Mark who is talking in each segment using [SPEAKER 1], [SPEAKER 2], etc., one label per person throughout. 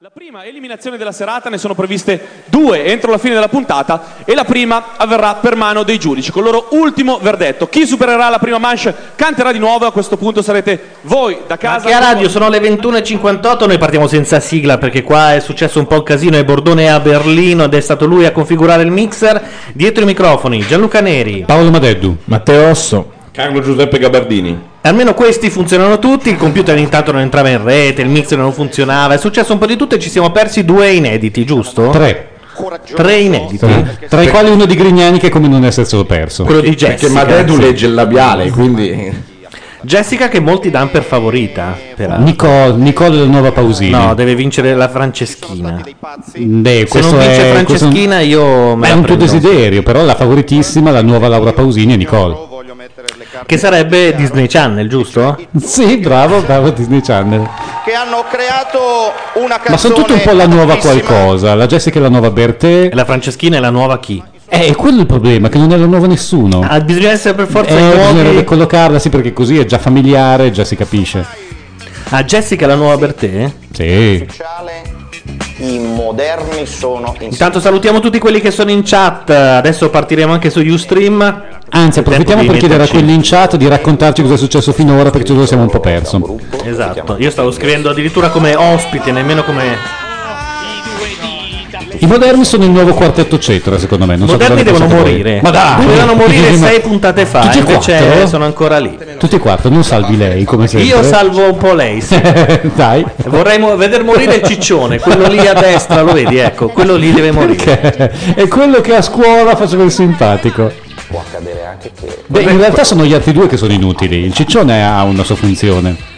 [SPEAKER 1] La prima eliminazione della serata, ne sono previste due entro la fine della puntata e la prima avverrà per mano dei giudici, col loro ultimo verdetto. Chi supererà la prima manche canterà di nuovo, a questo punto sarete voi
[SPEAKER 2] Ma
[SPEAKER 1] da casa.
[SPEAKER 2] che a radio sono le 21.58, noi partiamo senza sigla perché qua è successo un po' il casino e Bordone è a Berlino ed è stato lui a configurare il mixer. Dietro i microfoni Gianluca Neri,
[SPEAKER 3] Paolo Madeddu, Matteo Osso,
[SPEAKER 4] Carlo Giuseppe Gabardini.
[SPEAKER 2] Almeno questi funzionano tutti, il computer intanto non entrava in rete, il mixer non funzionava, è successo un po' di tutto e ci siamo persi due inediti, giusto?
[SPEAKER 3] Tre.
[SPEAKER 2] Tre inediti.
[SPEAKER 3] tra i quali uno di Grignani che come non essere stato perso.
[SPEAKER 2] Quello di Jessica.
[SPEAKER 4] Perché Madedu legge il labiale, quindi...
[SPEAKER 2] Jessica che molti danno per favorita, però.
[SPEAKER 3] Nico, Nicola della Nuova Pausini.
[SPEAKER 2] No, deve vincere la Franceschina.
[SPEAKER 3] Beh,
[SPEAKER 2] Se
[SPEAKER 3] questo
[SPEAKER 2] non vince
[SPEAKER 3] è,
[SPEAKER 2] Franceschina io
[SPEAKER 3] questo-
[SPEAKER 2] me
[SPEAKER 3] è
[SPEAKER 2] la
[SPEAKER 3] un
[SPEAKER 2] prendo.
[SPEAKER 3] tuo desiderio, però la favoritissima, la nuova Laura Pausini è Nicole.
[SPEAKER 2] Che sarebbe Disney Channel, giusto?
[SPEAKER 3] Sì, bravo, bravo Disney Channel.
[SPEAKER 5] che hanno creato una canzone
[SPEAKER 3] Ma sono tutte un po' la nuova qualcosa. La Jessica è la nuova Bertè.
[SPEAKER 2] La Franceschina è la nuova chi?
[SPEAKER 3] Eh, quello è il problema, che non è la nuova nessuno.
[SPEAKER 2] Ah, bisogna essere per forza
[SPEAKER 3] Eh,
[SPEAKER 2] i
[SPEAKER 3] bisognerebbe
[SPEAKER 2] nuovi.
[SPEAKER 3] collocarla, sì, perché così è già familiare, già si capisce.
[SPEAKER 2] Ah, Jessica è la nuova Bertè?
[SPEAKER 3] Sì.
[SPEAKER 5] i moderni sono in
[SPEAKER 2] Intanto salutiamo tutti quelli che sono in chat. Adesso partiremo anche su Ustream.
[SPEAKER 3] Anzi, approfittiamo
[SPEAKER 2] Tempo
[SPEAKER 3] per
[SPEAKER 2] di
[SPEAKER 3] chiedere a
[SPEAKER 2] metterci-
[SPEAKER 3] quelli in chat di raccontarci cosa è successo finora, perché ce lo siamo un po' perso.
[SPEAKER 2] Esatto, io stavo scrivendo addirittura come ospite, nemmeno come...
[SPEAKER 3] I moderni sono il nuovo quartetto cetra, secondo me. Non so
[SPEAKER 2] Moderni
[SPEAKER 3] cosa ne
[SPEAKER 2] devono
[SPEAKER 3] pensate voi.
[SPEAKER 2] morire.
[SPEAKER 3] Ma dai!
[SPEAKER 2] Dovevano morire
[SPEAKER 3] Ma-
[SPEAKER 2] sei puntate fa,
[SPEAKER 3] Tutti e
[SPEAKER 2] invece
[SPEAKER 3] quattro?
[SPEAKER 2] sono ancora lì.
[SPEAKER 3] Tutti e quattro, non salvi lei, come sempre.
[SPEAKER 2] Io salvo un po' lei, sì.
[SPEAKER 3] dai.
[SPEAKER 2] Vorrei mo- veder morire il ciccione, quello lì a destra, lo vedi, ecco, quello lì deve morire.
[SPEAKER 3] Che- è quello che a scuola faceva il simpatico.
[SPEAKER 5] può accadere anche che
[SPEAKER 3] Beh, in realtà sono gli altri due che sono inutili. Il ciccione ha una sua funzione.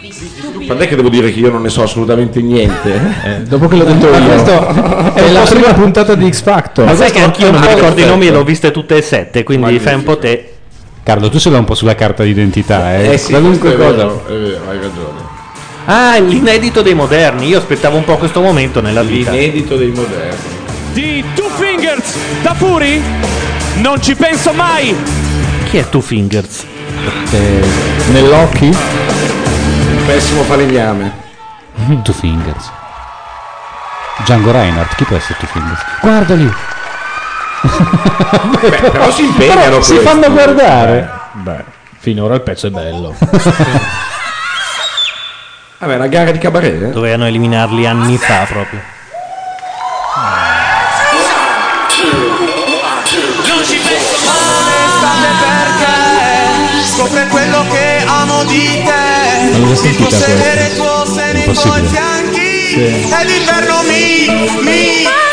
[SPEAKER 4] Quando è che devo dire che io non ne so assolutamente niente? eh?
[SPEAKER 6] Eh, Dopo che l'ho detto io, è la prima puntata di X Factor.
[SPEAKER 2] Ma sai che anch'io non mi
[SPEAKER 4] po'
[SPEAKER 2] ricordo i nomi e
[SPEAKER 4] perfetto.
[SPEAKER 2] l'ho viste tutte e sette, quindi fai un po' te.
[SPEAKER 3] Carlo, tu ce l'hai un po' sulla carta d'identità, eh? Qualunque
[SPEAKER 4] questo è
[SPEAKER 3] cosa.
[SPEAKER 4] vero, è vero, hai ragione.
[SPEAKER 2] Ah, l'inedito dei moderni, io aspettavo un po' questo momento nella vita.
[SPEAKER 4] L'inedito dei moderni.
[SPEAKER 1] Di Two Fingers da Puri? Non ci penso mai!
[SPEAKER 2] Chi è Two Fingers?
[SPEAKER 3] Eh,
[SPEAKER 6] Nell'occhi?
[SPEAKER 4] Un pessimo falegname.
[SPEAKER 3] Mm, Two Fingers. Django Reinhardt, chi può essere Two Fingers? Guardali!
[SPEAKER 4] Però si impegnano
[SPEAKER 3] Però si
[SPEAKER 4] questi.
[SPEAKER 3] fanno guardare!
[SPEAKER 6] Beh, finora il pezzo è bello.
[SPEAKER 4] Vabbè, la gara di cabaret. eh?
[SPEAKER 2] Dovevano eliminarli anni fa proprio.
[SPEAKER 7] Scopre quello che amo di te
[SPEAKER 3] Non l'ho
[SPEAKER 7] Il tuo
[SPEAKER 3] sentita
[SPEAKER 7] sedere
[SPEAKER 3] questa.
[SPEAKER 7] tuo se ne
[SPEAKER 3] Impossibile.
[SPEAKER 7] involti anch'io Ed inverno mi, mi,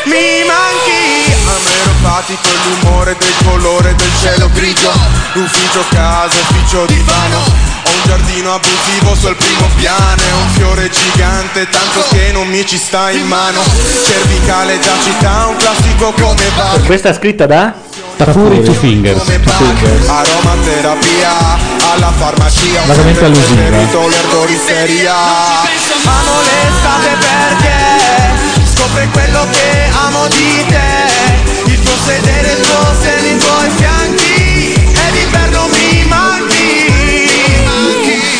[SPEAKER 7] mi manchi Ameropatico l'umore del colore del cielo grigio Ufficio, casa, ufficio, divano Ho un giardino abusivo sul primo piano È un fiore gigante tanto che non mi ci sta in mano Cervicale già città,
[SPEAKER 6] Eh,
[SPEAKER 7] un classico come va
[SPEAKER 2] Questa è scritta da?
[SPEAKER 3] Tafuri Two Fingers.
[SPEAKER 7] come pack aromaterapia alla farmacia
[SPEAKER 6] Vagamente allusiva.
[SPEAKER 7] l'erboristeria amo l'estate perché scopre quello che amo di te il tuo sedere il tuo seno i tuoi fianchi e d'inverno mi manchi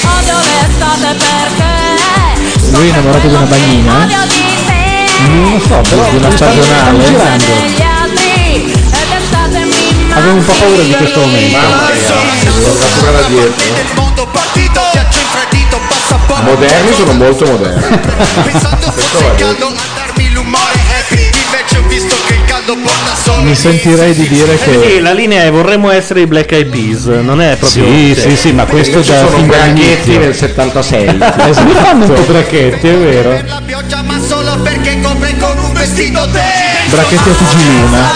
[SPEAKER 8] Odio l'estate perché
[SPEAKER 6] Lui è innamorato di una bagnina, eh?
[SPEAKER 8] Odio di te
[SPEAKER 6] Non lo so, però una
[SPEAKER 8] Io
[SPEAKER 6] stagionale.
[SPEAKER 8] sono degli altri E d'estate mi
[SPEAKER 6] Avevo un po' paura di questo momento.
[SPEAKER 4] Mamma mia, devo catturare dietro.
[SPEAKER 6] eh.
[SPEAKER 7] del mondo partito viaggio infradito passaporto
[SPEAKER 4] Moderni sono molto moderni.
[SPEAKER 7] pensando fosse il caldo a darmi l'umore happy invece ho visto che il caldo porta solo
[SPEAKER 6] Mi sentirei di dire che
[SPEAKER 2] Eh, Sì, la linea è vorremmo essere i Black Eyed Peas, non è proprio...
[SPEAKER 3] Sì, sì, sì, ma questo già
[SPEAKER 4] sono
[SPEAKER 3] fin
[SPEAKER 4] braghetti
[SPEAKER 3] dall'inizio.
[SPEAKER 4] nel 76.
[SPEAKER 3] Esatto. Mi fanno un po' bracchetti, è vero.
[SPEAKER 7] per la pioggia ma solo perché copre con un vestito te
[SPEAKER 6] Bracchetti a Fujiluna.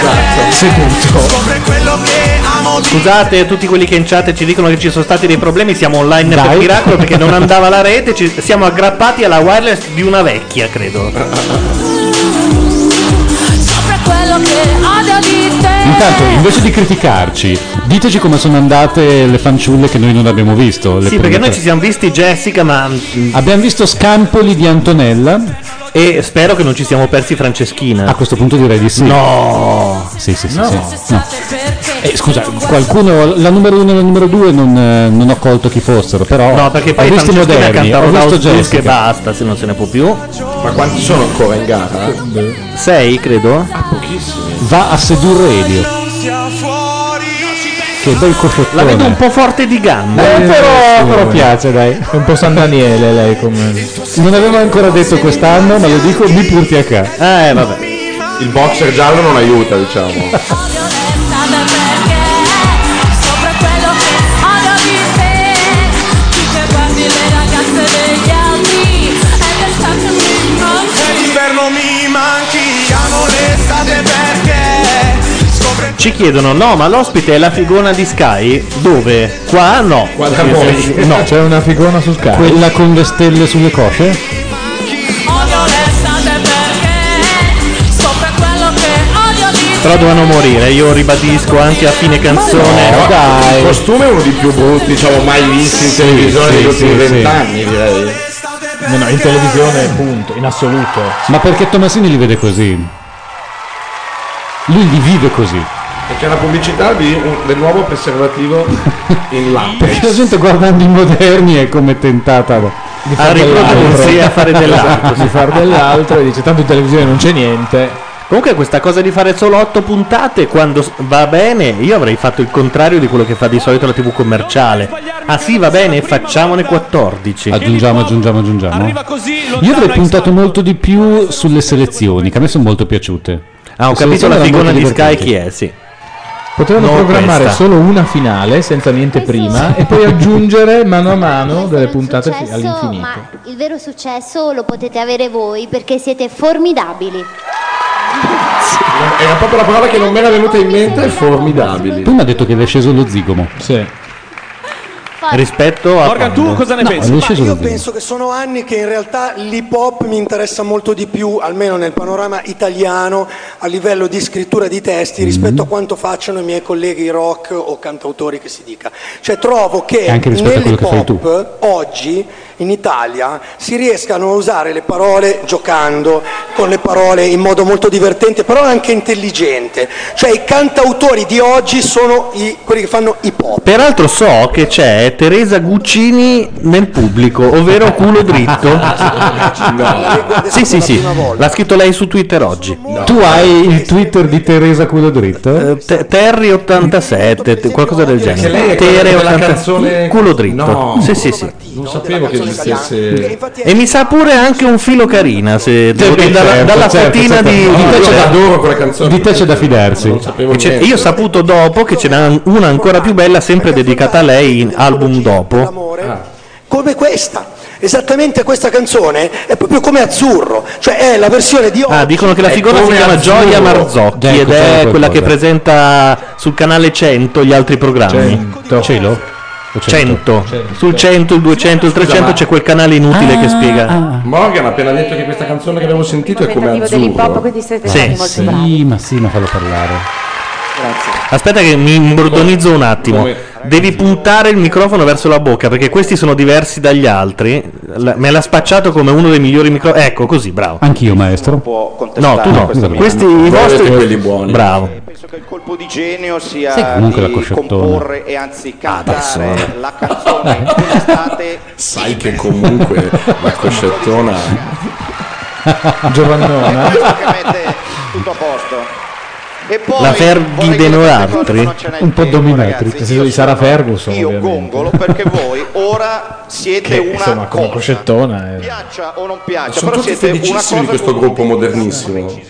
[SPEAKER 7] esatto
[SPEAKER 6] seduto.
[SPEAKER 7] copre quello che amo di
[SPEAKER 2] Scusate tutti quelli che in chat ci dicono che ci sono stati dei problemi, siamo online per
[SPEAKER 3] Dai.
[SPEAKER 2] miracolo perché non andava la rete, ci siamo aggrappati alla wireless di una vecchia, credo.
[SPEAKER 8] Sopra quello che odio di te
[SPEAKER 3] Intanto, invece di criticarci, diteci come sono andate le fanciulle che noi non abbiamo visto. le
[SPEAKER 2] Sì,
[SPEAKER 3] prime
[SPEAKER 2] perché noi
[SPEAKER 3] tre.
[SPEAKER 2] ci siamo visti Jessica, ma mm,
[SPEAKER 3] Abbiamo visto Scampoli di Antonella,
[SPEAKER 2] E spero che non ci siamo persi Franceschina.
[SPEAKER 3] A questo punto direi di sì.
[SPEAKER 2] No!
[SPEAKER 3] Sì, sì, sì.
[SPEAKER 2] No.
[SPEAKER 3] sì. No. Eh, scusa, qualcuno, la numero uno e la numero due non, eh, non ho colto chi fossero, però
[SPEAKER 2] No, perché poi
[SPEAKER 3] ho visto i
[SPEAKER 2] Franceschina
[SPEAKER 3] Oh. moderni,
[SPEAKER 2] canta
[SPEAKER 3] ho visto
[SPEAKER 2] Rodaus Blues che
[SPEAKER 3] Jessica.
[SPEAKER 2] basta, se non se ne può più.
[SPEAKER 4] Ma quanti sono ancora in gara? Ah,
[SPEAKER 2] Sei, credo.
[SPEAKER 3] Va a Sedur Radio. Che bel
[SPEAKER 2] La vedo un
[SPEAKER 3] coffottone.
[SPEAKER 2] po' forte di gambe.
[SPEAKER 3] Eh, però, però piace, dai.
[SPEAKER 6] È un po' San Daniele lei come...
[SPEAKER 3] Non avevo ancora detto quest'anno, ma lo dico, mi porti a casa.
[SPEAKER 2] Eh, vabbè.
[SPEAKER 4] Il boxer giallo non aiuta, diciamo.
[SPEAKER 8] Sopra quello che odio di te Tu che guardi le ragazze degli altri Ed l'estate mi manca
[SPEAKER 7] E l'inverno mi manchi, amo l'estate perché scopre
[SPEAKER 2] Ci chiedono, no, ma l'ospite è la figona di Sky? Dove? Qua? No.
[SPEAKER 4] Guarda voi.
[SPEAKER 6] No, c'è una figona su Sky.
[SPEAKER 3] Quella con le stelle sulle cosce?
[SPEAKER 8] Odio l'estate perché Sopra quello che odio di te
[SPEAKER 2] Però dovevano morire, io ribadisco anche a fine
[SPEAKER 6] Eh,
[SPEAKER 2] canzone.
[SPEAKER 4] No,
[SPEAKER 3] dai.
[SPEAKER 4] Il costume è uno dei più brutti, diciamo, mai visti in televisione
[SPEAKER 3] sì,
[SPEAKER 4] negli ultimi
[SPEAKER 3] sì, sì.
[SPEAKER 4] vent'anni, direi.
[SPEAKER 6] No, no, in televisione, punto, in assoluto.
[SPEAKER 3] Ma perché Tomasini li vede così? Lui li vive così.
[SPEAKER 4] E c'è la pubblicità di un- del nuovo preservativo in latte.
[SPEAKER 3] Perché la gente guardando i moderni è come tentata.
[SPEAKER 2] a riprodursi e a Esatto, fare dell'altro.
[SPEAKER 6] Di far dell'altro e dice tanto in televisione non c'è niente.
[SPEAKER 2] Comunque questa cosa di fare solo 8 puntate quando s- va bene, io avrei fatto il contrario di quello che fa di solito la TV commerciale. Ah sì, va bene, facciamone 14.
[SPEAKER 3] Aggiungiamo, aggiungiamo, aggiungiamo.
[SPEAKER 1] Arriva così
[SPEAKER 3] Io avrei
[SPEAKER 1] lontano
[SPEAKER 3] puntato
[SPEAKER 1] ai-
[SPEAKER 3] molto di più sulle selezioni, che a me sono molto piaciute.
[SPEAKER 2] Ah, ho capito
[SPEAKER 3] Le selezioni
[SPEAKER 2] la
[SPEAKER 3] erano
[SPEAKER 2] figura
[SPEAKER 3] molto
[SPEAKER 2] di Sky
[SPEAKER 3] divertenti.
[SPEAKER 2] chi è, sì.
[SPEAKER 6] Potevano
[SPEAKER 2] No,
[SPEAKER 6] programmare
[SPEAKER 2] questa.
[SPEAKER 6] solo una finale senza niente prima e poi aggiungere mano a mano delle puntate fi-
[SPEAKER 9] Successo,
[SPEAKER 6] all'infinito.
[SPEAKER 9] Ma il vero successo lo potete avere voi perché siete formidabili.
[SPEAKER 4] Era proprio la parola che non mi era venuta in mente, formidabili.
[SPEAKER 3] Prima ha detto che le è sceso lo zigomo.
[SPEAKER 6] Sì.
[SPEAKER 2] Rispetto a...
[SPEAKER 1] Morgan, tu
[SPEAKER 2] quando?
[SPEAKER 1] cosa ne pensi?
[SPEAKER 3] Gli è
[SPEAKER 10] Ma
[SPEAKER 3] sceso lo
[SPEAKER 10] io
[SPEAKER 3] zigomo.
[SPEAKER 10] penso che sono anni che in realtà l'hip hop mi interessa molto di più, almeno nel panorama italiano, a livello di scrittura di testi,
[SPEAKER 3] Mm-hmm.
[SPEAKER 10] rispetto a quanto facciano i miei colleghi rock o cantautori che si dica. Cioè trovo che
[SPEAKER 3] E anche rispetto a quello
[SPEAKER 10] nell'hip
[SPEAKER 3] che fai
[SPEAKER 10] hop oggi in Italia si riescano a usare le parole giocando, con le parole in modo molto divertente, però anche intelligente. Cioè i cantautori di oggi sono i- quelli che fanno hip hop.
[SPEAKER 2] Peraltro so che c'è Teresa Guccini nel pubblico, ovvero culo dritto. sì, sì, sì. L'ha scritto lei su Twitter oggi.
[SPEAKER 3] Tu hai il Twitter di Teresa Culo Dritto?
[SPEAKER 2] Eh, Te- Terry 87, te- qualcosa del
[SPEAKER 4] Perché lei
[SPEAKER 2] genere.
[SPEAKER 4] è quella
[SPEAKER 2] Tere
[SPEAKER 4] della
[SPEAKER 2] 80
[SPEAKER 4] canzone-
[SPEAKER 2] culo dritto.
[SPEAKER 4] No.
[SPEAKER 2] Sì, sì, sì.
[SPEAKER 4] Non sapevo che esistesse.
[SPEAKER 2] E mi sa pure anche un filo carina, se devo dire, dalla,
[SPEAKER 3] certo,
[SPEAKER 2] dalla
[SPEAKER 3] certo,
[SPEAKER 2] fotina
[SPEAKER 3] certo.
[SPEAKER 2] di,
[SPEAKER 3] No,
[SPEAKER 2] di
[SPEAKER 4] Io
[SPEAKER 3] c'è da-
[SPEAKER 4] adoro quella canzone.
[SPEAKER 3] Di te c'è da fidarsi.
[SPEAKER 4] Non sapevo
[SPEAKER 2] E c'è-
[SPEAKER 4] niente.
[SPEAKER 2] io ho saputo dopo che ce n'è una ancora più bella, sempre dedicata a lei, in album dopo.
[SPEAKER 10] L'amore, come questa. Esattamente questa canzone è proprio come Azzurro, cioè è la versione di oggi.
[SPEAKER 2] Ah, dicono che la figura si
[SPEAKER 4] come
[SPEAKER 2] chiama
[SPEAKER 4] azzurro.
[SPEAKER 2] Gioia Marzocchi
[SPEAKER 3] Ecco,
[SPEAKER 2] ed
[SPEAKER 3] c'era
[SPEAKER 2] è
[SPEAKER 3] qualcosa.
[SPEAKER 2] quella che presenta sul canale 100 gli altri programmi.
[SPEAKER 3] Cielo? O
[SPEAKER 2] 100. Sul 100, il 200, il 300 c'è quel canale inutile
[SPEAKER 4] Ah,
[SPEAKER 2] che spiega.
[SPEAKER 4] Morgan ha appena detto che questa canzone che abbiamo sentito è come azzurro.
[SPEAKER 2] Sì,
[SPEAKER 11] stati molto bravi.
[SPEAKER 3] Sì, ma sì, ma fallo parlare.
[SPEAKER 2] Aspetta che mi imbordonizzo un attimo.
[SPEAKER 4] Come-
[SPEAKER 2] Devi puntare il microfono verso la bocca perché questi sono diversi dagli altri. La- me l'ha spacciato come uno dei migliori microfoni. Ecco, così, bravo.
[SPEAKER 3] Anch'io, maestro.
[SPEAKER 5] Può contestare
[SPEAKER 2] No, tu no.
[SPEAKER 5] questa
[SPEAKER 3] mia.
[SPEAKER 2] Questi i
[SPEAKER 4] Voi
[SPEAKER 2] vostri
[SPEAKER 4] avete quelli buoni.
[SPEAKER 2] Bravo.
[SPEAKER 5] Penso che il colpo di genio sia
[SPEAKER 3] Sì, comunque la
[SPEAKER 5] di
[SPEAKER 3] cosciottona.
[SPEAKER 5] comporre e anzi cantare
[SPEAKER 4] Adesso, eh.
[SPEAKER 5] la canzone in estate
[SPEAKER 4] Sai che comunque la coscettona.
[SPEAKER 6] Giovannona.
[SPEAKER 5] che mette tutto a posto. E poi
[SPEAKER 2] La Fergie
[SPEAKER 5] vorrei
[SPEAKER 2] dei
[SPEAKER 5] dire queste cose,
[SPEAKER 2] Noratri?
[SPEAKER 5] ma non ce n'è il
[SPEAKER 6] Un po'
[SPEAKER 5] tempo,
[SPEAKER 6] dominatrix,
[SPEAKER 5] ragazzi.
[SPEAKER 6] sì,
[SPEAKER 5] Io
[SPEAKER 6] di Sara
[SPEAKER 5] sono-
[SPEAKER 6] Ferguson,
[SPEAKER 5] Io
[SPEAKER 6] ovviamente.
[SPEAKER 5] gongolo perché voi ora siete
[SPEAKER 6] Che,
[SPEAKER 5] una
[SPEAKER 6] insomma, come
[SPEAKER 5] cosa.
[SPEAKER 6] coscettona, eh.
[SPEAKER 5] Piaccia o non piaccia,
[SPEAKER 4] Sono
[SPEAKER 5] però
[SPEAKER 4] tutti
[SPEAKER 5] siete una
[SPEAKER 4] felicissimi
[SPEAKER 5] cosa
[SPEAKER 4] di questo
[SPEAKER 5] con-
[SPEAKER 4] gruppo modernissimo. Come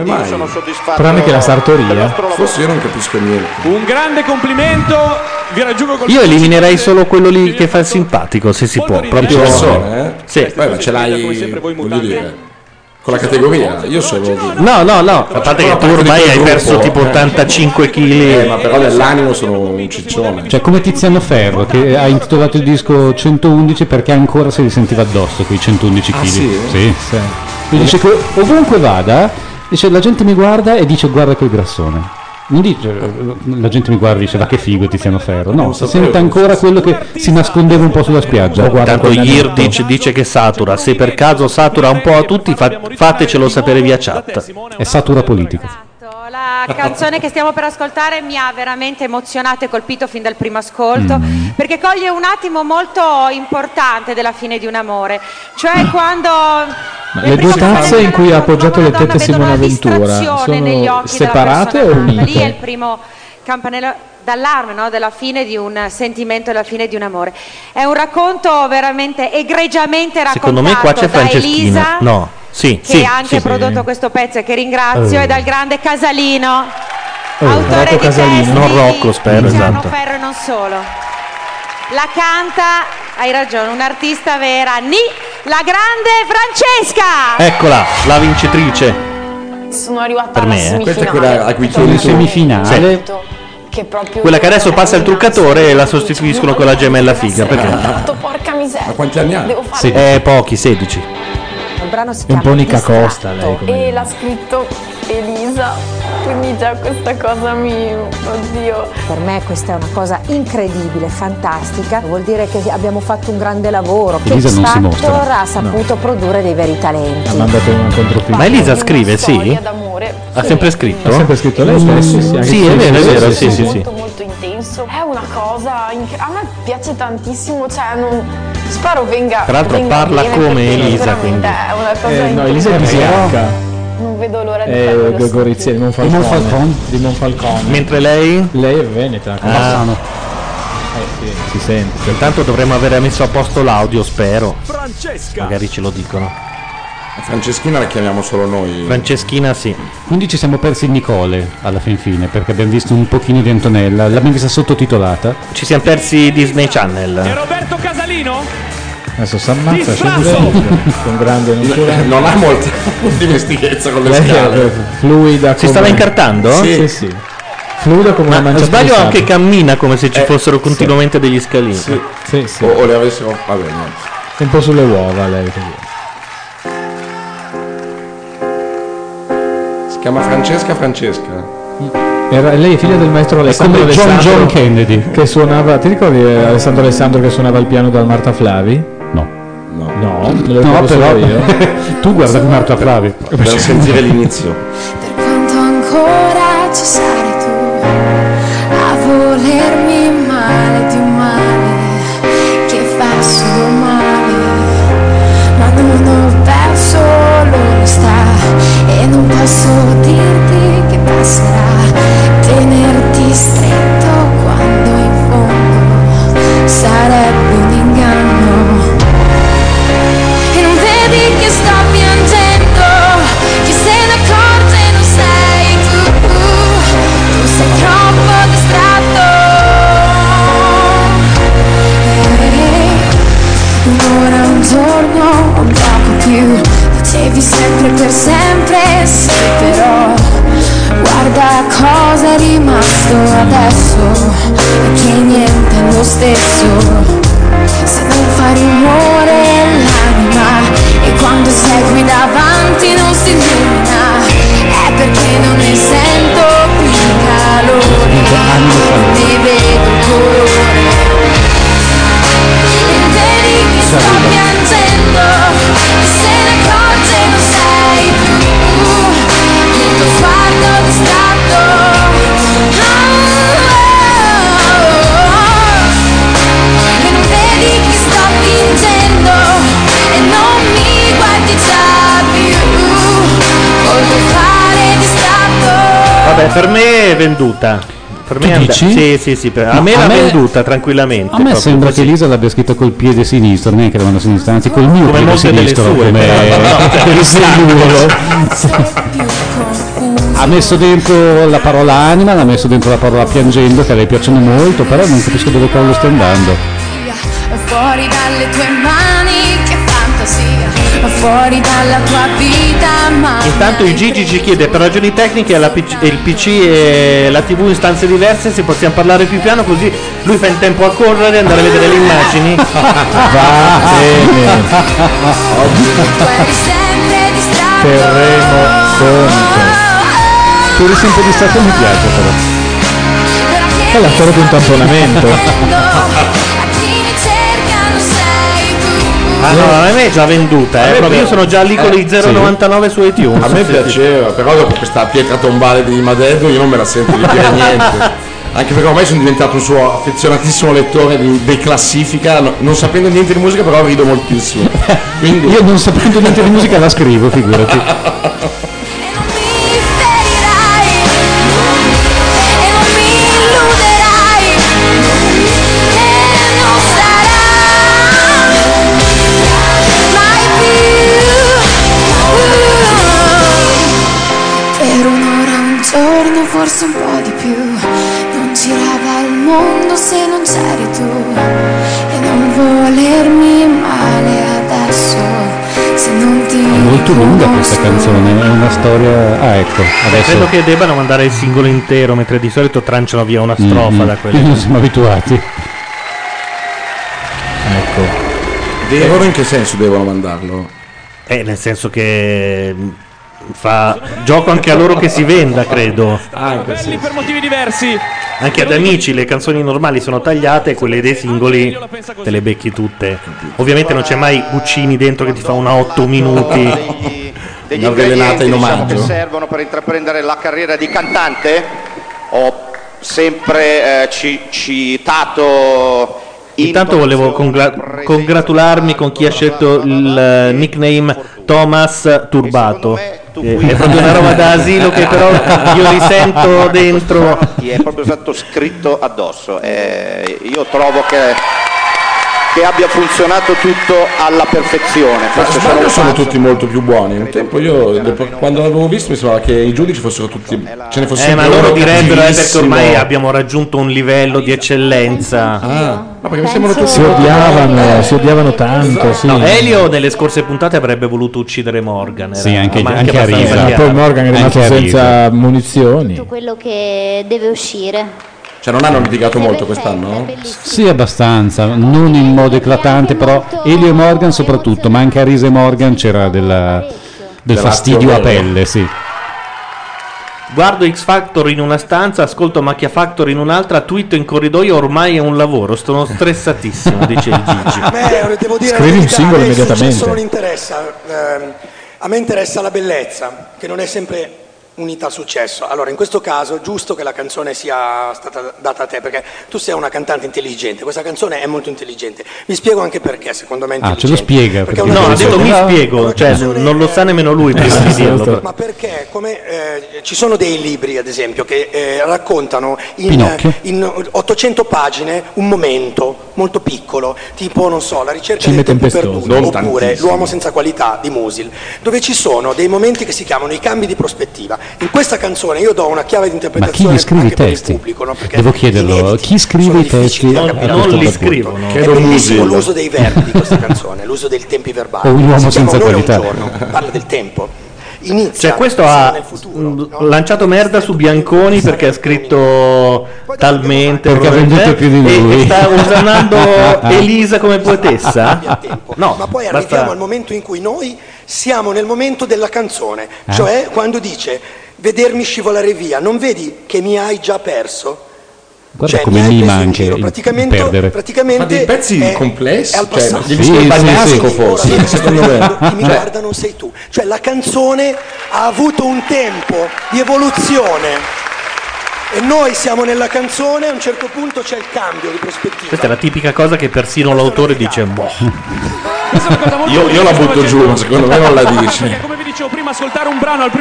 [SPEAKER 5] Quindi
[SPEAKER 4] mai?
[SPEAKER 5] Io sono soddisfatto.
[SPEAKER 6] Tranne che la sartoria.
[SPEAKER 5] del vostro lavoro.
[SPEAKER 4] Forse io non capisco niente.
[SPEAKER 1] Un grande complimento, vi raggiungo col
[SPEAKER 2] Io eliminerei solo quello lì che fa il simpatico, se si può. Proprio.
[SPEAKER 4] Persone, eh?
[SPEAKER 2] Sì.
[SPEAKER 4] Beh, ma ce
[SPEAKER 1] Come
[SPEAKER 4] l'hai,
[SPEAKER 1] sempre voi
[SPEAKER 4] voglio
[SPEAKER 1] mutanti.
[SPEAKER 4] dire, con la categoria. Io sono...
[SPEAKER 2] No, no, no. A parte che tu ormai hai perso tipo 85
[SPEAKER 4] Eh,
[SPEAKER 2] kg.
[SPEAKER 4] ma però nell'animo sono un ciccione.
[SPEAKER 3] Cioè, come Tiziano Ferro, che ha intitolato il disco 111 perché ancora se li sentiva addosso quei 111 kg.
[SPEAKER 4] sì?
[SPEAKER 6] Ah, Sì.
[SPEAKER 3] Lui dice che ovunque vada, dice, la gente mi guarda e dice guarda quel grassone. Non dice, la gente mi guarda e dice, ma che figo Tiziano Ferro. No,
[SPEAKER 2] Non
[SPEAKER 3] si
[SPEAKER 2] sapevo
[SPEAKER 3] sente ancora quello che si nascondeva un po' sulla spiaggia.
[SPEAKER 2] Tanto
[SPEAKER 3] quel naso.
[SPEAKER 2] Yirdic dice che satura, se per caso satura un po' a tutti fa- fatecelo sapere via chat.
[SPEAKER 3] È satura politica.
[SPEAKER 11] La canzone che stiamo per ascoltare mi ha veramente emozionato e colpito fin dal primo ascolto
[SPEAKER 6] Mm.
[SPEAKER 11] perché coglie un attimo molto importante della fine di un amore, cioè quando
[SPEAKER 6] Le due tazze in cui ha appoggiato le tette Simona Ventura
[SPEAKER 11] negli
[SPEAKER 6] sono
[SPEAKER 11] occhi della
[SPEAKER 6] separate o
[SPEAKER 11] persona amata. Lì è il
[SPEAKER 6] unite?
[SPEAKER 11] primo campanello d'allarme no? della fine di un sentimento e la fine di un amore. È un racconto veramente egregiamente raccontato
[SPEAKER 2] Secondo me qua c'è
[SPEAKER 11] da Elisa
[SPEAKER 2] Franceschina. No, sì,
[SPEAKER 11] che
[SPEAKER 2] sì.
[SPEAKER 11] ha anche
[SPEAKER 2] sì.
[SPEAKER 11] prodotto questo pezzo e che ringrazio
[SPEAKER 2] Eh.
[SPEAKER 11] e dal grande Casalino,
[SPEAKER 2] Oh,
[SPEAKER 11] autore
[SPEAKER 2] Rocco
[SPEAKER 11] di
[SPEAKER 2] Casalino.
[SPEAKER 11] testi
[SPEAKER 2] Non Rocco, spero,
[SPEAKER 11] Tiziano
[SPEAKER 2] esatto.
[SPEAKER 11] Ferro e non solo. La canta, hai ragione, un'artista vera, Ni, la grande Francesca!
[SPEAKER 2] Eccola, la vincitrice.
[SPEAKER 12] Sono arrivata
[SPEAKER 2] Per
[SPEAKER 12] alla
[SPEAKER 2] me, eh.
[SPEAKER 12] semifinale.
[SPEAKER 2] Questa è quella a cui
[SPEAKER 12] Dopo
[SPEAKER 2] chiedi tu. Semifinale.
[SPEAKER 12] tutto, Che proprio
[SPEAKER 2] Quella che adesso passa il truccatore e la sostituiscono con la gemella figa.
[SPEAKER 4] Esatto.
[SPEAKER 2] Perché?
[SPEAKER 12] Tutto, porca miseria. Devo fare
[SPEAKER 2] Eh, pochi, 16.
[SPEAKER 12] Il brano si
[SPEAKER 2] È un
[SPEAKER 12] chiama
[SPEAKER 2] po' Nica
[SPEAKER 12] Distratto
[SPEAKER 2] Costa, lei, come-
[SPEAKER 12] E l'ha scritto Elisa, quindi già questa cosa mi... oddio.
[SPEAKER 13] Per me questa è una cosa incredibile, fantastica, vuol dire che abbiamo fatto un grande lavoro. che
[SPEAKER 2] Elisa
[SPEAKER 13] X
[SPEAKER 2] non si
[SPEAKER 13] Factor
[SPEAKER 2] mostra. Ah,
[SPEAKER 13] ha saputo produrre dei veri talenti.
[SPEAKER 2] mandato un controfilm. Ma Elisa scrive, sì? Ha sempre scritto?
[SPEAKER 6] Ha sempre scritto lei
[SPEAKER 12] Mm.
[SPEAKER 6] stessa, sì, anche
[SPEAKER 2] Sì, è
[SPEAKER 6] se-
[SPEAKER 2] vero, è
[SPEAKER 6] sì,
[SPEAKER 2] vero,
[SPEAKER 6] sì,
[SPEAKER 2] sì, sì,
[SPEAKER 6] sì.
[SPEAKER 2] sì.
[SPEAKER 12] molto intenso. È una cosa inc- a me piace tantissimo, cioè non spero venga
[SPEAKER 2] Tra l'altro
[SPEAKER 12] venga
[SPEAKER 2] parla
[SPEAKER 12] bene,
[SPEAKER 2] come
[SPEAKER 12] perché
[SPEAKER 2] Elisa,
[SPEAKER 12] veramente
[SPEAKER 2] quindi.
[SPEAKER 12] È una cosa
[SPEAKER 6] Eh, no, Elisa è
[SPEAKER 12] incredibile.
[SPEAKER 6] bianca.
[SPEAKER 12] Non vedo l'ora di farlo.
[SPEAKER 6] Eh, Gorizia di Monfalcone.
[SPEAKER 12] Di Monfalcone.
[SPEAKER 6] Di Monfalcone.
[SPEAKER 2] Mentre lei?
[SPEAKER 6] Lei è veneta. come
[SPEAKER 2] Ah.
[SPEAKER 6] sanno. Eh sì.
[SPEAKER 2] Si sente. Intanto dovremmo aver messo a posto l'audio, spero. Magari ce lo dicono.
[SPEAKER 4] Franceschina la chiamiamo solo noi.
[SPEAKER 2] Franceschina sì.
[SPEAKER 3] Quindi ci siamo persi Nicole alla fin fine, perché abbiamo visto un pochino di Antonella, l'abbiamo vista sottotitolata.
[SPEAKER 2] Ci siamo persi Disney Channel.
[SPEAKER 1] Roberto Casalino?
[SPEAKER 6] Adesso si ammazza.
[SPEAKER 1] Distratto!
[SPEAKER 6] scende Con grande natura.
[SPEAKER 4] Non ha molta dimestichezza con le
[SPEAKER 2] Eh,
[SPEAKER 6] Lei è
[SPEAKER 4] scale.
[SPEAKER 6] Fluida.
[SPEAKER 2] Si stava incartando?
[SPEAKER 6] Sì, sì. Fluida come una
[SPEAKER 2] Ma
[SPEAKER 6] manciata di
[SPEAKER 2] sbaglio
[SPEAKER 6] sale.
[SPEAKER 2] anche cammina come se ci
[SPEAKER 6] Eh,
[SPEAKER 2] fossero continuamente degli scalini.
[SPEAKER 4] Sì.
[SPEAKER 6] Sì, sì.
[SPEAKER 4] O, o le avessimo. Vabbè, no.
[SPEAKER 6] Un po' sulle uova lei. così.
[SPEAKER 4] Si chiama Francesca Francesca.
[SPEAKER 6] Era, lei è figlia del maestro Alessandro
[SPEAKER 4] come John
[SPEAKER 6] Alessandro
[SPEAKER 4] John Kennedy.
[SPEAKER 6] Che suonava, ti ricordi eh, Alessandro Alessandro che suonava il piano dal Marta Flavi?
[SPEAKER 3] No.
[SPEAKER 4] No,
[SPEAKER 6] no, me lo
[SPEAKER 3] No,
[SPEAKER 6] ricordo
[SPEAKER 3] però
[SPEAKER 6] solo io.
[SPEAKER 3] tu guarda come Marta Flavi.
[SPEAKER 4] Per sentire l'inizio.
[SPEAKER 14] Quanto ancora ci sarai tu a volermi male di un male che fa solo male, ma non ho perso l'onestà e non posso dirti che passerà tenerti stretto quando in fondo sarebbe un inganno. E non vedi che sto piangendo Chi se ne accorge non sei tu Tu sei troppo distratto
[SPEAKER 15] Eh,
[SPEAKER 14] Ora un giorno un poco più Dicevi sempre per sempre Sì però Guarda cosa è rimasto adesso E che niente è lo stesso se non fa rumore l'anima E quando sei qui davanti non si illumina È perché non ne sento più il calore Ne vedo il colore E vedi che sto piangendo E se ne accorge non sei più Il tuo sguardo distratto Ah, oh, oh, oh. E non vedi che sto vincendo E non mi guardi già più Voglio fare distratto
[SPEAKER 2] Vabbè, per me è venduta. Per me
[SPEAKER 3] Tu
[SPEAKER 2] è andata-
[SPEAKER 3] dici?
[SPEAKER 2] Sì, sì, sì. per- A
[SPEAKER 3] No,
[SPEAKER 2] me
[SPEAKER 3] a
[SPEAKER 2] l'ha
[SPEAKER 3] me-
[SPEAKER 2] venduta tranquillamente.
[SPEAKER 3] A me
[SPEAKER 2] proprio
[SPEAKER 3] sembra
[SPEAKER 2] così.
[SPEAKER 3] che Elisa l'abbia scritta col piede sinistro, non è che la mano sinistra, anzi col mio
[SPEAKER 2] Come
[SPEAKER 3] piede
[SPEAKER 2] molte delle
[SPEAKER 3] sinistro,
[SPEAKER 2] sue,
[SPEAKER 3] come
[SPEAKER 2] però, no, Esatto.
[SPEAKER 3] il singolo. Ha messo dentro la parola anima, l'ha messo dentro la parola piangendo, che a lei piacciono molto, però non capisco dove cavolo sta andando.
[SPEAKER 14] Fuori dalle tue mani Che fantasia Fuori dalla tua vita Ma
[SPEAKER 2] Intanto il Gigi ci chiede per ragioni tecniche la PC e il PC e la TV in stanze diverse se possiamo parlare più piano così lui fa in tempo a correre e andare a vedere le immagini.
[SPEAKER 6] Va
[SPEAKER 14] tu eri sempre distratto
[SPEAKER 6] Terremo conto. Turismo in pedisseco mi piace però. È la storia di un tamponamento.
[SPEAKER 2] Ah no, a me è già venduta, eh. Proprio io sono già lì
[SPEAKER 4] eh,
[SPEAKER 3] Eh,
[SPEAKER 2] con i 0,99 su iTunes.
[SPEAKER 4] A me
[SPEAKER 2] Sì, sì.
[SPEAKER 4] piaceva, però dopo questa pietra tombale di Madeddo io non me la sento di dire niente. Anche perché ormai sono diventato un suo affezionatissimo lettore di, di classifica, no- non sapendo niente di musica però rido moltissimo. Quindi
[SPEAKER 3] Io non sapendo niente di musica la scrivo, figurati.
[SPEAKER 14] Per un'ora, un giorno, forse un po' di più. Non girava il mondo se non c'eri tu. E non volermi male adesso. Se non ti.
[SPEAKER 3] È molto lunga questa canzone, è una storia... Ah ecco,
[SPEAKER 2] Beh, credo
[SPEAKER 3] adesso...
[SPEAKER 2] che debbano mandare il singolo intero, mentre di solito tranciano via una strofa
[SPEAKER 3] Mm,
[SPEAKER 2] da quelle.
[SPEAKER 3] Non siamo abituati.
[SPEAKER 2] Ecco.
[SPEAKER 4] loro in che senso devono mandarlo?
[SPEAKER 2] Eh, nel senso che mh, fa gioco anche a loro che si venda, credo.
[SPEAKER 4] Anche,
[SPEAKER 1] Per motivi diversi.
[SPEAKER 2] anche ad amici le canzoni normali sono tagliate e quelle dei singoli te le becchi tutte. Ovviamente non c'è mai Guccini dentro che ti fa una 8 minuti.
[SPEAKER 5] degli
[SPEAKER 2] Una avvelenata
[SPEAKER 5] ingredienti
[SPEAKER 2] in
[SPEAKER 5] diciamo,
[SPEAKER 2] omaggio.
[SPEAKER 5] che servono per intraprendere la carriera di cantante ho sempre eh, ci- citato
[SPEAKER 2] Intanto volevo congla- congratularmi con chi ha scelto il eh, nickname Thomas Turbato. Eh, È proprio una roba da asilo che però io risento dentro.
[SPEAKER 5] Ti è proprio stato scritto addosso Eh, io trovo che, che abbia funzionato tutto alla perfezione
[SPEAKER 4] Ma
[SPEAKER 5] forse solo
[SPEAKER 4] sbaglio sono tutti molto più buoni. Un tempo io, dopo- quando l'avevo visto, mi sembrava che i giudici fossero tutti. Ce ne fosse
[SPEAKER 2] Eh, ma
[SPEAKER 4] uno
[SPEAKER 2] loro direbbero eh, perché
[SPEAKER 4] cattivissimo.
[SPEAKER 2] ormai abbiamo raggiunto un livello di eccellenza.
[SPEAKER 6] Ah.
[SPEAKER 4] Ma perché mi sembrano tutti
[SPEAKER 6] Si odiavano, si odiavano tanto. Sì.
[SPEAKER 2] No, Elio nelle scorse puntate avrebbe voluto uccidere Morgan. era-
[SPEAKER 6] Sì, anche-
[SPEAKER 2] ma
[SPEAKER 6] anche a
[SPEAKER 2] abbastanza
[SPEAKER 6] risa.
[SPEAKER 2] chiaro.
[SPEAKER 6] Poi Morgan è rimasto
[SPEAKER 2] Anche a risa.
[SPEAKER 6] senza munizioni.
[SPEAKER 9] quello che deve uscire.
[SPEAKER 4] Cioè, non hanno litigato molto quest'anno?
[SPEAKER 3] Sì, abbastanza, non in modo eclatante, però Elio e Morgan soprattutto, ma anche a Rise Morgan c'era della- del
[SPEAKER 2] Della
[SPEAKER 3] fastidio a
[SPEAKER 2] razionella.
[SPEAKER 3] pelle, sì.
[SPEAKER 2] Guardo X Factor in una stanza, ascolto Macchia Factor in un'altra, twitto in corridoio, ormai è un lavoro, sono stressatissimo, dice il Gigi.
[SPEAKER 10] Beh, eh, devo dire la
[SPEAKER 2] Scrivi un
[SPEAKER 10] verità,
[SPEAKER 2] singolo
[SPEAKER 10] a me il
[SPEAKER 2] immediatamente.
[SPEAKER 10] successo non interessa. ehm, a me interessa la bellezza, che non è sempre unita al successo. Allora, in questo caso, è giusto che la canzone sia stata data a te, perché tu sei una cantante intelligente. Questa canzone è molto intelligente. Vi spiego anche perché, secondo me. è
[SPEAKER 3] Ah, ce lo spiega. perché-
[SPEAKER 2] No, ha detto mi spiego, cioè non lo sa nemmeno lui prima di dirlo.
[SPEAKER 10] Ma perché? Come, eh, ci sono dei libri, ad esempio, che eh, raccontano in,
[SPEAKER 3] Pinocchio.
[SPEAKER 10] in 800 pagine un momento molto piccolo, tipo, non so, la ricerca
[SPEAKER 6] Cime
[SPEAKER 10] del tempo
[SPEAKER 6] tempestoso.
[SPEAKER 10] perduto,
[SPEAKER 6] Non
[SPEAKER 10] oppure
[SPEAKER 6] tantissimo.
[SPEAKER 10] L'uomo senza qualità di Musil, dove ci sono dei momenti che si chiamano i cambi di prospettiva. In questa canzone io do una chiave di
[SPEAKER 3] Ma chi
[SPEAKER 10] interpretazione
[SPEAKER 3] gli scrive i
[SPEAKER 10] anche per il
[SPEAKER 3] testi?
[SPEAKER 10] pubblico, no? Perché
[SPEAKER 3] Devo chiederlo, chi scrive i testi?
[SPEAKER 10] da
[SPEAKER 3] a
[SPEAKER 10] capire.
[SPEAKER 3] questo
[SPEAKER 10] Non li
[SPEAKER 3] punto?
[SPEAKER 10] scrivono. Credo È bellissimo Musil. l'uso dei verbi di questa canzone, l'uso dei tempi verbali.
[SPEAKER 3] O un uomo
[SPEAKER 10] Si chiama
[SPEAKER 3] senza
[SPEAKER 10] Un'ora e un
[SPEAKER 3] qualità.
[SPEAKER 10] giorno, parla del tempo. Inizia
[SPEAKER 2] Cioè questo ha mh, lanciato merda su Bianconi perché ha scritto talmente
[SPEAKER 3] Perché ha
[SPEAKER 2] probabilmente,
[SPEAKER 3] venduto più di
[SPEAKER 2] e-
[SPEAKER 3] lui.
[SPEAKER 2] e sta usando Elisa come poetessa? No,
[SPEAKER 10] ma poi arriviamo
[SPEAKER 2] basta-
[SPEAKER 10] al momento in cui noi siamo nel momento della canzone,
[SPEAKER 4] Eh?
[SPEAKER 2] Ah.
[SPEAKER 10] cioè quando dice vedermi scivolare via, non vedi che mi hai già perso?
[SPEAKER 3] Guarda
[SPEAKER 10] Cioè,
[SPEAKER 3] come
[SPEAKER 10] mi hai
[SPEAKER 3] mima
[SPEAKER 10] preso in
[SPEAKER 3] anche
[SPEAKER 10] giro,
[SPEAKER 3] il- il
[SPEAKER 10] praticamente,
[SPEAKER 3] perdere.
[SPEAKER 10] praticamente
[SPEAKER 4] Ma dei pezzi
[SPEAKER 10] è-
[SPEAKER 4] complessi,
[SPEAKER 10] è al
[SPEAKER 4] cioè,
[SPEAKER 10] passato.
[SPEAKER 4] gli dischi Sì, bagnaschi sì, sì. forse,
[SPEAKER 10] Ora,
[SPEAKER 4] secondo me.
[SPEAKER 10] Chi mi
[SPEAKER 4] Cioè-
[SPEAKER 10] guarda non sei tu. Cioè la canzone ha avuto un tempo di evoluzione. E noi siamo nella canzone, a un certo punto c'è il cambio di prospettiva.
[SPEAKER 2] Questa è la tipica cosa che persino l'autore dice boh.
[SPEAKER 4] Io, io la butto giù, secondo me non la dice.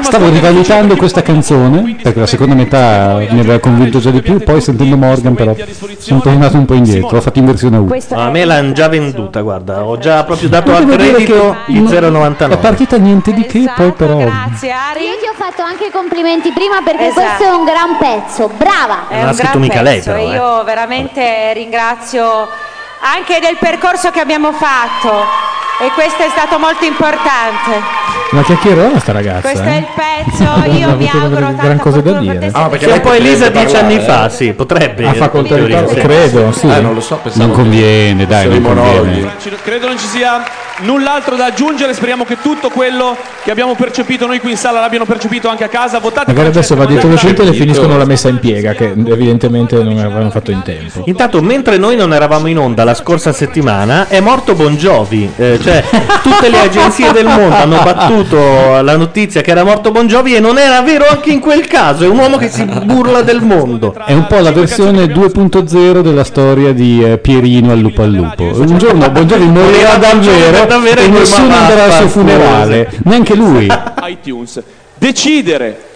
[SPEAKER 3] Stavo rivalutando questa canzone, perché la seconda metà mi aveva convinto già di più, poi sentendo Morgan però sono tornato un po' indietro, ho fatto in versione U.
[SPEAKER 2] A me l'hanno già venduta, guarda, ho già proprio dato
[SPEAKER 3] Ma
[SPEAKER 2] al
[SPEAKER 3] devo dire
[SPEAKER 2] credito
[SPEAKER 3] che
[SPEAKER 2] il
[SPEAKER 3] non- È
[SPEAKER 2] 0,99.
[SPEAKER 3] partita niente di che, poi però...
[SPEAKER 9] Io ti ho fatto anche i complimenti prima perché questo è un gran pezzo, brava!
[SPEAKER 11] Esatto.
[SPEAKER 2] Eh,
[SPEAKER 11] È un gran pezzo. Io veramente ringrazio anche del percorso che abbiamo fatto e questo è stato molto importante.
[SPEAKER 6] Ma chiacchierona sta ragazza.
[SPEAKER 11] Questo è
[SPEAKER 6] eh?
[SPEAKER 11] il pezzo,
[SPEAKER 6] Non
[SPEAKER 11] io
[SPEAKER 6] ha
[SPEAKER 11] mi
[SPEAKER 6] avuto
[SPEAKER 11] auguro
[SPEAKER 6] gran
[SPEAKER 11] tanta
[SPEAKER 6] cosa da
[SPEAKER 11] fortuna per
[SPEAKER 6] dire.
[SPEAKER 11] te. Ah,
[SPEAKER 2] perché lei
[SPEAKER 6] poi
[SPEAKER 2] potrebbe
[SPEAKER 6] Elisa dieci
[SPEAKER 2] parlare,
[SPEAKER 6] anni
[SPEAKER 2] eh.
[SPEAKER 6] fa,
[SPEAKER 2] sì, potrebbe.
[SPEAKER 6] A facoltà di
[SPEAKER 2] in teoria,
[SPEAKER 6] parole,
[SPEAKER 2] sì. Eh,
[SPEAKER 6] credo, sì.
[SPEAKER 4] Eh, non lo so, pensavo
[SPEAKER 3] Non conviene, dai,
[SPEAKER 4] fossero
[SPEAKER 6] Eh.
[SPEAKER 3] non
[SPEAKER 4] i monologhi.
[SPEAKER 3] conviene.
[SPEAKER 1] Credo non ci sia null'altro da aggiungere. Speriamo che tutto quello che abbiamo percepito noi qui in sala l'abbiano percepito anche a casa. Votate
[SPEAKER 6] Magari adesso va dietro lo scelto e le finiscono la messa
[SPEAKER 1] messa
[SPEAKER 6] in piega, che evidentemente non avevano fatto in tempo.
[SPEAKER 2] Intanto, mentre noi non eravamo in onda la scorsa settimana, è morto Bon Jovi. Eh, cioè, tutte le agenzie del mondo hanno battuto la notizia che era morto Bon Jovi e non era vero anche in quel caso. È un uomo che si burla del mondo.
[SPEAKER 3] È un po' la versione 2.0 della storia di eh, Pierino al lupo al lupo. Un giorno Bongiorno morirà davvero, e nessuno andrà al suo funerale, neanche lui.
[SPEAKER 1] iTunes. Decidere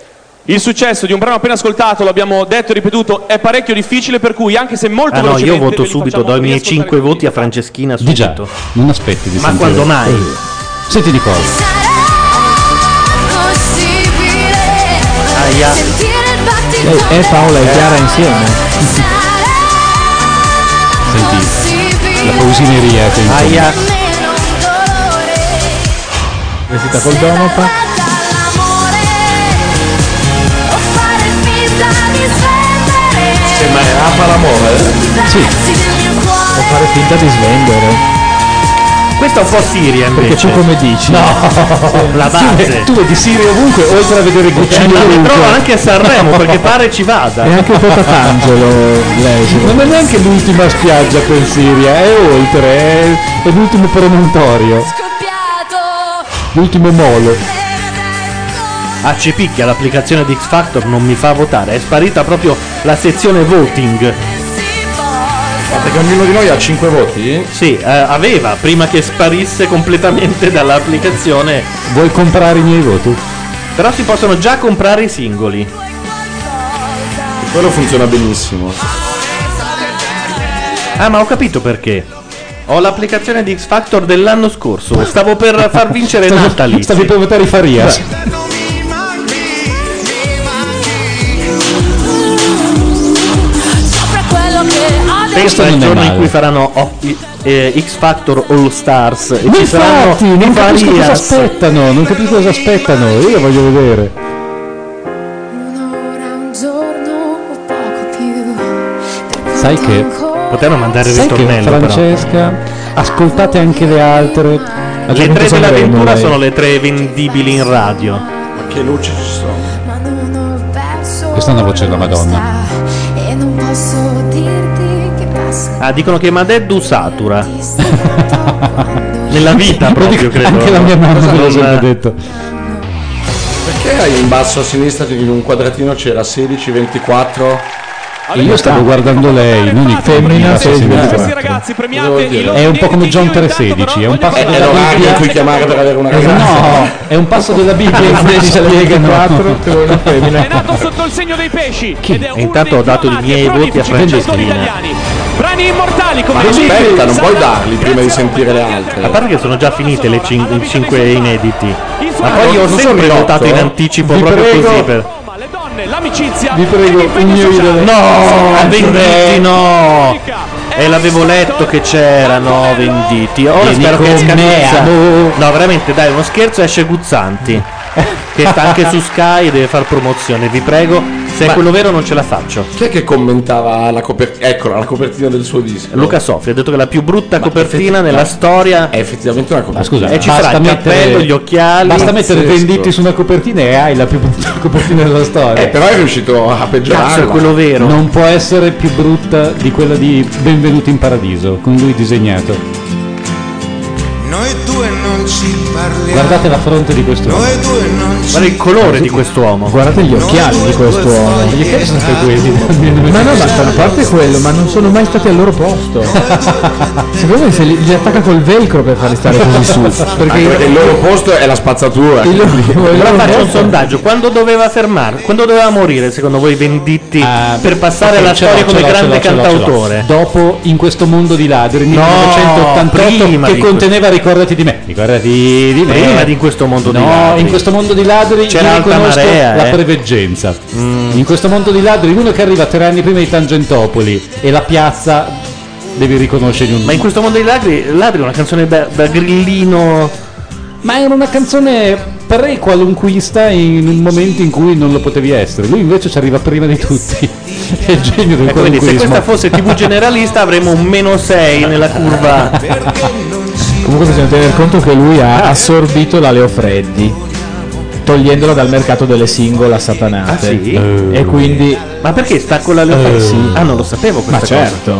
[SPEAKER 1] il successo di un brano appena ascoltato, l'abbiamo detto e ripetuto, è parecchio difficile, per cui anche se molto
[SPEAKER 2] Ah no,
[SPEAKER 1] velocemente
[SPEAKER 2] io voto
[SPEAKER 1] ve li
[SPEAKER 2] subito,
[SPEAKER 1] facciamo
[SPEAKER 2] do i miei 5 voti a Franceschina subito.
[SPEAKER 3] non aspetti di
[SPEAKER 2] Ma
[SPEAKER 3] sentire.
[SPEAKER 2] quando mai?
[SPEAKER 3] Senti di cosa.
[SPEAKER 14] possibile
[SPEAKER 2] Aia.
[SPEAKER 14] sentire il battito
[SPEAKER 6] E Eh, Paola e Chiara insieme.
[SPEAKER 3] Senti la poesineria che
[SPEAKER 6] Aia. Vestita col domopa.
[SPEAKER 4] ma è apa l'amore?
[SPEAKER 6] Sì. O fare finta di svendere.
[SPEAKER 2] Questa è un po' Siria
[SPEAKER 6] Perché c'è come dici.
[SPEAKER 2] No, la base.
[SPEAKER 3] Tu vedi Sirio ovunque, oltre a vedere
[SPEAKER 2] E
[SPEAKER 3] Guccini
[SPEAKER 2] la vedrò
[SPEAKER 3] ovunque.
[SPEAKER 2] anche a Sanremo perché pare ci vada.
[SPEAKER 3] E anche Tatangelo lei. Non è neanche l'ultima spiaggia per Siria, è oltre, è, è l'ultimo promontorio. L'ultimo molo.
[SPEAKER 2] AC Picchia, l'applicazione di X Factor non mi fa votare, è sparita proprio la sezione voting.
[SPEAKER 4] Ma perché ognuno di noi ha 5 voti?
[SPEAKER 2] Sì, eh, aveva prima che sparisse completamente dall'applicazione.
[SPEAKER 3] Vuoi comprare i miei voti?
[SPEAKER 2] Però si possono già comprare i singoli.
[SPEAKER 4] Quello funziona benissimo.
[SPEAKER 2] Ah, ma ho capito perché. Ho l'applicazione di X Factor dell'anno scorso. Stavo per far vincere
[SPEAKER 3] Stavi-
[SPEAKER 2] Natalie.
[SPEAKER 3] Stavi per votare i Farias.
[SPEAKER 8] Sopra quello che ho
[SPEAKER 2] Penso
[SPEAKER 8] detto
[SPEAKER 2] al giorno in
[SPEAKER 3] male.
[SPEAKER 2] cui faranno oh, i- eh, X Factor All Stars e
[SPEAKER 3] Ma
[SPEAKER 2] ci
[SPEAKER 3] infatti,
[SPEAKER 2] saranno i
[SPEAKER 3] non capisco cosa
[SPEAKER 2] Farias.
[SPEAKER 3] aspettano, non capisco cosa aspettano, io voglio vedere.
[SPEAKER 14] un giorno o poco più
[SPEAKER 3] Sai che
[SPEAKER 2] potevano mandare
[SPEAKER 14] il
[SPEAKER 3] Sai che
[SPEAKER 14] ritornello, però.
[SPEAKER 3] Francesca, ascoltate anche le altre. Ha già
[SPEAKER 2] Le
[SPEAKER 3] vinto
[SPEAKER 2] tre
[SPEAKER 3] Sanremo,
[SPEAKER 2] dell'avventura
[SPEAKER 3] lei.
[SPEAKER 2] sono le tre vendibili in radio.
[SPEAKER 4] Ma che luci ci sono?
[SPEAKER 3] Questa è una voce della Madonna.
[SPEAKER 14] e non posso dirti che passa
[SPEAKER 2] Ah, dicono che Madeddu satura. Nella vita
[SPEAKER 3] Lo
[SPEAKER 2] proprio,
[SPEAKER 3] dico
[SPEAKER 2] credo.
[SPEAKER 3] Anche la mia mamma
[SPEAKER 2] Cosa
[SPEAKER 3] me l'ha
[SPEAKER 2] non-
[SPEAKER 3] sempre detto.
[SPEAKER 4] Perché in basso a sinistra in un quadratino c'era 16, 24?
[SPEAKER 3] E io stavo guardando lei, non il
[SPEAKER 4] Femmina, femmina.
[SPEAKER 1] Questi ragazzi premiate i loro
[SPEAKER 3] È un po' come John 316, è un passo
[SPEAKER 4] È, è
[SPEAKER 3] della
[SPEAKER 4] l'orario in cui
[SPEAKER 3] Bibbia.
[SPEAKER 4] chiamare per avere una
[SPEAKER 3] Esatto. No, è un passo della Bibbia in cui si spiegano.
[SPEAKER 1] È nato sotto il segno dei pesci ed è
[SPEAKER 2] E intanto ho dato i miei voti a Franceschina.
[SPEAKER 1] brani immortali come
[SPEAKER 4] Ma
[SPEAKER 1] i libri,
[SPEAKER 4] aspetta, non puoi
[SPEAKER 1] Sandra,
[SPEAKER 4] darli prima di sentire le altre.
[SPEAKER 2] A parte che sono già finite le 5 inediti. Ma
[SPEAKER 4] Ah,
[SPEAKER 2] poi io ho
[SPEAKER 4] non sono
[SPEAKER 2] sempre
[SPEAKER 4] ridotto?
[SPEAKER 2] votato in anticipo
[SPEAKER 4] eh. Vi
[SPEAKER 2] proprio
[SPEAKER 4] prego.
[SPEAKER 2] così per.
[SPEAKER 1] l'amicizia
[SPEAKER 2] Vi prego, il mio idolo. No, venditi no. E l'avevo letto che c'erano venditi. Ora
[SPEAKER 3] Vieni
[SPEAKER 2] spero che
[SPEAKER 3] con
[SPEAKER 2] esca
[SPEAKER 3] me,
[SPEAKER 2] Guzzanti.
[SPEAKER 3] amore.
[SPEAKER 2] No, veramente, dai, uno scherzo esce Guzzanti. che sta anche su Sky e deve far promozione, vi prego. Se è
[SPEAKER 4] Ma-
[SPEAKER 2] quello vero non ce la faccio.
[SPEAKER 4] Chi è che commentava la copertina? Eccola, la copertina del suo disco.
[SPEAKER 2] Luca Soffi ha detto che la più brutta copertina
[SPEAKER 4] effetti-
[SPEAKER 2] nella
[SPEAKER 4] no.
[SPEAKER 2] storia.
[SPEAKER 4] È effettivamente una copertina.
[SPEAKER 3] Scusa,
[SPEAKER 6] Eh,
[SPEAKER 2] e ci sarà il cappello, gli occhiali.
[SPEAKER 3] Basta mettere
[SPEAKER 2] Pazzesco.
[SPEAKER 3] venditi su una copertina e hai la più brutta copertina della storia.
[SPEAKER 4] Eh, però è riuscito a peggiorarla.
[SPEAKER 2] Cazzo, è quello vero.
[SPEAKER 3] Non può essere più brutta di quella di Benvenuti in Paradiso, con lui disegnato.
[SPEAKER 7] Noi due non ci parliamo.
[SPEAKER 3] Guardate la fronte di questo uomo.
[SPEAKER 7] Noi due non ci
[SPEAKER 2] Guarda il colore di quest'uomo.
[SPEAKER 6] Guardate gli occhiali di questo uomo.
[SPEAKER 3] Gli occhiali sono sempre quelli.
[SPEAKER 6] Ma no, ma a parte quello, ma non sono mai stati al loro posto. Secondo me se li, li attacca col velcro per farli stare così su. Perché
[SPEAKER 4] Anche perché il loro posto è la spazzatura.
[SPEAKER 6] il loro- il loro
[SPEAKER 2] Ora faccio un
[SPEAKER 6] posto-
[SPEAKER 2] sondaggio, quando doveva fermare, quando doveva morire secondo voi Venditti per passare
[SPEAKER 3] Ok,
[SPEAKER 2] alla
[SPEAKER 3] ce l'ho,
[SPEAKER 2] storia come
[SPEAKER 3] ce l'ho,
[SPEAKER 2] grande
[SPEAKER 3] ce l'ho, ce l'ho,
[SPEAKER 2] cantautore?
[SPEAKER 3] ce l'ho. Dopo In questo mondo di ladri,
[SPEAKER 2] No,
[SPEAKER 3] 1988,
[SPEAKER 2] prima
[SPEAKER 3] che
[SPEAKER 2] di
[SPEAKER 3] conteneva Ricordati di me. Ricordati di me.
[SPEAKER 2] Prima di In questo mondo di
[SPEAKER 3] No,
[SPEAKER 2] ladri.
[SPEAKER 3] in questo mondo di ladri
[SPEAKER 2] C'era
[SPEAKER 3] io
[SPEAKER 2] alta
[SPEAKER 3] riconosco
[SPEAKER 2] marea,
[SPEAKER 3] la
[SPEAKER 2] eh.
[SPEAKER 3] preveggenza. In questo mondo di ladri, uno che arriva tre anni prima di Tangentopoli e la piazza devi riconoscere un
[SPEAKER 2] Ma in questo mondo dei ladri, ladri è una canzone da, da grillino.
[SPEAKER 3] Ma era una canzone pre-qualunquista in un momento in cui non lo potevi essere. Lui invece ci arriva prima di tutti. È il genio del
[SPEAKER 2] Ecco, quindi se
[SPEAKER 3] qualunquismo.
[SPEAKER 2] questa fosse TV generalista avremmo un meno 6 nella curva.
[SPEAKER 15] Comunque bisogna tener conto che lui ha assorbito la Leofreddi, togliendola dal mercato delle singole a satanate.
[SPEAKER 2] Ah, sì?
[SPEAKER 3] Eh.
[SPEAKER 15] E quindi...
[SPEAKER 2] Ma perché sta con la Leofreddi?
[SPEAKER 15] Eh.
[SPEAKER 2] Ah, non lo sapevo questa
[SPEAKER 15] Ma
[SPEAKER 2] cosa.
[SPEAKER 15] certo,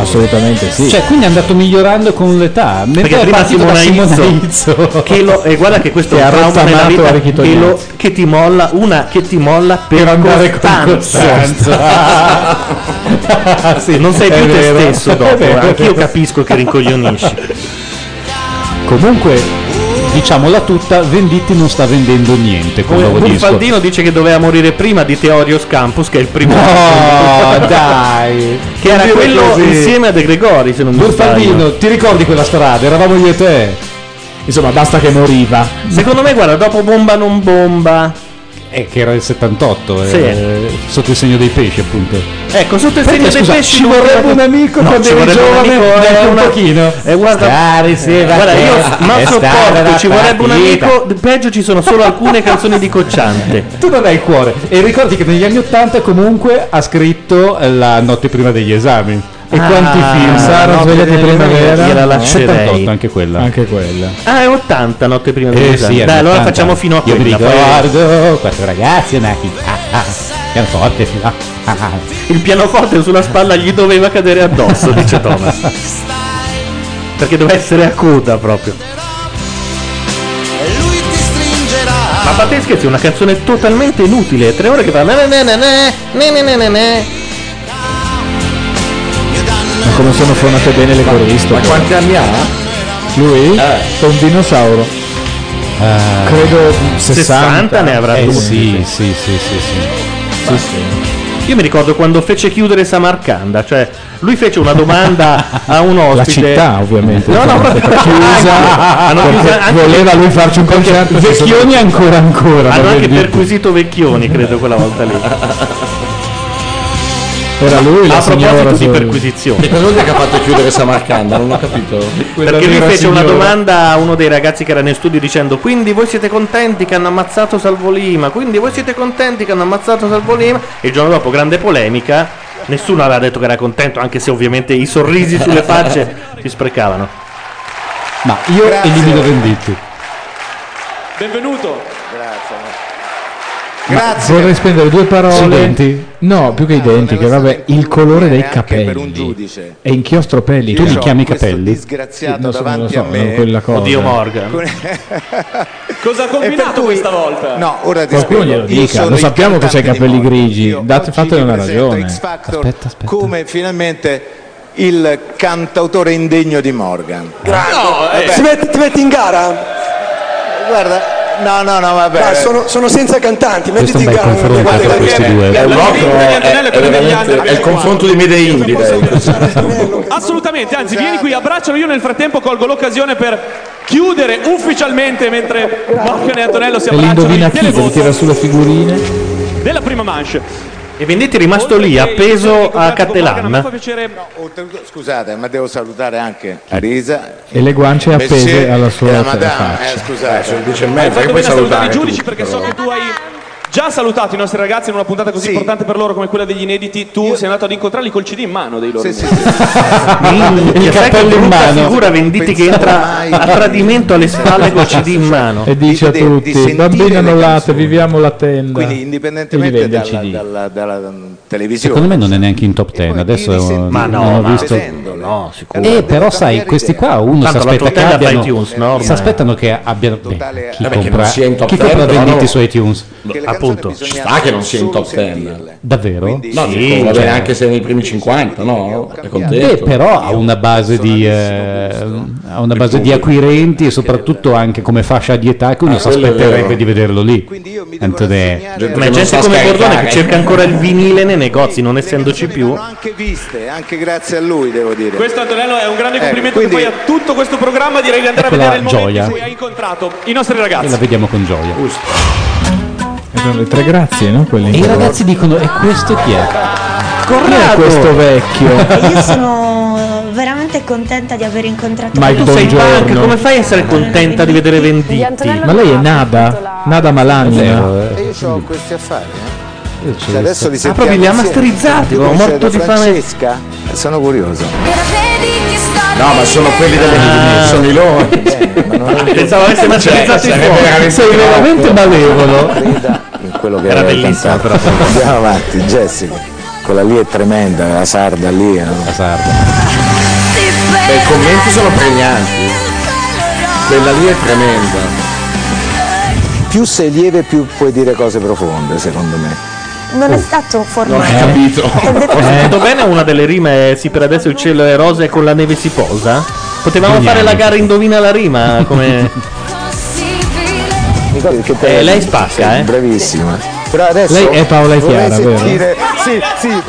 [SPEAKER 15] assolutamente sì.
[SPEAKER 3] Cioè, quindi è andato migliorando con l'età. Mentre
[SPEAKER 2] Perché
[SPEAKER 3] è
[SPEAKER 2] prima
[SPEAKER 3] partito da
[SPEAKER 2] Simona
[SPEAKER 3] Simona
[SPEAKER 2] Izzo che lo, e guarda che questo
[SPEAKER 3] Che
[SPEAKER 2] è
[SPEAKER 3] ha
[SPEAKER 2] un trauma nella
[SPEAKER 3] rottamato
[SPEAKER 2] vita
[SPEAKER 3] Enrico
[SPEAKER 2] che, lo-
[SPEAKER 3] Tognazzi.
[SPEAKER 2] che ti molla una che ti molla per,
[SPEAKER 3] andare con
[SPEAKER 2] Costanza Sì, Ah. non sei
[SPEAKER 15] È
[SPEAKER 2] più
[SPEAKER 15] vero.
[SPEAKER 2] te stesso
[SPEAKER 15] È
[SPEAKER 2] dopo eh.
[SPEAKER 15] vero.
[SPEAKER 2] anch'io capisco che rincoglionisci
[SPEAKER 3] Comunque, diciamola tutta, Venditti non sta vendendo niente con il nuovo disco.
[SPEAKER 2] Buffaldino dice che doveva morire prima di Teorios Campus che è il primo
[SPEAKER 3] No, dai.
[SPEAKER 2] che era
[SPEAKER 3] Non dire
[SPEAKER 2] quello
[SPEAKER 3] così.
[SPEAKER 2] insieme a De Gregori se non mi sbaglio
[SPEAKER 3] Buffaldino, ti ricordi quella strada? Eravamo io e te.
[SPEAKER 15] Insomma, basta che moriva.
[SPEAKER 2] secondo me guarda dopo bomba non bomba
[SPEAKER 3] Eh, che era il 78,
[SPEAKER 2] Sì.
[SPEAKER 3] eh, sotto il segno dei pesci, appunto.
[SPEAKER 2] Ecco, sotto il
[SPEAKER 3] Perché,
[SPEAKER 2] segno dei
[SPEAKER 3] scusa,
[SPEAKER 2] pesci
[SPEAKER 3] ci
[SPEAKER 2] non-
[SPEAKER 3] vorrebbe un amico
[SPEAKER 2] no,
[SPEAKER 3] quando
[SPEAKER 2] ci
[SPEAKER 3] eri
[SPEAKER 2] vorrebbe un
[SPEAKER 3] giovane,
[SPEAKER 2] amico,
[SPEAKER 3] dai,
[SPEAKER 2] è
[SPEAKER 3] un
[SPEAKER 2] una-
[SPEAKER 3] pochino.
[SPEAKER 2] E guarda,
[SPEAKER 3] Cari, sì, va
[SPEAKER 2] guarda,
[SPEAKER 3] bene.
[SPEAKER 2] io
[SPEAKER 3] È
[SPEAKER 2] non
[SPEAKER 3] stata
[SPEAKER 2] sopporto,
[SPEAKER 3] la
[SPEAKER 2] ci vorrebbe un
[SPEAKER 3] partita.
[SPEAKER 2] amico, peggio ci sono solo alcune canzoni di Cocciante.
[SPEAKER 3] Tu non hai il cuore. E ricordi che negli anni 80 comunque ha scritto eh, La notte prima degli esami. E
[SPEAKER 2] Ah,
[SPEAKER 3] quanti film?
[SPEAKER 2] La
[SPEAKER 3] Sara,
[SPEAKER 2] notte
[SPEAKER 3] svegliati Eh,
[SPEAKER 2] degli
[SPEAKER 3] primavera.
[SPEAKER 2] esami, gliela
[SPEAKER 3] No,
[SPEAKER 2] lascerei.
[SPEAKER 3] 78, anche quella. Anche quella.
[SPEAKER 2] Ah, è 80 notte prima di
[SPEAKER 3] Eh sì,
[SPEAKER 2] Dai,
[SPEAKER 3] era
[SPEAKER 2] allora
[SPEAKER 3] 80.
[SPEAKER 2] facciamo fino a
[SPEAKER 3] Io mi
[SPEAKER 2] quella. poi-
[SPEAKER 3] ricordo quattro ragazzi, una chi- ah, ah, pianoforte, sì, ah, ah, ah.
[SPEAKER 2] Il pianoforte sulla spalla gli doveva cadere addosso, dice Thomas. Perché doveva essere acuta proprio. Ma fate scherzi, è una canzone totalmente inutile. È Tre ore che fa. na na na na na, na na na na na.
[SPEAKER 15] Ma come sono suonate bene le coriste. Ma
[SPEAKER 4] quanti anni ha?
[SPEAKER 15] Lui è un dinosauro. Credo 60,
[SPEAKER 2] 60 ne avrà
[SPEAKER 15] eh,
[SPEAKER 2] due.
[SPEAKER 15] sì.
[SPEAKER 3] sì, sì, sì,
[SPEAKER 2] sì. Io mi ricordo quando fece chiudere Samarcanda, cioè lui fece una domanda a un
[SPEAKER 15] La
[SPEAKER 2] ospite.
[SPEAKER 15] città ovviamente.
[SPEAKER 2] No, no, proprio
[SPEAKER 15] chiusa.
[SPEAKER 2] Hanno chiuso
[SPEAKER 15] perché
[SPEAKER 2] anche-
[SPEAKER 15] Voleva lui farci un concerto. Vecchioni ancora ancora.
[SPEAKER 2] Hanno
[SPEAKER 15] per
[SPEAKER 2] anche
[SPEAKER 15] dire.
[SPEAKER 2] perquisito Vecchioni, credo, quella volta lì.
[SPEAKER 15] Era lui
[SPEAKER 2] a
[SPEAKER 15] la signora.
[SPEAKER 2] proposito di
[SPEAKER 15] solo.
[SPEAKER 2] perquisizione.
[SPEAKER 4] E per lui che ha fatto chiudere Samarcanda, non ho capito.
[SPEAKER 2] Perché lui fece una domanda a uno dei ragazzi che era nel studio dicendo Quindi voi siete contenti che hanno ammazzato Salvolima? Quindi voi siete contenti che hanno ammazzato Salvolima? E il giorno dopo grande polemica, nessuno aveva detto che era contento Anche se ovviamente i sorrisi sulle facce si sprecavano
[SPEAKER 3] Ma io elimino Venditti.
[SPEAKER 1] Benvenuto.
[SPEAKER 6] Grazie. Vorrei spendere due parole.
[SPEAKER 15] Sui denti?
[SPEAKER 6] No, più
[SPEAKER 4] Ah,
[SPEAKER 6] che i denti, che
[SPEAKER 15] Eh,
[SPEAKER 6] vabbè, il colore dei capelli.
[SPEAKER 15] per un
[SPEAKER 6] giudice. È inchiostro pellico.
[SPEAKER 15] Tu li chiami
[SPEAKER 6] Questo
[SPEAKER 15] capelli?
[SPEAKER 6] disgraziato
[SPEAKER 15] Sì, non so,
[SPEAKER 6] davanti
[SPEAKER 15] non lo so,
[SPEAKER 6] a me.
[SPEAKER 15] quella cosa.
[SPEAKER 6] Oddio
[SPEAKER 2] Morgan.
[SPEAKER 1] Cosa ha combinato questa volta?
[SPEAKER 7] No, ora ti
[SPEAKER 15] Qualcuno
[SPEAKER 7] spiego.
[SPEAKER 15] glielo
[SPEAKER 7] Io
[SPEAKER 15] dica,
[SPEAKER 7] sono
[SPEAKER 15] lo
[SPEAKER 7] il
[SPEAKER 15] sappiamo che c'è i
[SPEAKER 7] cantante
[SPEAKER 15] capelli
[SPEAKER 7] di
[SPEAKER 15] grigi, date, fatene una
[SPEAKER 7] presento
[SPEAKER 15] ragione.
[SPEAKER 7] X Factor come finalmente il cantautore indegno di Morgan.
[SPEAKER 10] Ti, metti, ti metti in gara?
[SPEAKER 7] Guarda, no, no, no, vabbè.
[SPEAKER 10] Dai, sono, sono senza cantanti, mettiti in gara.
[SPEAKER 6] eh,
[SPEAKER 7] Guarda,
[SPEAKER 10] Guarda,
[SPEAKER 7] perché
[SPEAKER 4] È un otto, è, è veramente- è il confronto di Medellin, direi.
[SPEAKER 1] Assolutamente, anzi, vieni qui, abbraccialo. Io nel frattempo colgo l'occasione per chiudere ufficialmente mentre Morgan e Antonello si
[SPEAKER 15] E
[SPEAKER 1] abbracciano
[SPEAKER 15] l'indovina
[SPEAKER 1] il
[SPEAKER 15] chi deve
[SPEAKER 1] televoto
[SPEAKER 15] tirare sulle figurine.
[SPEAKER 1] della prima manche.
[SPEAKER 2] E Venditti è rimasto lì, appeso a Cattelan
[SPEAKER 1] No,
[SPEAKER 7] oltretutto, scusate, ma devo salutare anche
[SPEAKER 4] Ecco.
[SPEAKER 7] Arisa.
[SPEAKER 6] E le guance appese
[SPEAKER 7] Messier
[SPEAKER 6] alla sua
[SPEAKER 7] e la
[SPEAKER 6] faccia.
[SPEAKER 7] madame, eh, scusate, sono dieci e
[SPEAKER 1] Hai fatto bene a salutare i giudici perché so che tu hai già salutato i nostri ragazzi in una puntata così importante per loro come quella degli inediti. Tu sei andato ad incontrarli col CD in mano dei loro. inediti.
[SPEAKER 2] Il
[SPEAKER 1] cappello in mano.
[SPEAKER 2] figura Venditti che entra a tradimento alle spalle col CD in mano
[SPEAKER 6] E dice a
[SPEAKER 7] Di- di- di
[SPEAKER 6] tutti,
[SPEAKER 7] sentire
[SPEAKER 6] bambini
[SPEAKER 7] le
[SPEAKER 6] annullate, viviamo la tenda.
[SPEAKER 7] Quindi
[SPEAKER 6] E gli
[SPEAKER 7] indipendentemente
[SPEAKER 6] vende il
[SPEAKER 7] dalla,
[SPEAKER 6] CD.
[SPEAKER 7] dalla- dalla televisione.
[SPEAKER 3] Secondo me non è neanche in top 10, adesso eh,
[SPEAKER 7] Ma
[SPEAKER 3] non
[SPEAKER 7] no,
[SPEAKER 3] ho
[SPEAKER 7] ma
[SPEAKER 3] visto.
[SPEAKER 7] vedendole.
[SPEAKER 2] no, sicuro.
[SPEAKER 3] Eh, però sai, questi qua uno si
[SPEAKER 2] Tanto la
[SPEAKER 3] aspetta che
[SPEAKER 2] tutela da
[SPEAKER 3] abbiano
[SPEAKER 2] iTunes, no, ormai.
[SPEAKER 3] si aspettano che abbiano beh, chi
[SPEAKER 4] Vabbè, che
[SPEAKER 3] compra
[SPEAKER 4] non sia in top
[SPEAKER 3] chi
[SPEAKER 4] 10,
[SPEAKER 3] compra
[SPEAKER 4] però
[SPEAKER 3] venditi
[SPEAKER 4] no.
[SPEAKER 3] su iTunes.
[SPEAKER 4] Appunto, ci sta che non sia in top 10.
[SPEAKER 3] Davvero?
[SPEAKER 4] No,
[SPEAKER 3] Sì,
[SPEAKER 4] dico, va
[SPEAKER 3] cioè-
[SPEAKER 4] bene anche se nei primi 50, no? È
[SPEAKER 3] Eh,
[SPEAKER 4] contento.
[SPEAKER 3] però ha una base di eh, ha una base di acquirenti e soprattutto anche come fascia di età che uno
[SPEAKER 4] Ah,
[SPEAKER 3] si
[SPEAKER 4] quello è
[SPEAKER 3] aspetterebbe
[SPEAKER 4] vero.
[SPEAKER 3] di vederlo lì. Tanto è-
[SPEAKER 2] Ma gente come Bordone che cerca ancora il vinile nei negozi, non essendoci più.
[SPEAKER 7] anche viste, anche grazie a lui, devo dire.
[SPEAKER 1] Questo Antonello è un grande
[SPEAKER 7] Ecco,
[SPEAKER 1] complimento
[SPEAKER 7] quindi-
[SPEAKER 1] che poi a tutto questo programma direi di andare a
[SPEAKER 3] Ecco la
[SPEAKER 1] vedere il momento
[SPEAKER 3] gioia.
[SPEAKER 1] in cui hai incontrato i nostri
[SPEAKER 3] e
[SPEAKER 1] ragazzi.
[SPEAKER 3] la vediamo con gioia.
[SPEAKER 6] Erano le tre grazie, no? Quelle in
[SPEAKER 3] E i
[SPEAKER 6] colore.
[SPEAKER 3] ragazzi dicono "E questo chi è?"
[SPEAKER 6] Chi è questo vecchio?
[SPEAKER 16] Io sono veramente contenta di aver incontrato
[SPEAKER 2] Ma tu sei
[SPEAKER 6] Buongiorno.
[SPEAKER 2] punk, come fai a essere contenta di vedere Venditti?
[SPEAKER 6] Ma lei è Nada, Nada
[SPEAKER 14] Eh,
[SPEAKER 3] Eh,
[SPEAKER 6] Malagna.
[SPEAKER 7] E io ho questi affari, eh. Cioè, adesso li
[SPEAKER 6] Ah,
[SPEAKER 7] sentiamo
[SPEAKER 6] proprio li ha
[SPEAKER 7] insieme.
[SPEAKER 6] masterizzati,
[SPEAKER 7] Tu
[SPEAKER 6] ho
[SPEAKER 7] conosci
[SPEAKER 6] morto
[SPEAKER 7] la
[SPEAKER 6] di fame.
[SPEAKER 7] Francesca? Sono curioso.
[SPEAKER 8] Vedi che sto
[SPEAKER 4] No, ma sono quelli delle sono i loro.
[SPEAKER 2] Pensavo
[SPEAKER 4] Cioè,
[SPEAKER 2] avesse
[SPEAKER 4] materializzato il fuoco.
[SPEAKER 2] Sei veramente malevolo.
[SPEAKER 17] in quello che
[SPEAKER 2] Era
[SPEAKER 17] aveva
[SPEAKER 2] bellissima,
[SPEAKER 17] cantato.
[SPEAKER 2] però.
[SPEAKER 17] Andiamo avanti, Jessica. Quella lì è tremenda, la sarda lì. eh. La sarda.
[SPEAKER 4] Beh, I commenti sono pregnanti. Quella lì è tremenda.
[SPEAKER 17] Più sei lieve più puoi dire cose profonde, secondo me.
[SPEAKER 13] Non è stato formale.
[SPEAKER 2] Ho sentito bene una delle rime è, Sì, per adesso il cielo è rosa e con la neve si posa. Potevamo
[SPEAKER 17] Vediamo.
[SPEAKER 2] fare la gara indovina la rima come
[SPEAKER 17] Ricordi che
[SPEAKER 2] Eh, lei spacca,
[SPEAKER 17] Sì,
[SPEAKER 2] eh.
[SPEAKER 17] Bravissima. Però adesso
[SPEAKER 2] Lei è Paola e
[SPEAKER 17] vorrei
[SPEAKER 2] Chiara, vero?
[SPEAKER 17] sentire... Sì, sì.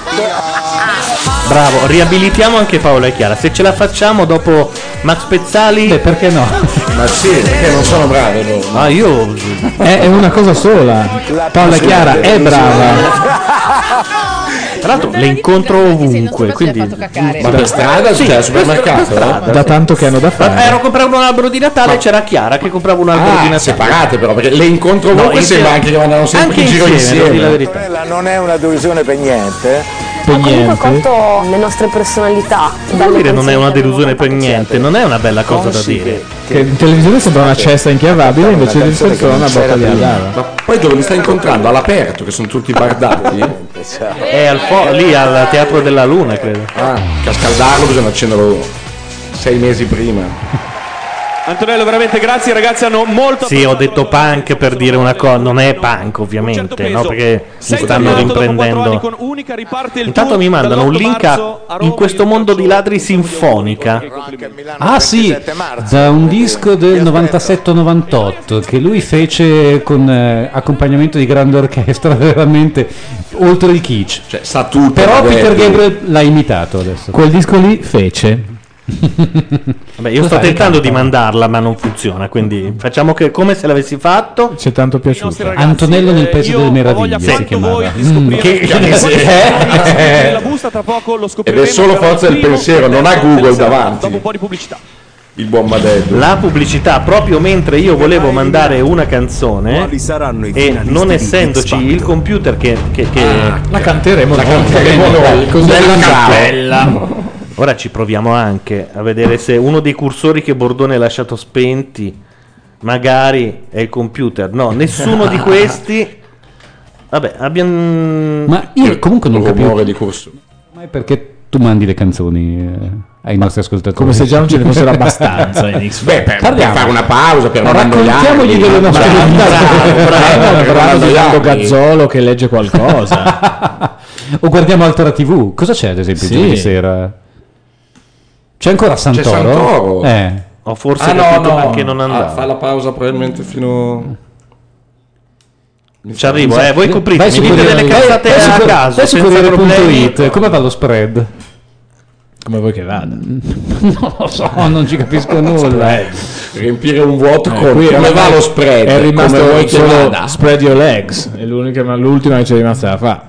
[SPEAKER 2] Bravo, riabilitiamo anche Paola e Chiara. Se ce la facciamo dopo Max Pezzali Beh, perché no?
[SPEAKER 4] Ma sì, perché non sono bravo loro.
[SPEAKER 2] Ma io
[SPEAKER 6] È, è una cosa sola. Paola Chiara è brava.
[SPEAKER 2] Tra l'altro le incontro ovunque, quindi
[SPEAKER 4] Ma per strada,
[SPEAKER 2] Sì,
[SPEAKER 4] cioè, al
[SPEAKER 2] per
[SPEAKER 4] supermercato?
[SPEAKER 2] strada.
[SPEAKER 6] Da tanto che hanno da
[SPEAKER 2] Ma
[SPEAKER 6] fare.
[SPEAKER 2] ero a comprare un albero di Natale e c'era Chiara che comprava un albero
[SPEAKER 4] Ah,
[SPEAKER 2] di Natale.
[SPEAKER 4] separate però, perché le incontro ovunque,
[SPEAKER 2] insieme-
[SPEAKER 4] sembra anche che vadano sempre
[SPEAKER 2] anche
[SPEAKER 4] in giro
[SPEAKER 2] devo dire la
[SPEAKER 4] insieme.
[SPEAKER 2] verità.
[SPEAKER 17] Quella non è una delusione per niente.
[SPEAKER 2] Per
[SPEAKER 12] Comunque conto le nostre personalità.
[SPEAKER 2] Vuol
[SPEAKER 12] dalle
[SPEAKER 2] dire non è
[SPEAKER 12] canzoni.
[SPEAKER 2] una delusione per niente, non è una bella cosa da dire.
[SPEAKER 6] Che in televisione sembra una cesta inchiavabile, invece di
[SPEAKER 4] canzone che
[SPEAKER 6] persona una
[SPEAKER 4] non c'era
[SPEAKER 6] botta di
[SPEAKER 4] prima.
[SPEAKER 6] andava.
[SPEAKER 4] Ma poi dove li stai incontrando? All'aperto, che sono tutti bardati.
[SPEAKER 2] È al fo- lì al Teatro della Luna, credo.
[SPEAKER 4] Ah, che a scaldarlo bisogna accenderlo sei mesi prima.
[SPEAKER 1] Antonello, veramente grazie, i ragazzi hanno molto
[SPEAKER 2] Sì, ho detto punk per dire una cosa, non è punk ovviamente, no? Perché mi stanno
[SPEAKER 1] con
[SPEAKER 2] rimprendendo.
[SPEAKER 1] unica riparte il
[SPEAKER 2] Intanto
[SPEAKER 1] tour
[SPEAKER 2] mi mandano un
[SPEAKER 1] dall'8
[SPEAKER 2] link
[SPEAKER 1] marzo
[SPEAKER 2] a In questo mondo di ladri sinfonica.
[SPEAKER 3] Ah sì, da un disco del 97-98 che lui fece con eh, accompagnamento di grande orchestra veramente oltre il kitsch.
[SPEAKER 4] Cioè, sa tutto.
[SPEAKER 3] Però
[SPEAKER 4] vabbè,
[SPEAKER 3] Peter
[SPEAKER 4] quindi-
[SPEAKER 3] Gabriel l'ha imitato adesso.
[SPEAKER 15] Quel disco lì fece.
[SPEAKER 2] Vabbè, io sto
[SPEAKER 15] Cos'è?
[SPEAKER 2] tentando di mandarla, ma non funziona, quindi facciamo che come se l'avessi fatto.
[SPEAKER 15] Ci è tanto piaciuto.
[SPEAKER 3] Antonello nel paese delle meraviglie
[SPEAKER 2] Sì.
[SPEAKER 3] si chiamava.
[SPEAKER 2] Mm, Che- Eh?
[SPEAKER 1] Nella busta tra poco lo
[SPEAKER 4] Ed
[SPEAKER 1] scopriremo.
[SPEAKER 4] è solo forza del pensiero, non ha Google davanti.
[SPEAKER 1] Dopo un po' di pubblicità.
[SPEAKER 4] Il buon Madeddu.
[SPEAKER 2] La pubblicità, proprio mentre io volevo mandare una canzone, e non essendoci il computer che. che- che-
[SPEAKER 4] Ah,
[SPEAKER 15] La canteremo noi.
[SPEAKER 2] canteremo noi.
[SPEAKER 15] Così
[SPEAKER 2] Bella
[SPEAKER 15] facciamo.
[SPEAKER 2] cappella. Ora ci proviamo anche a vedere se uno dei cursori che Bordone ha lasciato spenti, magari è il computer. No, nessuno di questi. Vabbè, abbiamo.
[SPEAKER 3] Ma io comunque non capivo
[SPEAKER 4] di corso.
[SPEAKER 3] mai perché tu mandi le canzoni eh, ai nostri ascoltatori.
[SPEAKER 15] Come se già non ce ne fossero abbastanza in X.
[SPEAKER 4] Beh, per, per
[SPEAKER 3] Parliamo.
[SPEAKER 4] fare una pausa, per non
[SPEAKER 15] Raccontiamogli
[SPEAKER 4] annoiarli.
[SPEAKER 15] delle nostre
[SPEAKER 4] Bravo,
[SPEAKER 15] vite.
[SPEAKER 4] bravo, bravo, per non
[SPEAKER 15] Bravo di Lando
[SPEAKER 4] annoiarli.
[SPEAKER 15] Gazzolo che legge qualcosa.
[SPEAKER 3] O guardiamo altra TV. Cosa c'è ad esempio
[SPEAKER 15] Sì.
[SPEAKER 3] ieri sera? C'è ancora Santoro?
[SPEAKER 4] Santoro.
[SPEAKER 3] Eh.
[SPEAKER 2] Ho forse
[SPEAKER 4] Ah no,
[SPEAKER 2] capito
[SPEAKER 4] no.
[SPEAKER 2] perché non andava.
[SPEAKER 4] Ah, fa la pausa probabilmente fino...
[SPEAKER 2] Ci arrivo, eh, voi
[SPEAKER 3] Vai
[SPEAKER 2] copritemi,
[SPEAKER 3] su
[SPEAKER 2] dite
[SPEAKER 3] Corriere-
[SPEAKER 2] delle
[SPEAKER 3] vai-
[SPEAKER 2] cazzate
[SPEAKER 3] vai su
[SPEAKER 2] a
[SPEAKER 3] Corriere-
[SPEAKER 2] caso,
[SPEAKER 3] vai su
[SPEAKER 2] senza problemi.
[SPEAKER 3] Corriere.it, come va lo spread?
[SPEAKER 15] Come vuoi che vada.
[SPEAKER 3] Non lo so, non ci capisco nulla. eh.
[SPEAKER 4] Riempire un vuoto
[SPEAKER 15] Eh,
[SPEAKER 4] con...
[SPEAKER 15] qui
[SPEAKER 4] Come va
[SPEAKER 15] ormai
[SPEAKER 4] lo
[SPEAKER 15] È
[SPEAKER 4] spread? Come vuoi
[SPEAKER 15] rimasto
[SPEAKER 4] che
[SPEAKER 15] solo
[SPEAKER 4] vada?
[SPEAKER 15] Spread Your Legs. È l'unica, ma l'ultima che ci è rimasta da fa.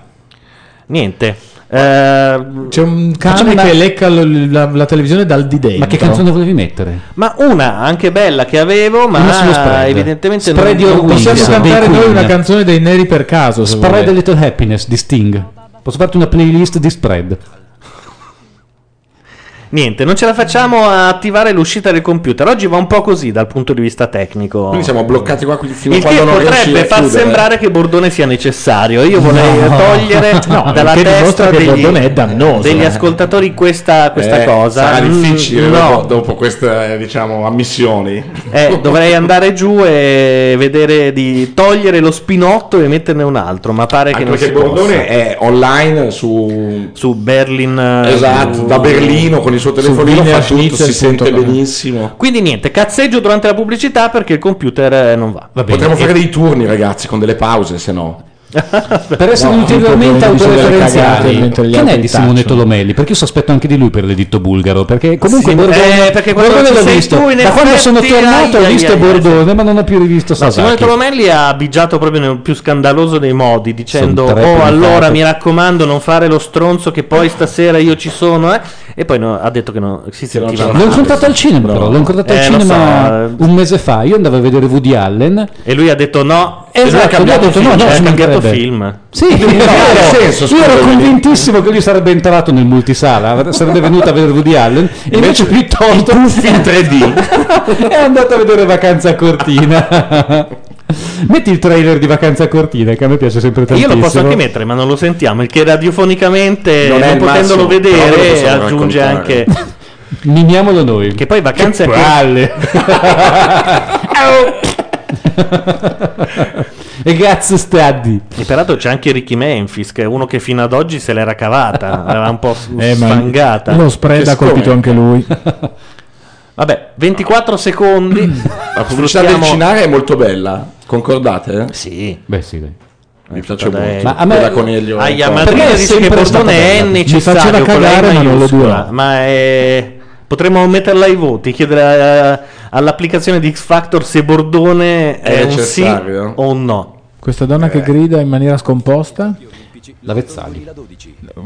[SPEAKER 2] Niente. Eh,
[SPEAKER 15] C'è un cane
[SPEAKER 3] Facciamo una-
[SPEAKER 15] che lecca lo- la, la televisione dal di dentro.
[SPEAKER 3] Ma che canzone volevi mettere?
[SPEAKER 2] ma una anche bella che avevo,
[SPEAKER 3] Una sullo
[SPEAKER 2] ma
[SPEAKER 3] spread.
[SPEAKER 2] evidentemente
[SPEAKER 3] Spread
[SPEAKER 2] non,
[SPEAKER 3] your
[SPEAKER 2] non
[SPEAKER 3] wings.
[SPEAKER 15] Possiamo
[SPEAKER 3] Sì,
[SPEAKER 15] cantare
[SPEAKER 3] dei
[SPEAKER 15] noi
[SPEAKER 3] Queen.
[SPEAKER 15] una canzone dei neri per caso. se
[SPEAKER 3] Spread a
[SPEAKER 15] volete.
[SPEAKER 3] Little Happiness di Sting. Posso farti una playlist di spread?
[SPEAKER 2] Niente, non ce la facciamo a attivare l'uscita del computer. Oggi va un po' così dal punto di vista tecnico.
[SPEAKER 4] Quindi siamo bloccati qua quindi fino a
[SPEAKER 2] Il che
[SPEAKER 4] quando non riuscire
[SPEAKER 2] potrebbe
[SPEAKER 4] a
[SPEAKER 2] far
[SPEAKER 4] chiudere.
[SPEAKER 2] sembrare che Bordone sia necessario. Io vorrei
[SPEAKER 15] No.
[SPEAKER 2] togliere
[SPEAKER 15] No,
[SPEAKER 2] dalla
[SPEAKER 15] che
[SPEAKER 2] testa
[SPEAKER 15] dimostra che
[SPEAKER 2] degli,
[SPEAKER 15] Bordone è dannoso.
[SPEAKER 2] degli
[SPEAKER 15] eh.
[SPEAKER 2] ascoltatori questa, questa
[SPEAKER 4] Eh,
[SPEAKER 2] cosa.
[SPEAKER 4] Sarà
[SPEAKER 2] Mm,
[SPEAKER 4] difficile
[SPEAKER 2] no.
[SPEAKER 4] dopo, dopo queste, eh, diciamo, ammissioni.
[SPEAKER 2] Eh, dovrei andare giù e vedere di togliere lo spinotto e metterne un altro, ma pare che
[SPEAKER 4] Anche
[SPEAKER 2] non
[SPEAKER 4] perché
[SPEAKER 2] si
[SPEAKER 4] il Bordone
[SPEAKER 2] possa.
[SPEAKER 4] è online su...
[SPEAKER 2] Su Berlin eh,
[SPEAKER 4] Esatto,
[SPEAKER 2] su-
[SPEAKER 4] da Berlino con il suo telefonino fa tutto, si sente
[SPEAKER 15] wienerschnitzel.com.
[SPEAKER 4] benissimo.
[SPEAKER 2] Quindi niente, cazzeggio durante la pubblicità perché il computer eh, non va.
[SPEAKER 3] Va bene.
[SPEAKER 4] Potremmo fare
[SPEAKER 3] E-
[SPEAKER 4] dei turni, ragazzi, con delle pause, se no.
[SPEAKER 3] per essere
[SPEAKER 15] No,
[SPEAKER 3] ulteriormente
[SPEAKER 15] proprio dice delle cagate
[SPEAKER 3] autoreferenziali,
[SPEAKER 15] mentre gli
[SPEAKER 3] che ne è
[SPEAKER 15] altri
[SPEAKER 3] di Simone
[SPEAKER 15] tacciono.
[SPEAKER 3] Tolomelli? Perché io sospetto anche di lui per l'editto bulgaro. Perché comunque
[SPEAKER 2] Sì,
[SPEAKER 3] Bordone,
[SPEAKER 2] eh, perché quando
[SPEAKER 3] Bordone
[SPEAKER 2] ci
[SPEAKER 3] l'ho
[SPEAKER 2] sei
[SPEAKER 3] visto.
[SPEAKER 2] tu, in
[SPEAKER 3] da quando
[SPEAKER 2] effetti,
[SPEAKER 3] sono tornato
[SPEAKER 2] ai,
[SPEAKER 3] ho
[SPEAKER 2] ai,
[SPEAKER 3] visto
[SPEAKER 2] ai,
[SPEAKER 3] Bordone, ma non ho più rivisto
[SPEAKER 2] Simone
[SPEAKER 3] Sasaki.
[SPEAKER 2] Tolomelli ha bigiato proprio nel più scandaloso dei modi, dicendo:
[SPEAKER 3] Sono tre
[SPEAKER 2] Oh,
[SPEAKER 3] puntate."
[SPEAKER 2] allora mi raccomando, non fare lo stronzo che poi stasera io ci sono. eh." E poi no, ha detto che no, si sentiva
[SPEAKER 3] L'ho incontrato al cinema, però. L'ho incontrato al
[SPEAKER 2] Eh, lo
[SPEAKER 3] cinema
[SPEAKER 2] so.
[SPEAKER 3] un mese fa. Io andavo a vedere Woody Allen.
[SPEAKER 2] E lui ha detto no, e lui ha
[SPEAKER 3] Esatto, lui ha
[SPEAKER 2] cambiato
[SPEAKER 3] detto
[SPEAKER 2] film.
[SPEAKER 3] no, no,
[SPEAKER 2] cioè,
[SPEAKER 3] ci
[SPEAKER 2] ha cambiato
[SPEAKER 3] mancherebbe.
[SPEAKER 2] film.
[SPEAKER 3] Sì,
[SPEAKER 2] No,
[SPEAKER 3] io ero-
[SPEAKER 2] senso,
[SPEAKER 3] io ero
[SPEAKER 2] scusami.
[SPEAKER 3] convintissimo che lui sarebbe entrato nel multisala, sarebbe venuto a vedere Woody Allen, e invece, piuttosto
[SPEAKER 2] in
[SPEAKER 3] 3D è andato a vedere Vacanza a Cortina. Metti il trailer di Vacanza a Cortina che a me piace sempre
[SPEAKER 2] Io
[SPEAKER 3] tantissimo.
[SPEAKER 2] lo posso anche mettere, ma non lo sentiamo. Il che radiofonicamente, non,
[SPEAKER 3] Non è il
[SPEAKER 2] potendolo
[SPEAKER 3] massimo, però lo
[SPEAKER 2] vedere,
[SPEAKER 3] possiamo
[SPEAKER 2] aggiunge
[SPEAKER 3] raccontare.
[SPEAKER 2] anche.
[SPEAKER 3] Mimiamolo noi.
[SPEAKER 2] Che poi vacanze
[SPEAKER 3] Che
[SPEAKER 2] a Cor-
[SPEAKER 3] palle. e grazie Staddi.
[SPEAKER 2] E peraltro c'è anche Ricky Memphis, che è uno che fino ad oggi se l'era cavata, l'aveva un po' s-
[SPEAKER 15] Eh, ma
[SPEAKER 2] sfangata.
[SPEAKER 15] Lo spread
[SPEAKER 2] Che
[SPEAKER 15] ha colpito
[SPEAKER 2] scomode.
[SPEAKER 15] anche lui.
[SPEAKER 2] Vabbè, 24 secondi.
[SPEAKER 4] La pubblicità del Cinare è molto bella, concordate? eh?
[SPEAKER 2] Sì.
[SPEAKER 3] Beh, sì, dai.
[SPEAKER 4] Mi piace
[SPEAKER 2] dai.
[SPEAKER 4] molto.
[SPEAKER 2] Ma
[SPEAKER 4] Ma
[SPEAKER 2] a
[SPEAKER 4] a
[SPEAKER 2] me-
[SPEAKER 4] Coniglio.
[SPEAKER 1] Ah,
[SPEAKER 2] Aia, ma
[SPEAKER 4] Poi.
[SPEAKER 2] tu dici che Bordone è
[SPEAKER 15] Mi faceva
[SPEAKER 2] necessario con la E
[SPEAKER 15] cagare, ma non lo
[SPEAKER 2] maiuscola,
[SPEAKER 15] durò.
[SPEAKER 2] ma è... potremmo metterla ai voti, chiedere eh, all'applicazione di X Factor se Bordone è,
[SPEAKER 15] È
[SPEAKER 2] un sì
[SPEAKER 15] necessario?
[SPEAKER 2] o un no.
[SPEAKER 15] Questa donna che grida in maniera scomposta.
[SPEAKER 3] La Vezzali.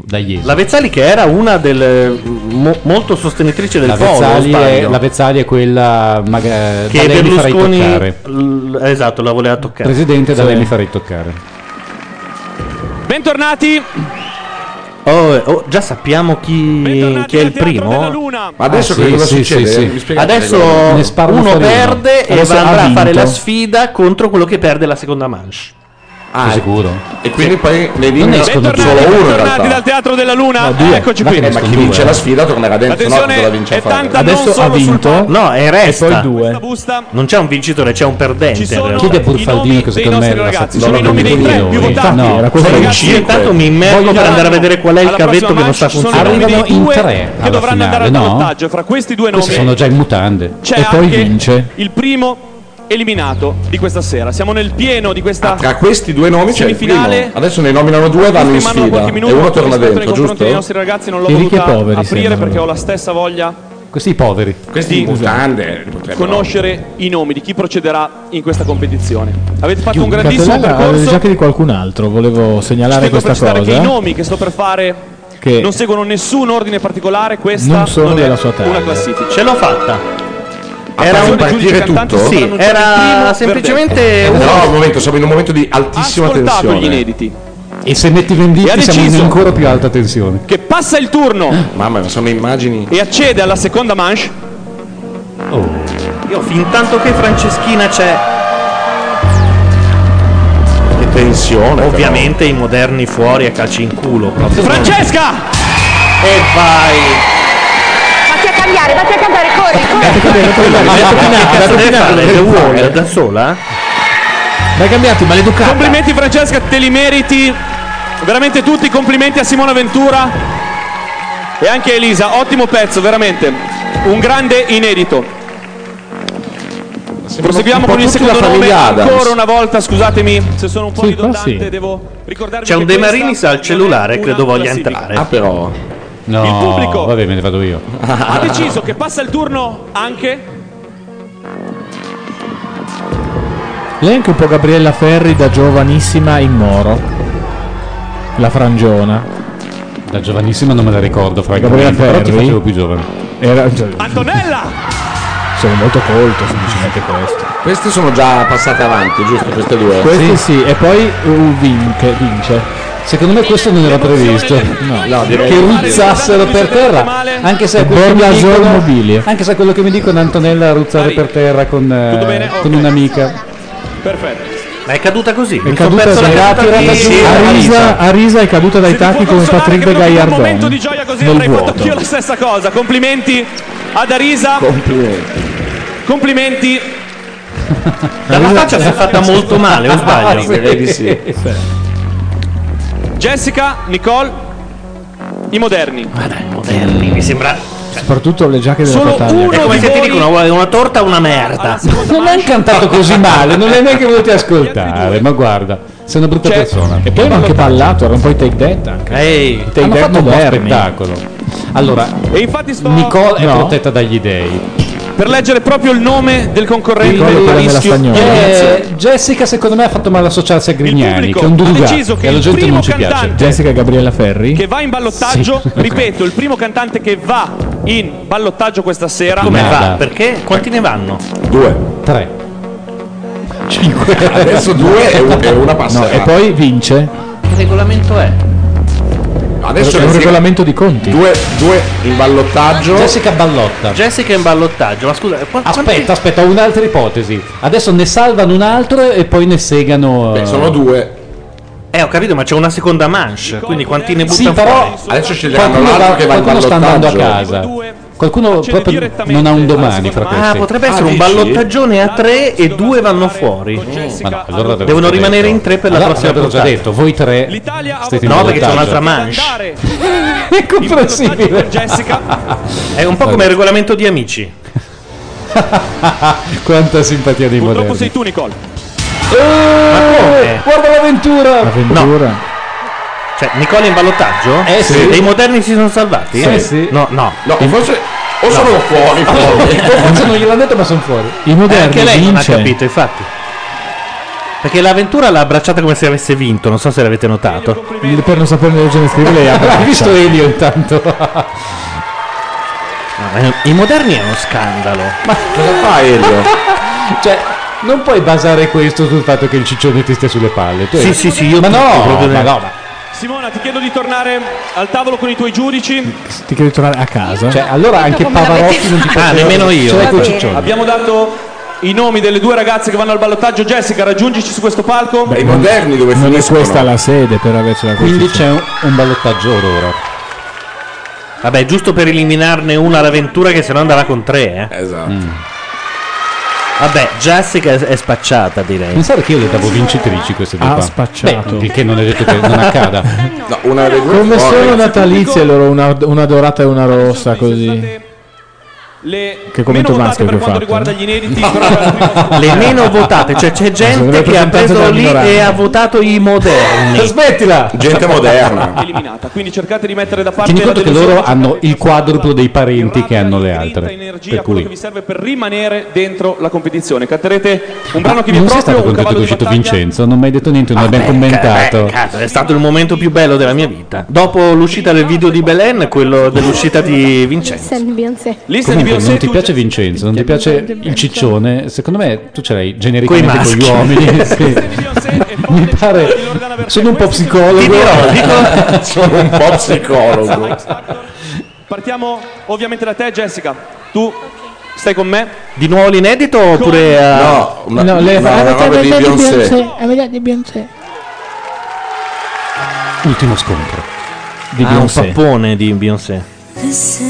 [SPEAKER 3] Da ieri.
[SPEAKER 2] La Vezzali che era una del mo- molto sostenitrice del
[SPEAKER 3] La
[SPEAKER 2] Polo,
[SPEAKER 3] Vezzali,
[SPEAKER 2] o
[SPEAKER 3] è,
[SPEAKER 2] sbaglio?
[SPEAKER 3] la Vezzali è quella maga-
[SPEAKER 2] che
[SPEAKER 3] da lei mi farei
[SPEAKER 2] Berlusconi
[SPEAKER 3] toccare.
[SPEAKER 2] l- esatto, la voleva toccare.
[SPEAKER 3] Presidente, da
[SPEAKER 2] Sì.
[SPEAKER 3] lei mi farei toccare.
[SPEAKER 1] Bentornati.
[SPEAKER 2] Oh, eh, oh, già sappiamo chi, chi è il primo. Ah,
[SPEAKER 4] Ma adesso che cosa succede? Eh, Mi spiegate
[SPEAKER 2] Adesso
[SPEAKER 4] le cose. Ne sparo
[SPEAKER 2] uno
[SPEAKER 4] fuori uno.
[SPEAKER 2] perde e
[SPEAKER 4] Adesso
[SPEAKER 2] va-
[SPEAKER 4] ha
[SPEAKER 2] andrà a
[SPEAKER 4] vinto.
[SPEAKER 2] fare la sfida contro quello che perde la seconda manche.
[SPEAKER 4] Ah,
[SPEAKER 3] sicuro.
[SPEAKER 4] E quindi poi ne
[SPEAKER 2] Non
[SPEAKER 4] vince
[SPEAKER 2] escono
[SPEAKER 4] solo
[SPEAKER 2] tutti.
[SPEAKER 4] uno in
[SPEAKER 1] Bentornati dal
[SPEAKER 4] realtà.
[SPEAKER 1] Teatro della Luna. Eccoci
[SPEAKER 4] Ma-
[SPEAKER 1] qui.
[SPEAKER 4] eh, ma chi vince la sfida tornerà dentro, no?
[SPEAKER 1] Attenzione,
[SPEAKER 4] Dove la vince a
[SPEAKER 1] è
[SPEAKER 4] fare.
[SPEAKER 1] tanta Adesso non ha solo sul vinto? palco.
[SPEAKER 2] No, è resta.
[SPEAKER 1] E poi due. Questa
[SPEAKER 2] Non c'è un vincitore, c'è un perdente.
[SPEAKER 1] sono
[SPEAKER 2] Chiede pur
[SPEAKER 3] Faldino che secondo me la
[SPEAKER 2] ragazzi,
[SPEAKER 3] sa-
[SPEAKER 2] sono
[SPEAKER 3] non
[SPEAKER 2] i
[SPEAKER 3] la
[SPEAKER 2] nomi dei
[SPEAKER 3] convinco
[SPEAKER 2] tre
[SPEAKER 3] noi.
[SPEAKER 2] più votati.
[SPEAKER 3] No, era quello
[SPEAKER 2] Sono
[SPEAKER 3] dei
[SPEAKER 2] in
[SPEAKER 3] cinque.
[SPEAKER 2] cinque. Intanto mi
[SPEAKER 1] Eh,
[SPEAKER 2] immergo per andare a vedere qual è il cavetto che non sta funzionando.
[SPEAKER 3] Arrivano in tre
[SPEAKER 1] che
[SPEAKER 3] alla
[SPEAKER 1] dovranno andare al
[SPEAKER 3] finale, no?
[SPEAKER 1] ballottaggio. Fra questi due nomi
[SPEAKER 3] Questi sono già in mutande.
[SPEAKER 1] c'è anche il primo eliminato di questa sera. Siamo nel pieno di questa
[SPEAKER 4] Ah, Tra questi due nomi c'è il primo.
[SPEAKER 1] semifinale.
[SPEAKER 4] Adesso ne nominano due vanno in
[SPEAKER 1] Questi mandano
[SPEAKER 4] sfida.
[SPEAKER 1] qualche
[SPEAKER 4] E
[SPEAKER 1] minuto
[SPEAKER 4] uno torna
[SPEAKER 1] rispetto nei
[SPEAKER 4] dentro,
[SPEAKER 1] confronti dei
[SPEAKER 4] giusto?
[SPEAKER 1] nostri ragazzi non l'ho
[SPEAKER 4] I ricchi e
[SPEAKER 1] voluta
[SPEAKER 4] poveri
[SPEAKER 1] aprire
[SPEAKER 4] sembrano.
[SPEAKER 1] perché ho la stessa voglia
[SPEAKER 3] Questi poveri.
[SPEAKER 1] Questi
[SPEAKER 4] mutande potrebbero-
[SPEAKER 1] conoscere i nomi di chi procederà in questa competizione. Avete fatto un
[SPEAKER 3] Cioè,
[SPEAKER 1] grandissimo
[SPEAKER 15] Catellana aveva
[SPEAKER 1] percorso.
[SPEAKER 15] già che di qualcun altro, volevo segnalare
[SPEAKER 1] Tengo a
[SPEAKER 15] questa
[SPEAKER 1] precisare che i
[SPEAKER 15] cosa.
[SPEAKER 1] nomi che sto per fare
[SPEAKER 15] Che-
[SPEAKER 1] non seguono nessun ordine particolare, questa
[SPEAKER 15] Non sono
[SPEAKER 1] è
[SPEAKER 15] della sua taglia.
[SPEAKER 1] una classifica.
[SPEAKER 2] Ce l'ho fatta.
[SPEAKER 1] Era un
[SPEAKER 4] partire tutto?
[SPEAKER 2] Sì, era
[SPEAKER 15] Eh,
[SPEAKER 2] semplicemente
[SPEAKER 4] Eh, No,
[SPEAKER 2] un
[SPEAKER 4] un momento, siamo in un momento di altissima tensione.
[SPEAKER 1] inediti.
[SPEAKER 3] E se metti
[SPEAKER 1] E ha
[SPEAKER 3] venditi siamo in
[SPEAKER 1] deciso.
[SPEAKER 3] ancora più alta tensione.
[SPEAKER 1] Che passa il turno
[SPEAKER 4] Mamma, ma sono immagini.
[SPEAKER 1] e accede alla seconda manche.
[SPEAKER 15] Oh.
[SPEAKER 2] Io fin tanto che Franceschina c'è.
[SPEAKER 4] Che tensione.
[SPEAKER 2] Ovviamente i moderni fuori a calci in culo. proprio.
[SPEAKER 1] Francesca!
[SPEAKER 2] E vai!
[SPEAKER 8] Vatti a cambiare, vatti a cambiare, corri,
[SPEAKER 2] Eh,
[SPEAKER 8] corri.
[SPEAKER 2] ecco, Le vuole da sola?
[SPEAKER 1] L'hai cambiati, maleducato. Complimenti Francesca, te li meriti. Veramente tutti, complimenti a Simona Ventura e anche a Elisa. Ottimo pezzo, veramente. Un grande inedito. Proseguiamo
[SPEAKER 4] un po'
[SPEAKER 1] con il
[SPEAKER 4] tutti la
[SPEAKER 1] secondo nome.
[SPEAKER 4] famiglia Adams.
[SPEAKER 1] Ancora una volta, scusatemi se sono un po'
[SPEAKER 2] Sì, qua
[SPEAKER 1] ridondante,
[SPEAKER 2] sì.
[SPEAKER 1] devo ricordarvi
[SPEAKER 2] C'è un
[SPEAKER 1] che
[SPEAKER 2] De
[SPEAKER 1] questa
[SPEAKER 2] Marinis al cellulare, credo voglia entrare. Ah,
[SPEAKER 4] però.
[SPEAKER 3] No,
[SPEAKER 1] Il pubblico.
[SPEAKER 3] vabbè, me ne vado io.
[SPEAKER 1] ha deciso che passa il turno anche
[SPEAKER 15] Lei è anche un po' Gabriella Ferri da giovanissima in Moro. La frangiona.
[SPEAKER 3] Da giovanissima non me la ricordo,
[SPEAKER 15] Gabriele
[SPEAKER 3] francamente. Però ti
[SPEAKER 15] Ferri?
[SPEAKER 3] facevo più giovane.
[SPEAKER 15] Era, cioè,
[SPEAKER 1] Antonella!
[SPEAKER 15] sono molto colto semplicemente questo.
[SPEAKER 4] Queste sono già passate avanti, giusto? Queste due.
[SPEAKER 15] Questi sì, e poi uh, vince, vince.
[SPEAKER 3] Secondo me questo non era previsto.
[SPEAKER 15] No,
[SPEAKER 4] direi-
[SPEAKER 3] che ruzzassero per terra. Anche se, è quello che mi
[SPEAKER 15] Borgia
[SPEAKER 3] dicono,
[SPEAKER 15] Mobili.
[SPEAKER 3] anche se è quello che mi dicono Antonella a ruzzare per terra con, eh, con un'amica.
[SPEAKER 1] Perfetto.
[SPEAKER 2] Ma è caduta così.
[SPEAKER 15] È caduta
[SPEAKER 2] sono
[SPEAKER 15] dai
[SPEAKER 2] perso la
[SPEAKER 15] tacchi.
[SPEAKER 2] giù.
[SPEAKER 15] Arisa, Arisa è caduta dai tacchi come Patrick de Gaillardon.
[SPEAKER 1] Così
[SPEAKER 15] Nel
[SPEAKER 1] avrei fatto anch'io
[SPEAKER 15] vuoto.
[SPEAKER 1] la stessa cosa. Complimenti ad Arisa.
[SPEAKER 4] Complimenti.
[SPEAKER 1] Complimenti.
[SPEAKER 2] Dalla faccia si è fatta molto male, o sbaglio?
[SPEAKER 1] Direi di sì. Jessica, Nicole, i moderni.
[SPEAKER 2] Moderni, mi sembra.
[SPEAKER 15] Soprattutto le giacche della
[SPEAKER 1] Solo
[SPEAKER 15] Tataglia.
[SPEAKER 2] È come se ti dicono "Vuoi una torta o una merda.
[SPEAKER 3] Non hai cantato così male, non l'hai neanche voluto ascoltare. Ma guarda, sei una brutta
[SPEAKER 1] Cioè,
[SPEAKER 3] persona.
[SPEAKER 15] E poi hanno anche ballato, era un po' i take that
[SPEAKER 2] Eh,
[SPEAKER 15] anche.
[SPEAKER 2] Ehi,
[SPEAKER 15] take
[SPEAKER 3] hanno
[SPEAKER 15] that
[SPEAKER 3] fatto un buon
[SPEAKER 15] moderni.
[SPEAKER 3] spettacolo. Allora,
[SPEAKER 1] E infatti sto
[SPEAKER 3] Nicole è
[SPEAKER 15] No.
[SPEAKER 3] protetta dagli dei.
[SPEAKER 1] per leggere proprio il nome del concorrente
[SPEAKER 15] Ricordo
[SPEAKER 1] a
[SPEAKER 15] quella della
[SPEAKER 1] rischio.
[SPEAKER 15] Spagnoli.
[SPEAKER 1] Eh,
[SPEAKER 15] Grazie.
[SPEAKER 3] Jessica secondo me ha fatto male associarsi a Grignani,
[SPEAKER 1] pubblico
[SPEAKER 3] che è un
[SPEAKER 1] ha
[SPEAKER 3] durigato,
[SPEAKER 1] deciso che
[SPEAKER 3] e alla
[SPEAKER 1] il
[SPEAKER 3] gente
[SPEAKER 1] primo
[SPEAKER 3] non ci piace.
[SPEAKER 1] cantante-
[SPEAKER 15] Jessica Gabriella Ferri.
[SPEAKER 1] Che va in ballottaggio, ripeto, il primo cantante che va in ballottaggio questa sera.
[SPEAKER 2] Come va?
[SPEAKER 1] Perché
[SPEAKER 2] Perché? Quanti ne vanno?
[SPEAKER 4] Due.
[SPEAKER 3] Tre.
[SPEAKER 4] Adesso due e, u- e una Cioè, passerà.
[SPEAKER 15] No, e poi vince.
[SPEAKER 2] Che regolamento è?
[SPEAKER 4] Adesso
[SPEAKER 15] è un
[SPEAKER 4] ne-
[SPEAKER 15] regolamento di conti.
[SPEAKER 4] Due, due in ballottaggio.
[SPEAKER 3] Jessica Ah, ballotta.
[SPEAKER 2] Jessica in ballottaggio, ma scusa, eh, qua-
[SPEAKER 3] Aspetta, aspetta, ho un'altra ipotesi. Adesso ne salvano un altro e poi ne segano. eh,
[SPEAKER 2] Beh, sono
[SPEAKER 4] due.
[SPEAKER 2] Eh, ho capito, ma c'è una seconda manche, quindi quanti ne buttano
[SPEAKER 3] Sì, però
[SPEAKER 2] fuori?
[SPEAKER 4] Adesso
[SPEAKER 3] Qualcuno, va- qualcuno sta andando a casa. Qualcuno proprio non ha un domani fra questi.
[SPEAKER 2] Ah, potrebbe essere un
[SPEAKER 3] dici?
[SPEAKER 2] ballottaggione a tre e due vanno fuori.
[SPEAKER 3] Ma no, allora l'avrete
[SPEAKER 2] Devono
[SPEAKER 3] già
[SPEAKER 2] rimanere
[SPEAKER 3] detto.
[SPEAKER 2] in tre per la
[SPEAKER 3] Allora,
[SPEAKER 2] prossima
[SPEAKER 3] l'avrete già
[SPEAKER 2] puntata.
[SPEAKER 3] detto, voi tre. siete in
[SPEAKER 2] No, perché c'è
[SPEAKER 3] ballottaggio.
[SPEAKER 2] un'altra manche.
[SPEAKER 3] È comprensibile.
[SPEAKER 2] È un po' come il regolamento di amici.
[SPEAKER 3] Quanta simpatia dei moderni. Ah,
[SPEAKER 1] sei tu, Nicole.
[SPEAKER 3] Eh, Guarda l'avventura!
[SPEAKER 2] Eh. No. Cioè, Nicola in ballottaggio?
[SPEAKER 3] Eh, sì.
[SPEAKER 2] E i moderni si sono salvati? Eh,
[SPEAKER 3] Sì, sì.
[SPEAKER 2] No, no.
[SPEAKER 4] No, forse o sono fuori,
[SPEAKER 3] Forse non gliel'hanno detto, ma sono fuori.
[SPEAKER 15] I
[SPEAKER 2] Eh,
[SPEAKER 15] moderni
[SPEAKER 2] anche lei non ha
[SPEAKER 15] vince.
[SPEAKER 2] capito, infatti. Perché l'avventura l'ha abbracciata come se avesse vinto, non so se l'avete notato.
[SPEAKER 15] Per non saperne leggere e scrivere, lei ha
[SPEAKER 2] Hai visto
[SPEAKER 3] Elio intanto?
[SPEAKER 2] I moderni è uno scandalo.
[SPEAKER 3] Ma
[SPEAKER 4] cosa fa Elio?
[SPEAKER 3] cioè, non puoi basare questo sul fatto che il ciccione ti stia sulle palle. Tu hai- ma no, ma no, ma
[SPEAKER 1] Simona, ti chiedo di tornare al tavolo con i tuoi giudici.
[SPEAKER 15] Ti chiedo di tornare a casa.
[SPEAKER 3] Cioè, allora anche
[SPEAKER 1] Come l'avete-
[SPEAKER 3] Pavarotti non ti può
[SPEAKER 1] Ah, nemmeno io.
[SPEAKER 3] Ce l'hai con eh, ecco, ciccione.
[SPEAKER 1] Abbiamo dato i nomi delle due ragazze che vanno al ballottaggio. Jessica, raggiungici su questo palco.
[SPEAKER 15] Non è questa la sede per avercela così.
[SPEAKER 3] Quindi c'è un, un ballottaggio ora ora.
[SPEAKER 2] Vabbè, giusto per eliminarne una all'avventura che se no andava con tre, eh.
[SPEAKER 4] Esatto.
[SPEAKER 3] Mm.
[SPEAKER 2] Vabbè, Jessica è, è spacciata, direi.
[SPEAKER 3] Pensare che io le davo vincitrici queste due
[SPEAKER 2] Ah,
[SPEAKER 3] qua.
[SPEAKER 2] spacciato.
[SPEAKER 3] Beh, il che non è detto che non accada.
[SPEAKER 4] No, una delle due
[SPEAKER 15] Come
[SPEAKER 4] è fuori.
[SPEAKER 15] sono natalizie loro, una, una dorata e una rossa così. Che commento maschio che ho fatto.
[SPEAKER 1] Gli inediti.
[SPEAKER 2] Le meno votate, cioè c'è
[SPEAKER 15] Sono
[SPEAKER 2] gente
[SPEAKER 15] le
[SPEAKER 2] che ha
[SPEAKER 15] rappresentanze
[SPEAKER 2] preso
[SPEAKER 15] della
[SPEAKER 2] lì
[SPEAKER 15] minoranza.
[SPEAKER 2] e ha votato i
[SPEAKER 3] Cioè,
[SPEAKER 2] moderni.
[SPEAKER 15] Smettila!
[SPEAKER 4] Gente moderna.
[SPEAKER 1] Eliminata. Quindi cercate di mettere da parte
[SPEAKER 3] Tieni
[SPEAKER 1] la
[SPEAKER 3] conto che
[SPEAKER 1] delusione
[SPEAKER 3] loro hanno il quadruplo dei parenti che hanno le altre.
[SPEAKER 1] energia,
[SPEAKER 3] Per
[SPEAKER 1] quello che vi
[SPEAKER 3] cui
[SPEAKER 1] serve per rimanere dentro la competizione. Canterete un brano che vi è
[SPEAKER 3] non sei
[SPEAKER 1] proprio,
[SPEAKER 3] stato
[SPEAKER 1] un
[SPEAKER 3] contento che è
[SPEAKER 1] cavallo di
[SPEAKER 3] uscito
[SPEAKER 1] battaglia.
[SPEAKER 3] Vincenzo, non mi hai detto
[SPEAKER 4] Ah,
[SPEAKER 3] niente, non abbiamo commentato.
[SPEAKER 2] Eh, cazzo, è stato il momento più bello della mia vita. Dopo l'uscita del video di Belen, quello dell'uscita di Vincenzo.
[SPEAKER 3] Comunque, non ti piace Vincenzo, non ti piace il ciccione, secondo me tu ce l'hai genericamente con
[SPEAKER 2] maschi.
[SPEAKER 3] gli uomini. sì. Mi pare. Sono un po' psicologo.
[SPEAKER 4] sono un po' psicologo.
[SPEAKER 1] Esatto. Partiamo ovviamente da te, Jessica. Tu stai con me?
[SPEAKER 2] Di nuovo l'inedito oppure... eh,
[SPEAKER 4] No, una-
[SPEAKER 1] No, le-
[SPEAKER 4] no, una roba di Beyoncé.
[SPEAKER 18] A vedere di Beyoncé.
[SPEAKER 3] Ultimo scontro.
[SPEAKER 2] Di
[SPEAKER 18] Di
[SPEAKER 2] Ah, un
[SPEAKER 18] Beyoncé.
[SPEAKER 2] pappone di Beyoncé.
[SPEAKER 18] Listen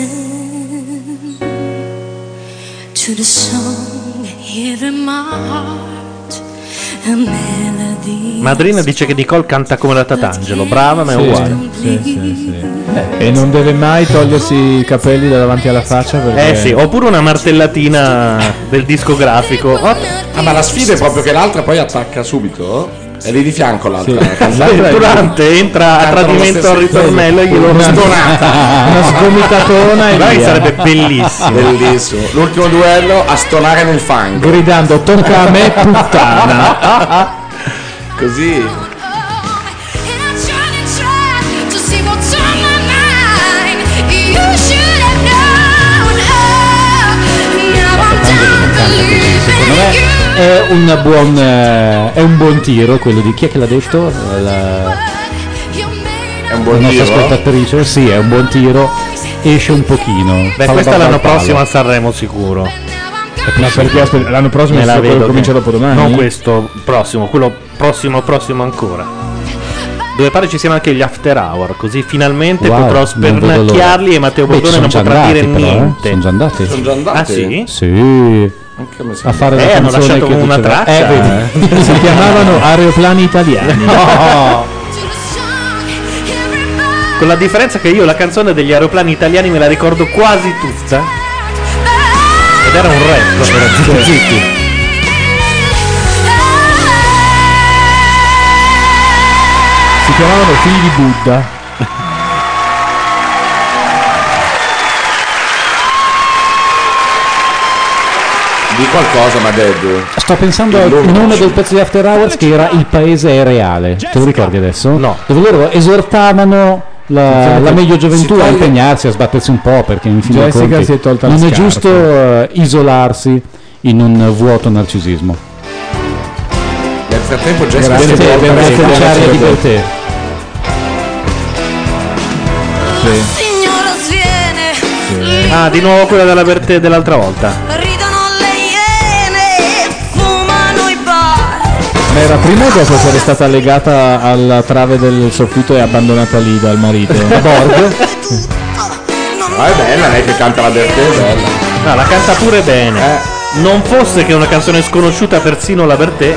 [SPEAKER 18] to the song here in my heart. A melody.
[SPEAKER 2] Madrina dice che Nicole canta come la Tatangelo, brava ma è
[SPEAKER 15] Sì,
[SPEAKER 2] uguale.
[SPEAKER 15] E non deve mai togliersi i capelli da davanti alla faccia perché...
[SPEAKER 2] Eh sì, oppure una martellatina del discografico.
[SPEAKER 4] Ah, ma la sfida è proprio che l'altra poi attacca subito? È lì di fianco l'altra.
[SPEAKER 2] Durante entra a
[SPEAKER 4] Cantano la
[SPEAKER 2] tradimento
[SPEAKER 4] stessa
[SPEAKER 2] al ritornello e glielo
[SPEAKER 4] Una
[SPEAKER 2] stonata.
[SPEAKER 4] Una
[SPEAKER 15] sgomitatona e
[SPEAKER 4] Dai,
[SPEAKER 15] via.
[SPEAKER 4] sarebbe bellissimo. Bellissimo. L'ultimo duello a stonare nel fango.
[SPEAKER 15] Gridando, tocca a me puttana.
[SPEAKER 4] Così.
[SPEAKER 18] To see what's on my mind. You should have known. Oh, now I don't believe
[SPEAKER 3] Secondo me è un buon, eh, è un buon tiro quello di chi è che l'ha detto? La,
[SPEAKER 4] È un
[SPEAKER 3] la
[SPEAKER 4] buon eh?
[SPEAKER 3] nostra
[SPEAKER 4] tiro.
[SPEAKER 3] ascoltatrice? Sì, è un buon tiro. Esce un pochino.
[SPEAKER 2] Beh,
[SPEAKER 3] fa
[SPEAKER 2] questa
[SPEAKER 3] la barba
[SPEAKER 2] l'anno
[SPEAKER 3] al palo.
[SPEAKER 2] prossimo a Sanremo sicuro.
[SPEAKER 15] Ma perché aspetta, l'anno prossimo
[SPEAKER 2] Me
[SPEAKER 15] è
[SPEAKER 2] la
[SPEAKER 15] quello
[SPEAKER 2] vedo
[SPEAKER 15] che comincia
[SPEAKER 2] che-
[SPEAKER 15] dopodomani?
[SPEAKER 2] Non questo prossimo, quello prossimo prossimo ancora. Dove pare ci siano anche gli after hour, così finalmente
[SPEAKER 3] Wow,
[SPEAKER 2] potrò
[SPEAKER 3] non vedo l'ora.
[SPEAKER 2] spernacchiarli e Matteo
[SPEAKER 3] Beh, ci
[SPEAKER 2] Bordone non
[SPEAKER 3] sono già
[SPEAKER 2] potrà
[SPEAKER 3] andati
[SPEAKER 2] dire
[SPEAKER 3] però, eh.
[SPEAKER 2] niente.
[SPEAKER 3] Sono già andati.
[SPEAKER 4] Sono già andati?
[SPEAKER 2] Ah sì?
[SPEAKER 3] Sì.
[SPEAKER 4] Anche me
[SPEAKER 3] A fare la
[SPEAKER 2] Eh, hanno
[SPEAKER 3] canzone
[SPEAKER 2] lasciato
[SPEAKER 3] che
[SPEAKER 2] una
[SPEAKER 3] diceva-
[SPEAKER 2] traccia.
[SPEAKER 3] Eh, vedi.
[SPEAKER 15] Si chiamavano aeroplani italiani.
[SPEAKER 2] Con la differenza che io la canzone degli aeroplani italiani me la ricordo quasi tutta. Ed era un rap, però zitti zitti.
[SPEAKER 15] Si chiamavano figli di Buddha.
[SPEAKER 4] Di qualcosa, ma dead.
[SPEAKER 3] Sto pensando al nome del pezzo di After Hours che era Il paese è reale. Te lo ricordi adesso? No. Dove loro esortavano la, la meglio gioventù a impegnarsi, a sbattersi un po' perché in fin dei
[SPEAKER 15] Jessica
[SPEAKER 3] conti
[SPEAKER 15] si è tolta la
[SPEAKER 3] non è
[SPEAKER 15] scarpa.
[SPEAKER 3] giusto eh, isolarsi in un vuoto narcisismo.
[SPEAKER 4] Nel frattempo Jessica
[SPEAKER 3] Grazie,
[SPEAKER 4] si è
[SPEAKER 3] per
[SPEAKER 4] tolta-
[SPEAKER 3] racconciare di per te.
[SPEAKER 18] Signora sviene,
[SPEAKER 2] Ah, di nuovo quella della Bertè dell'altra volta.
[SPEAKER 18] ridono le iene, fumano i bar.
[SPEAKER 15] Ma era prima o dopo essere stata legata alla trave del soffitto e abbandonata lì dal marito?
[SPEAKER 4] Ma Ah, è bella lei che canta la Bertè, è bella.
[SPEAKER 2] No, la canta pure
[SPEAKER 15] Eh.
[SPEAKER 2] bene. Non fosse che una canzone sconosciuta persino la Bertè.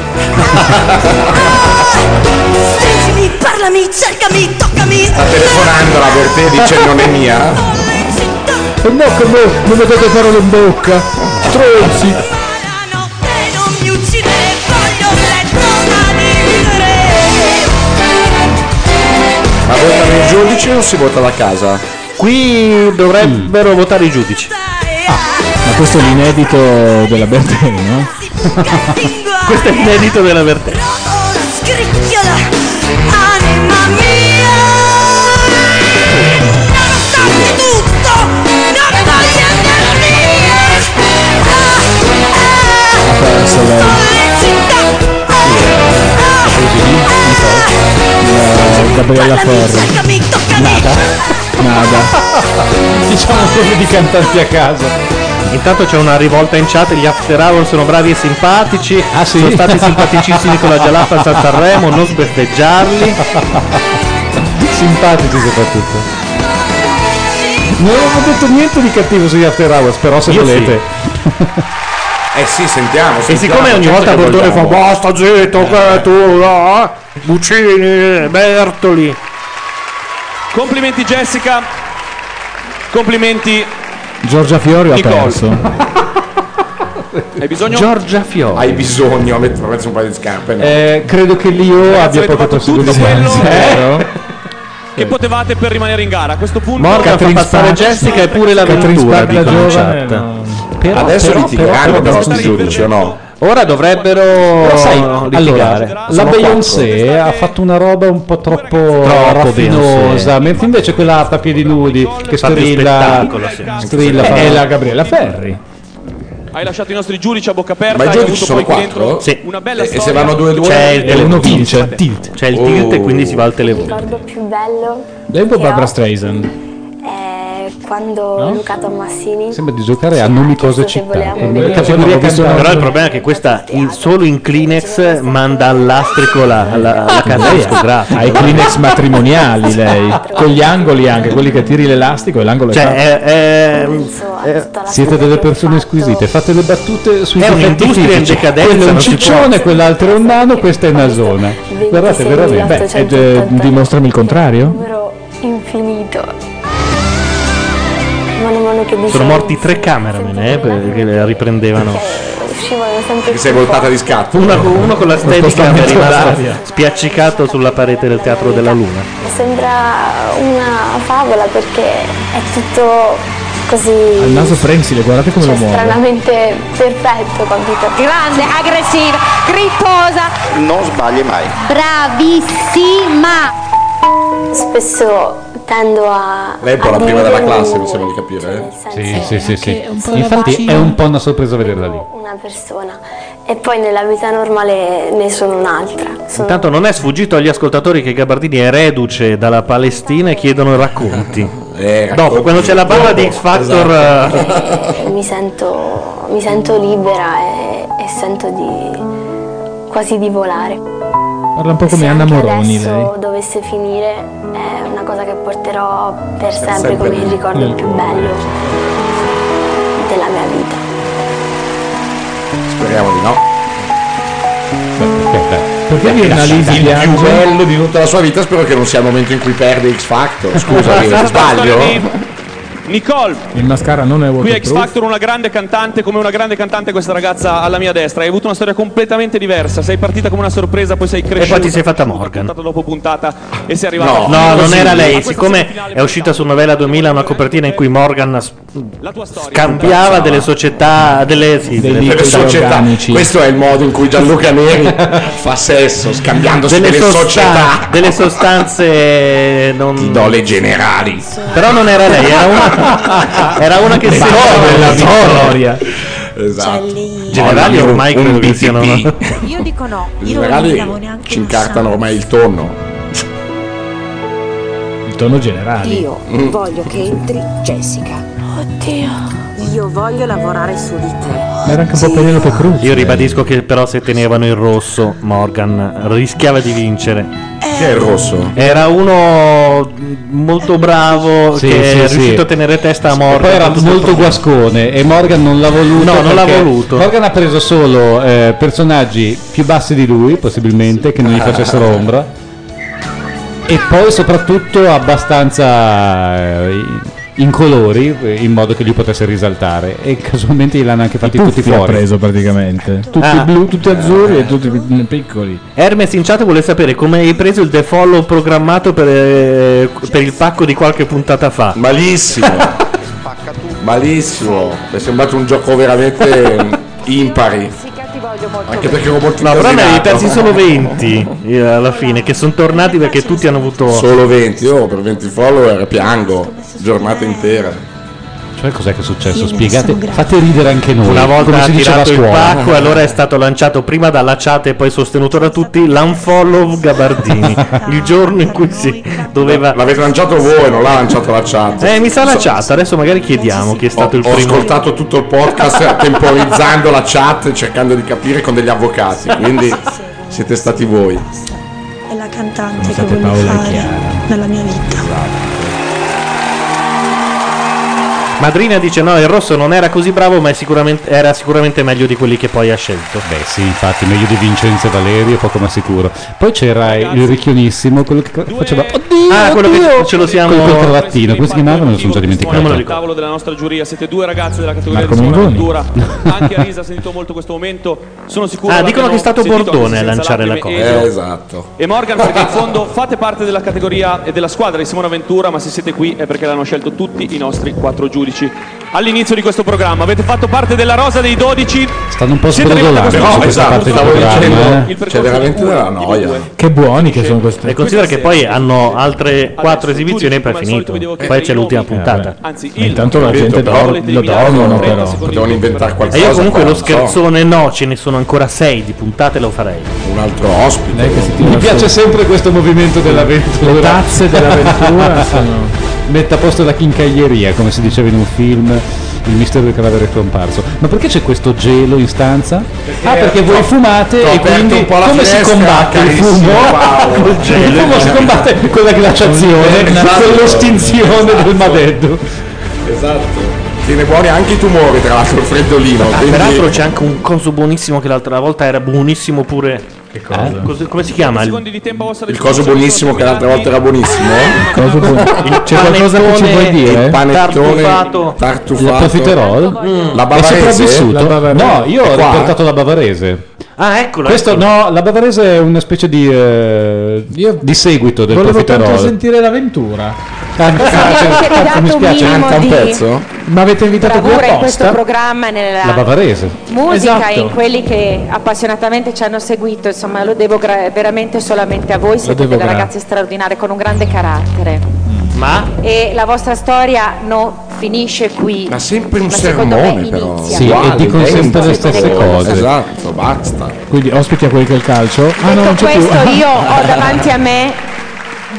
[SPEAKER 18] Stringimi, parlami, cercami, toccami.
[SPEAKER 4] Sta telefonando la Bertè dice non è mia.
[SPEAKER 18] E no, che
[SPEAKER 15] no, non mettete parole in bocca. Stronzi.
[SPEAKER 18] non mi uccidere, voglio l'eterna vivere.
[SPEAKER 4] Ma votano i giudici o si vota da casa?
[SPEAKER 2] Qui dovrebbero votare i giudici.
[SPEAKER 3] Mm. Ah,
[SPEAKER 15] Ma questo è l'inedito della Bertè, no?
[SPEAKER 2] questo è l'inedito della Bertè.
[SPEAKER 18] Scricchiola, anima mia. Nonostante tutto, non mi voglio andare via.
[SPEAKER 15] Ha perso lei. La Gabriella Ferro.
[SPEAKER 18] Nada.
[SPEAKER 2] Nada.
[SPEAKER 15] diciamo solo di cantarti a casa.
[SPEAKER 2] Intanto c'è una rivolta in chat, gli after hour sono bravi e simpatici.
[SPEAKER 3] Ah,
[SPEAKER 15] Ah,
[SPEAKER 2] Sono stati simpaticissimi con la Gialappa a Sanremo, non sbeffeggiarli.
[SPEAKER 3] Simpatici soprattutto. Non avevo detto niente di cattivo sugli After Hours, però se
[SPEAKER 2] Io sì.
[SPEAKER 3] volete.
[SPEAKER 4] Eh sì, sentiamo.
[SPEAKER 2] E siccome ogni volta Bordone fa "Boh, basta zitto
[SPEAKER 3] Eh.
[SPEAKER 2] che tu no, Buccini, Bertoli.
[SPEAKER 1] Certo Complimenti Jessica. Complimenti.
[SPEAKER 15] Giorgia Fiori ha
[SPEAKER 1] Nicole.
[SPEAKER 15] perso.
[SPEAKER 1] Hai bisogno?
[SPEAKER 15] Giorgia Fiori.
[SPEAKER 4] Hai bisogno, metti per mezzo un paio di scarpe, no?
[SPEAKER 15] Eh, credo che l'io
[SPEAKER 1] abbia
[SPEAKER 15] poco
[SPEAKER 1] tutto
[SPEAKER 15] di
[SPEAKER 1] quello
[SPEAKER 15] senso, vero?
[SPEAKER 1] che potevate per rimanere in gara. A questo punto
[SPEAKER 15] Morgan fa Catherine passare Spark- Jessica e pure la Catherine Ventura, Spark la dicono in giovane, chat. Però-
[SPEAKER 4] Adesso
[SPEAKER 15] però-
[SPEAKER 4] litigeranno
[SPEAKER 15] però-
[SPEAKER 4] però
[SPEAKER 15] però-
[SPEAKER 4] sti giudici o no?
[SPEAKER 2] Ora dovrebbero
[SPEAKER 3] sai,
[SPEAKER 2] litigare.
[SPEAKER 3] allora, la
[SPEAKER 2] Sono
[SPEAKER 3] Beyoncé ha fatto una roba un po' troppo, raffinosa,
[SPEAKER 2] Beyoncé.
[SPEAKER 3] mentre invece quella a piedi nudi che
[SPEAKER 2] Fa più
[SPEAKER 3] strilla,
[SPEAKER 2] spettacolo, sì.
[SPEAKER 3] strilla
[SPEAKER 2] Eh,
[SPEAKER 3] fa-
[SPEAKER 2] è la Gabriella Ferri.
[SPEAKER 1] Hai lasciato i nostri giudici a bocca aperta.
[SPEAKER 4] Ma i
[SPEAKER 1] hai
[SPEAKER 4] giudici
[SPEAKER 1] avuto
[SPEAKER 4] sono
[SPEAKER 1] poi qui dentro
[SPEAKER 4] quattro? Sì.
[SPEAKER 1] Una bella
[SPEAKER 4] E- e
[SPEAKER 1] storia.
[SPEAKER 4] se vanno due e due?
[SPEAKER 2] C'è il televoto.
[SPEAKER 15] tilt,
[SPEAKER 2] C'è il tilt, c'è il tilt e quindi si va al
[SPEAKER 19] Il
[SPEAKER 2] televoto.
[SPEAKER 19] ricordo più bello
[SPEAKER 15] Lei è un po'
[SPEAKER 19] Che
[SPEAKER 15] Barbara
[SPEAKER 19] ho.
[SPEAKER 15] Streisand.
[SPEAKER 19] è quando Luca Tommasini
[SPEAKER 3] Sembra di giocare a nomi cose
[SPEAKER 15] Eh,
[SPEAKER 19] città.
[SPEAKER 3] Categoria cantante.
[SPEAKER 2] Però il problema è che questa in- solo in Kleenex manda all'astrico la, alla, alla casa
[SPEAKER 15] Lei
[SPEAKER 2] discografica.
[SPEAKER 15] ha i Kleenex matrimoniali lei, con gli angoli anche, quelli che tiri l'elastico e l'angolo
[SPEAKER 2] Cioè,
[SPEAKER 15] è
[SPEAKER 2] è, è-
[SPEAKER 3] Siete delle persone squisite, fate le battute sui
[SPEAKER 2] È
[SPEAKER 3] difetti
[SPEAKER 2] un'industria in
[SPEAKER 3] fisici.
[SPEAKER 2] decadenza,
[SPEAKER 3] Quello è un
[SPEAKER 2] non si può.
[SPEAKER 3] ciccione, quell'altro è un nano, questa è nasona. Guardate, veramente.
[SPEAKER 15] Beh, ed, eh, dimostrami il contrario.
[SPEAKER 19] numero infinito man mano che
[SPEAKER 2] Sono
[SPEAKER 19] dicevo
[SPEAKER 2] morti tre cameraman eh, perché le riprendevano.
[SPEAKER 19] uscivano sempre
[SPEAKER 4] Ti sei voltata di scatto.
[SPEAKER 2] Uno, uno con la stelica
[SPEAKER 4] spostamento
[SPEAKER 2] che
[SPEAKER 4] della
[SPEAKER 2] arriva
[SPEAKER 4] rabbia.
[SPEAKER 2] spiaccicato sulla parete del Teatro della Luna.
[SPEAKER 19] sembra una favola perché è tutto così
[SPEAKER 15] Al naso Frenzile, guardate come lo
[SPEAKER 19] cioè,
[SPEAKER 15] muove.
[SPEAKER 19] stranamente perfetto capito grande aggressiva gripposa
[SPEAKER 5] Non sbagli mai.
[SPEAKER 9] Bravissima!
[SPEAKER 19] spesso tendo a
[SPEAKER 4] Lei è un po' la
[SPEAKER 19] a
[SPEAKER 4] prima della
[SPEAKER 19] dividermi
[SPEAKER 4] classe, mi sembra di capire. eh?
[SPEAKER 3] Sì, sì, sì, sì.
[SPEAKER 19] Eh, Anche un po' la
[SPEAKER 3] Infatti
[SPEAKER 19] vaccina.
[SPEAKER 3] è un po' una sorpresa vederla lì.
[SPEAKER 19] una persona e poi nella vita normale ne sono un'altra sono
[SPEAKER 2] Intanto non è sfuggito agli ascoltatori che Gabardini è reduce dalla Palestina e chiedono Eh, racconti. Dopo, quando c'è la parola di X Factor... eh,
[SPEAKER 19] mi sento, mi sento libera e, e sento di quasi di volare.
[SPEAKER 15] Parla un po' come Anna Moroni lei.
[SPEAKER 19] Adesso dovesse finire è una cosa che porterò per
[SPEAKER 15] sempre
[SPEAKER 19] sempre, come il
[SPEAKER 15] nel-
[SPEAKER 19] ricordo
[SPEAKER 15] nel
[SPEAKER 19] più bello della mia vita.
[SPEAKER 4] Speriamo di no.
[SPEAKER 15] Perché viene
[SPEAKER 4] la
[SPEAKER 15] Alice
[SPEAKER 4] il
[SPEAKER 15] Bianco?
[SPEAKER 4] più bello di tutta la sua vita spero che non sia il momento in cui perde X Factor. Scusa,
[SPEAKER 1] Questa
[SPEAKER 4] sbaglio.
[SPEAKER 1] storia di Nicole,
[SPEAKER 15] Il mascara non è
[SPEAKER 1] qui a X
[SPEAKER 15] waterproof.
[SPEAKER 1] Factor una grande cantante, come una grande cantante questa ragazza alla mia destra. Hai avuto una storia completamente diversa. Sei partita come una sorpresa, poi sei cresciuta.
[SPEAKER 2] poi ti sei fatta Morgan.
[SPEAKER 1] Puntata dopo puntata e sei
[SPEAKER 2] No,
[SPEAKER 1] arrivata.
[SPEAKER 2] no, non era lei. Siccome è uscita su Novella 2000 una copertina in cui Morgan s- scambiava delle società, delle, sì, delle
[SPEAKER 4] Delle società. Questo è il modo in cui Gianluca Neri fa sesso, scambiandosi delle,
[SPEAKER 2] sosta-
[SPEAKER 4] società.
[SPEAKER 2] delle sostanze non... Ti do
[SPEAKER 4] le generali.
[SPEAKER 2] Però non era lei, era una, era una che si
[SPEAKER 4] della
[SPEAKER 2] vittoria.
[SPEAKER 4] Esatto.
[SPEAKER 2] Generali
[SPEAKER 4] Voglio
[SPEAKER 2] ormai
[SPEAKER 4] un
[SPEAKER 2] credo che
[SPEAKER 4] BTP.
[SPEAKER 2] siano...
[SPEAKER 13] Io dico no,
[SPEAKER 4] I
[SPEAKER 13] io non
[SPEAKER 4] generali
[SPEAKER 13] mi davo neanche
[SPEAKER 4] ci incartano ormai il tonno.
[SPEAKER 15] Il tono generale.
[SPEAKER 13] Io
[SPEAKER 4] Mm.
[SPEAKER 11] Mm.
[SPEAKER 13] voglio che entri Jessica. Oddio. Io voglio lavorare su di te.
[SPEAKER 2] Era anche un po' Penelope Cruz. Io ribadisco che però se tenevano il rosso Morgan rischiava di vincere.
[SPEAKER 4] Che è il rosso?
[SPEAKER 2] Era uno molto bravo
[SPEAKER 3] Sì,
[SPEAKER 2] che è
[SPEAKER 3] sì,
[SPEAKER 2] riuscito
[SPEAKER 3] sì.
[SPEAKER 2] a tenere testa a Morgan.
[SPEAKER 3] Poi era
[SPEAKER 2] tutto sto
[SPEAKER 3] molto
[SPEAKER 2] processo.
[SPEAKER 3] guascone e Morgan non l'ha voluto.
[SPEAKER 2] No, non l'ha
[SPEAKER 3] perché
[SPEAKER 2] voluto.
[SPEAKER 3] Morgan ha preso solo eh, personaggi più bassi di lui, possibilmente, che non gli facessero ombra. E poi soprattutto abbastanza eh, in colori, eh, in modo che lui potesse risaltare. E casualmente gliel'hanno anche fatti tutti
[SPEAKER 15] Tutti ha
[SPEAKER 3] fuori.
[SPEAKER 15] preso praticamente. Tutti
[SPEAKER 2] Ah.
[SPEAKER 15] blu, tutti azzurri e tutti pi- piccoli.
[SPEAKER 2] Hermes in chat vuole sapere come hai preso il defollow programmato per, eh, per il pacco di qualche puntata fa.
[SPEAKER 4] Malissimo. Malissimo. Mi è sembrato un gioco veramente mm, impari. Anche perché ero molto
[SPEAKER 2] No, però ne avevi
[SPEAKER 4] incasinato.
[SPEAKER 2] persi solo 20 eh, alla fine, che sono tornati perché tutti hanno avuto...
[SPEAKER 4] Solo 20, io per 20 follower piango giornata intera.
[SPEAKER 3] Cioè, cos'è che è successo?
[SPEAKER 4] Io ne
[SPEAKER 3] Spiegate,
[SPEAKER 4] sono grata.
[SPEAKER 3] fate ridere anche noi.
[SPEAKER 2] Una volta
[SPEAKER 3] come
[SPEAKER 2] ha
[SPEAKER 3] si diceva a
[SPEAKER 2] tirato il
[SPEAKER 3] scuola.
[SPEAKER 2] pacco, allora è stato lanciato prima dalla chat e poi sostenuto da tutti l'unfollow Gabardini. il giorno in cui si doveva.
[SPEAKER 4] L'avete lanciato voi, non l'ha lanciato la chat.
[SPEAKER 2] Eh, mi sa la chat, adesso magari chiediamo chi è stato
[SPEAKER 4] Ho,
[SPEAKER 2] il
[SPEAKER 4] ho
[SPEAKER 2] primo.
[SPEAKER 4] ascoltato tutto il podcast temporizzando la chat e cercando di capire con degli avvocati, quindi siete stati voi.
[SPEAKER 16] È la cantante che
[SPEAKER 4] state
[SPEAKER 16] voglio
[SPEAKER 4] Paola e
[SPEAKER 16] fare nella mia vita.
[SPEAKER 2] Madrina dice: No, il rosso non era così bravo, ma è sicuramente- era sicuramente meglio di quelli che poi ha scelto.
[SPEAKER 3] Certo. Beh, sì, infatti, meglio di Vincenzo e Valerio, poco ma sicuro. Poi c'era il ricchionissimo, quello che faceva. Oddio!
[SPEAKER 2] Ah, quello che ce lo siamo.
[SPEAKER 3] Quel, quel cravattino, come si chiamava? Me lo sono già
[SPEAKER 1] al
[SPEAKER 3] dimenticato.
[SPEAKER 1] tavolo della nostra giuria siete due ragazzi della categoria
[SPEAKER 3] Marco
[SPEAKER 1] di scuola
[SPEAKER 3] Mengoni.
[SPEAKER 1] cultura. Anche Arisa ha sentito molto questo momento. Sono sicuro
[SPEAKER 2] Ah, dicono
[SPEAKER 1] l'abbiano
[SPEAKER 2] che è stato
[SPEAKER 1] sentito
[SPEAKER 2] Bordone
[SPEAKER 1] anche
[SPEAKER 2] a
[SPEAKER 1] senza
[SPEAKER 2] lanciare la
[SPEAKER 1] lacrime.
[SPEAKER 2] cosa.
[SPEAKER 1] E-
[SPEAKER 4] Eh, esatto.
[SPEAKER 1] E Morgan, perché in fondo fate parte della categoria e della squadra di Simona Ventura, ma se siete qui è perché l'hanno scelto tutti i nostri quattro giudici. All'inizio di questo programma avete fatto parte della rosa dei 12.
[SPEAKER 3] Stanno un po'
[SPEAKER 1] Siete
[SPEAKER 3] sbrodolando
[SPEAKER 1] arrivati a
[SPEAKER 3] su questa
[SPEAKER 1] questo punto,
[SPEAKER 3] parte del
[SPEAKER 1] stavo
[SPEAKER 3] programma. eh.
[SPEAKER 4] C'è veramente della noia.
[SPEAKER 15] Che buoni che sono questi.
[SPEAKER 2] E considera che poi hanno altre quattro esibizioni e poi è finito. Poi c'è l'ultima puntata.
[SPEAKER 1] Anzi,
[SPEAKER 15] Intanto la gente dor- lo dormono però.
[SPEAKER 4] Potevano inventare
[SPEAKER 2] E
[SPEAKER 4] qualcosa.
[SPEAKER 2] io comunque
[SPEAKER 4] qua,
[SPEAKER 2] lo
[SPEAKER 4] non so.
[SPEAKER 2] scherzone no, ce ne sono ancora sei di puntate lo farei.
[SPEAKER 4] Un altro ospite.
[SPEAKER 3] Mi piace sempre questo movimento dell'avventura.
[SPEAKER 2] Le tazze dell'avventura sono-
[SPEAKER 3] Mette a posto la chincaglieria, come si diceva in un film, il mistero del cadavere scomparso. Ma perché c'è questo gelo in stanza? ah, perché voi fumate
[SPEAKER 2] T'ho
[SPEAKER 3] e
[SPEAKER 2] aperto
[SPEAKER 3] quindi
[SPEAKER 2] un po' la
[SPEAKER 3] come si
[SPEAKER 2] finestra,
[SPEAKER 3] combatte il
[SPEAKER 2] carissimo
[SPEAKER 3] fumo?
[SPEAKER 2] Paolo.
[SPEAKER 3] Col gelo.
[SPEAKER 2] Il
[SPEAKER 3] Il fumo si combatte con la glaciazione,
[SPEAKER 4] Esatto.
[SPEAKER 3] con l'estinzione del Madeddu.
[SPEAKER 4] Esatto. Tiene buoni anche i tumori, tra l'altro, il freddolino.
[SPEAKER 2] Ah,
[SPEAKER 4] quindi-
[SPEAKER 2] peraltro c'è anche un coso buonissimo che l'altra volta era buonissimo pure. Che cosa? come si chiama? Il,
[SPEAKER 4] Il coso buonissimo che l'altra volta era buonissimo.
[SPEAKER 15] Coso buonissimo. C'è qualcosa che ci vuoi
[SPEAKER 4] panettone-
[SPEAKER 15] dire?
[SPEAKER 4] Il panettone
[SPEAKER 2] Tartufato.
[SPEAKER 4] tartufato. Mm.
[SPEAKER 3] Il profiterol?
[SPEAKER 4] La
[SPEAKER 3] È
[SPEAKER 4] bavarese?
[SPEAKER 3] sopravvissuto?
[SPEAKER 4] La bavarese.
[SPEAKER 3] No, io
[SPEAKER 4] È
[SPEAKER 3] ho
[SPEAKER 4] qua?
[SPEAKER 3] riportato la bavarese.
[SPEAKER 2] Ah, eccola.
[SPEAKER 3] Questo no, la Bavarese è una specie di, eh, di seguito del
[SPEAKER 15] Volevo tanto
[SPEAKER 3] profiterol. cioè,
[SPEAKER 15] sentire l'avventura.
[SPEAKER 11] dato un minimo Canta un di pezzo?
[SPEAKER 15] Ma avete invitato qui
[SPEAKER 11] Bravura in questo
[SPEAKER 15] apposta?
[SPEAKER 11] programma e nella
[SPEAKER 3] La Bavarese.
[SPEAKER 11] musica
[SPEAKER 15] Esatto.
[SPEAKER 11] e in quelli che appassionatamente ci hanno seguito, insomma lo devo gra- veramente solamente a voi, siete
[SPEAKER 2] devo
[SPEAKER 11] delle
[SPEAKER 2] gra-
[SPEAKER 11] ragazze straordinarie con un grande carattere
[SPEAKER 2] Ma
[SPEAKER 11] e la vostra storia non finisce qui.
[SPEAKER 4] Ma sempre un
[SPEAKER 11] secondo me
[SPEAKER 4] sermone, però.
[SPEAKER 11] inizia.
[SPEAKER 15] Sì, e dicono sempre le
[SPEAKER 4] identico.
[SPEAKER 15] stesse cose.
[SPEAKER 4] Esatto, basta.
[SPEAKER 15] Quindi ospiti a quelli che è il calcio. Ah no, non
[SPEAKER 3] Cioè,
[SPEAKER 11] Detto
[SPEAKER 15] c'è più.
[SPEAKER 11] Ecco, questo io ho davanti a me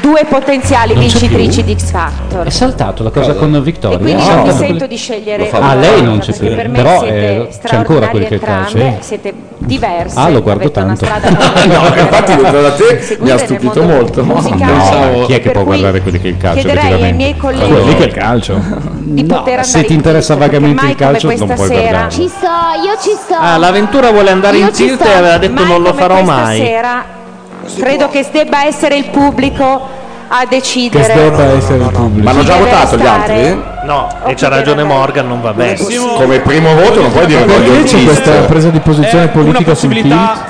[SPEAKER 11] due potenziali
[SPEAKER 15] Non c'è
[SPEAKER 11] vincitrici di X Factor.
[SPEAKER 3] È saltato la cosa con Victoria.
[SPEAKER 11] E quindi io
[SPEAKER 3] È
[SPEAKER 11] mi
[SPEAKER 3] saltato
[SPEAKER 11] sento
[SPEAKER 3] quel-
[SPEAKER 11] di scegliere.
[SPEAKER 3] Ah,
[SPEAKER 11] una
[SPEAKER 3] lei non
[SPEAKER 11] cosa,
[SPEAKER 3] c'è
[SPEAKER 11] perché
[SPEAKER 3] più.
[SPEAKER 11] Per me
[SPEAKER 3] Però,
[SPEAKER 11] siete
[SPEAKER 3] eh, c'è ancora quel che è
[SPEAKER 11] straordinarie
[SPEAKER 3] il calcio,
[SPEAKER 11] entrambe,
[SPEAKER 3] eh.
[SPEAKER 11] Siete diverse.
[SPEAKER 3] Ah, lo guardo
[SPEAKER 11] avete una
[SPEAKER 3] tanto.
[SPEAKER 11] strada
[SPEAKER 4] No, infatti dentro da te mi ha stupito molto.
[SPEAKER 11] musicale.
[SPEAKER 3] No, chi è che
[SPEAKER 11] Per
[SPEAKER 3] può
[SPEAKER 11] cui
[SPEAKER 3] guardare quelli che è il calcio?
[SPEAKER 11] chiederei ai
[SPEAKER 3] effettivamente?
[SPEAKER 11] miei colleghi-
[SPEAKER 15] Quelli che è
[SPEAKER 3] il calcio.
[SPEAKER 11] di poter andare
[SPEAKER 3] se ti
[SPEAKER 11] in
[SPEAKER 3] interessa
[SPEAKER 11] tilt, perché
[SPEAKER 3] vagamente
[SPEAKER 11] mai
[SPEAKER 3] il calcio,
[SPEAKER 11] come
[SPEAKER 3] non
[SPEAKER 11] questa
[SPEAKER 3] puoi
[SPEAKER 11] sera-
[SPEAKER 3] guardare.
[SPEAKER 9] Ci so, io ci so.
[SPEAKER 2] Ah, l'avventura vuole andare
[SPEAKER 11] Io
[SPEAKER 2] in
[SPEAKER 11] ci
[SPEAKER 2] tilt
[SPEAKER 11] sto,
[SPEAKER 2] e aveva detto
[SPEAKER 11] mai
[SPEAKER 2] non lo
[SPEAKER 11] come
[SPEAKER 2] farò
[SPEAKER 11] questa
[SPEAKER 2] mai.
[SPEAKER 11] sera credo che debba essere il pubblico a decidere.
[SPEAKER 2] essere il pubblico.
[SPEAKER 4] Ma hanno già
[SPEAKER 11] Deve
[SPEAKER 4] votato gli
[SPEAKER 11] restare.
[SPEAKER 4] altri?
[SPEAKER 2] No, e c'ha ragione Morgan, non va bene.
[SPEAKER 4] Come primo voto non puoi dire voglio
[SPEAKER 6] Perché
[SPEAKER 4] il
[SPEAKER 6] c'è
[SPEAKER 4] Kiss.
[SPEAKER 6] Eh, questa presa di
[SPEAKER 1] Eh,
[SPEAKER 6] posizione politica sul tilt?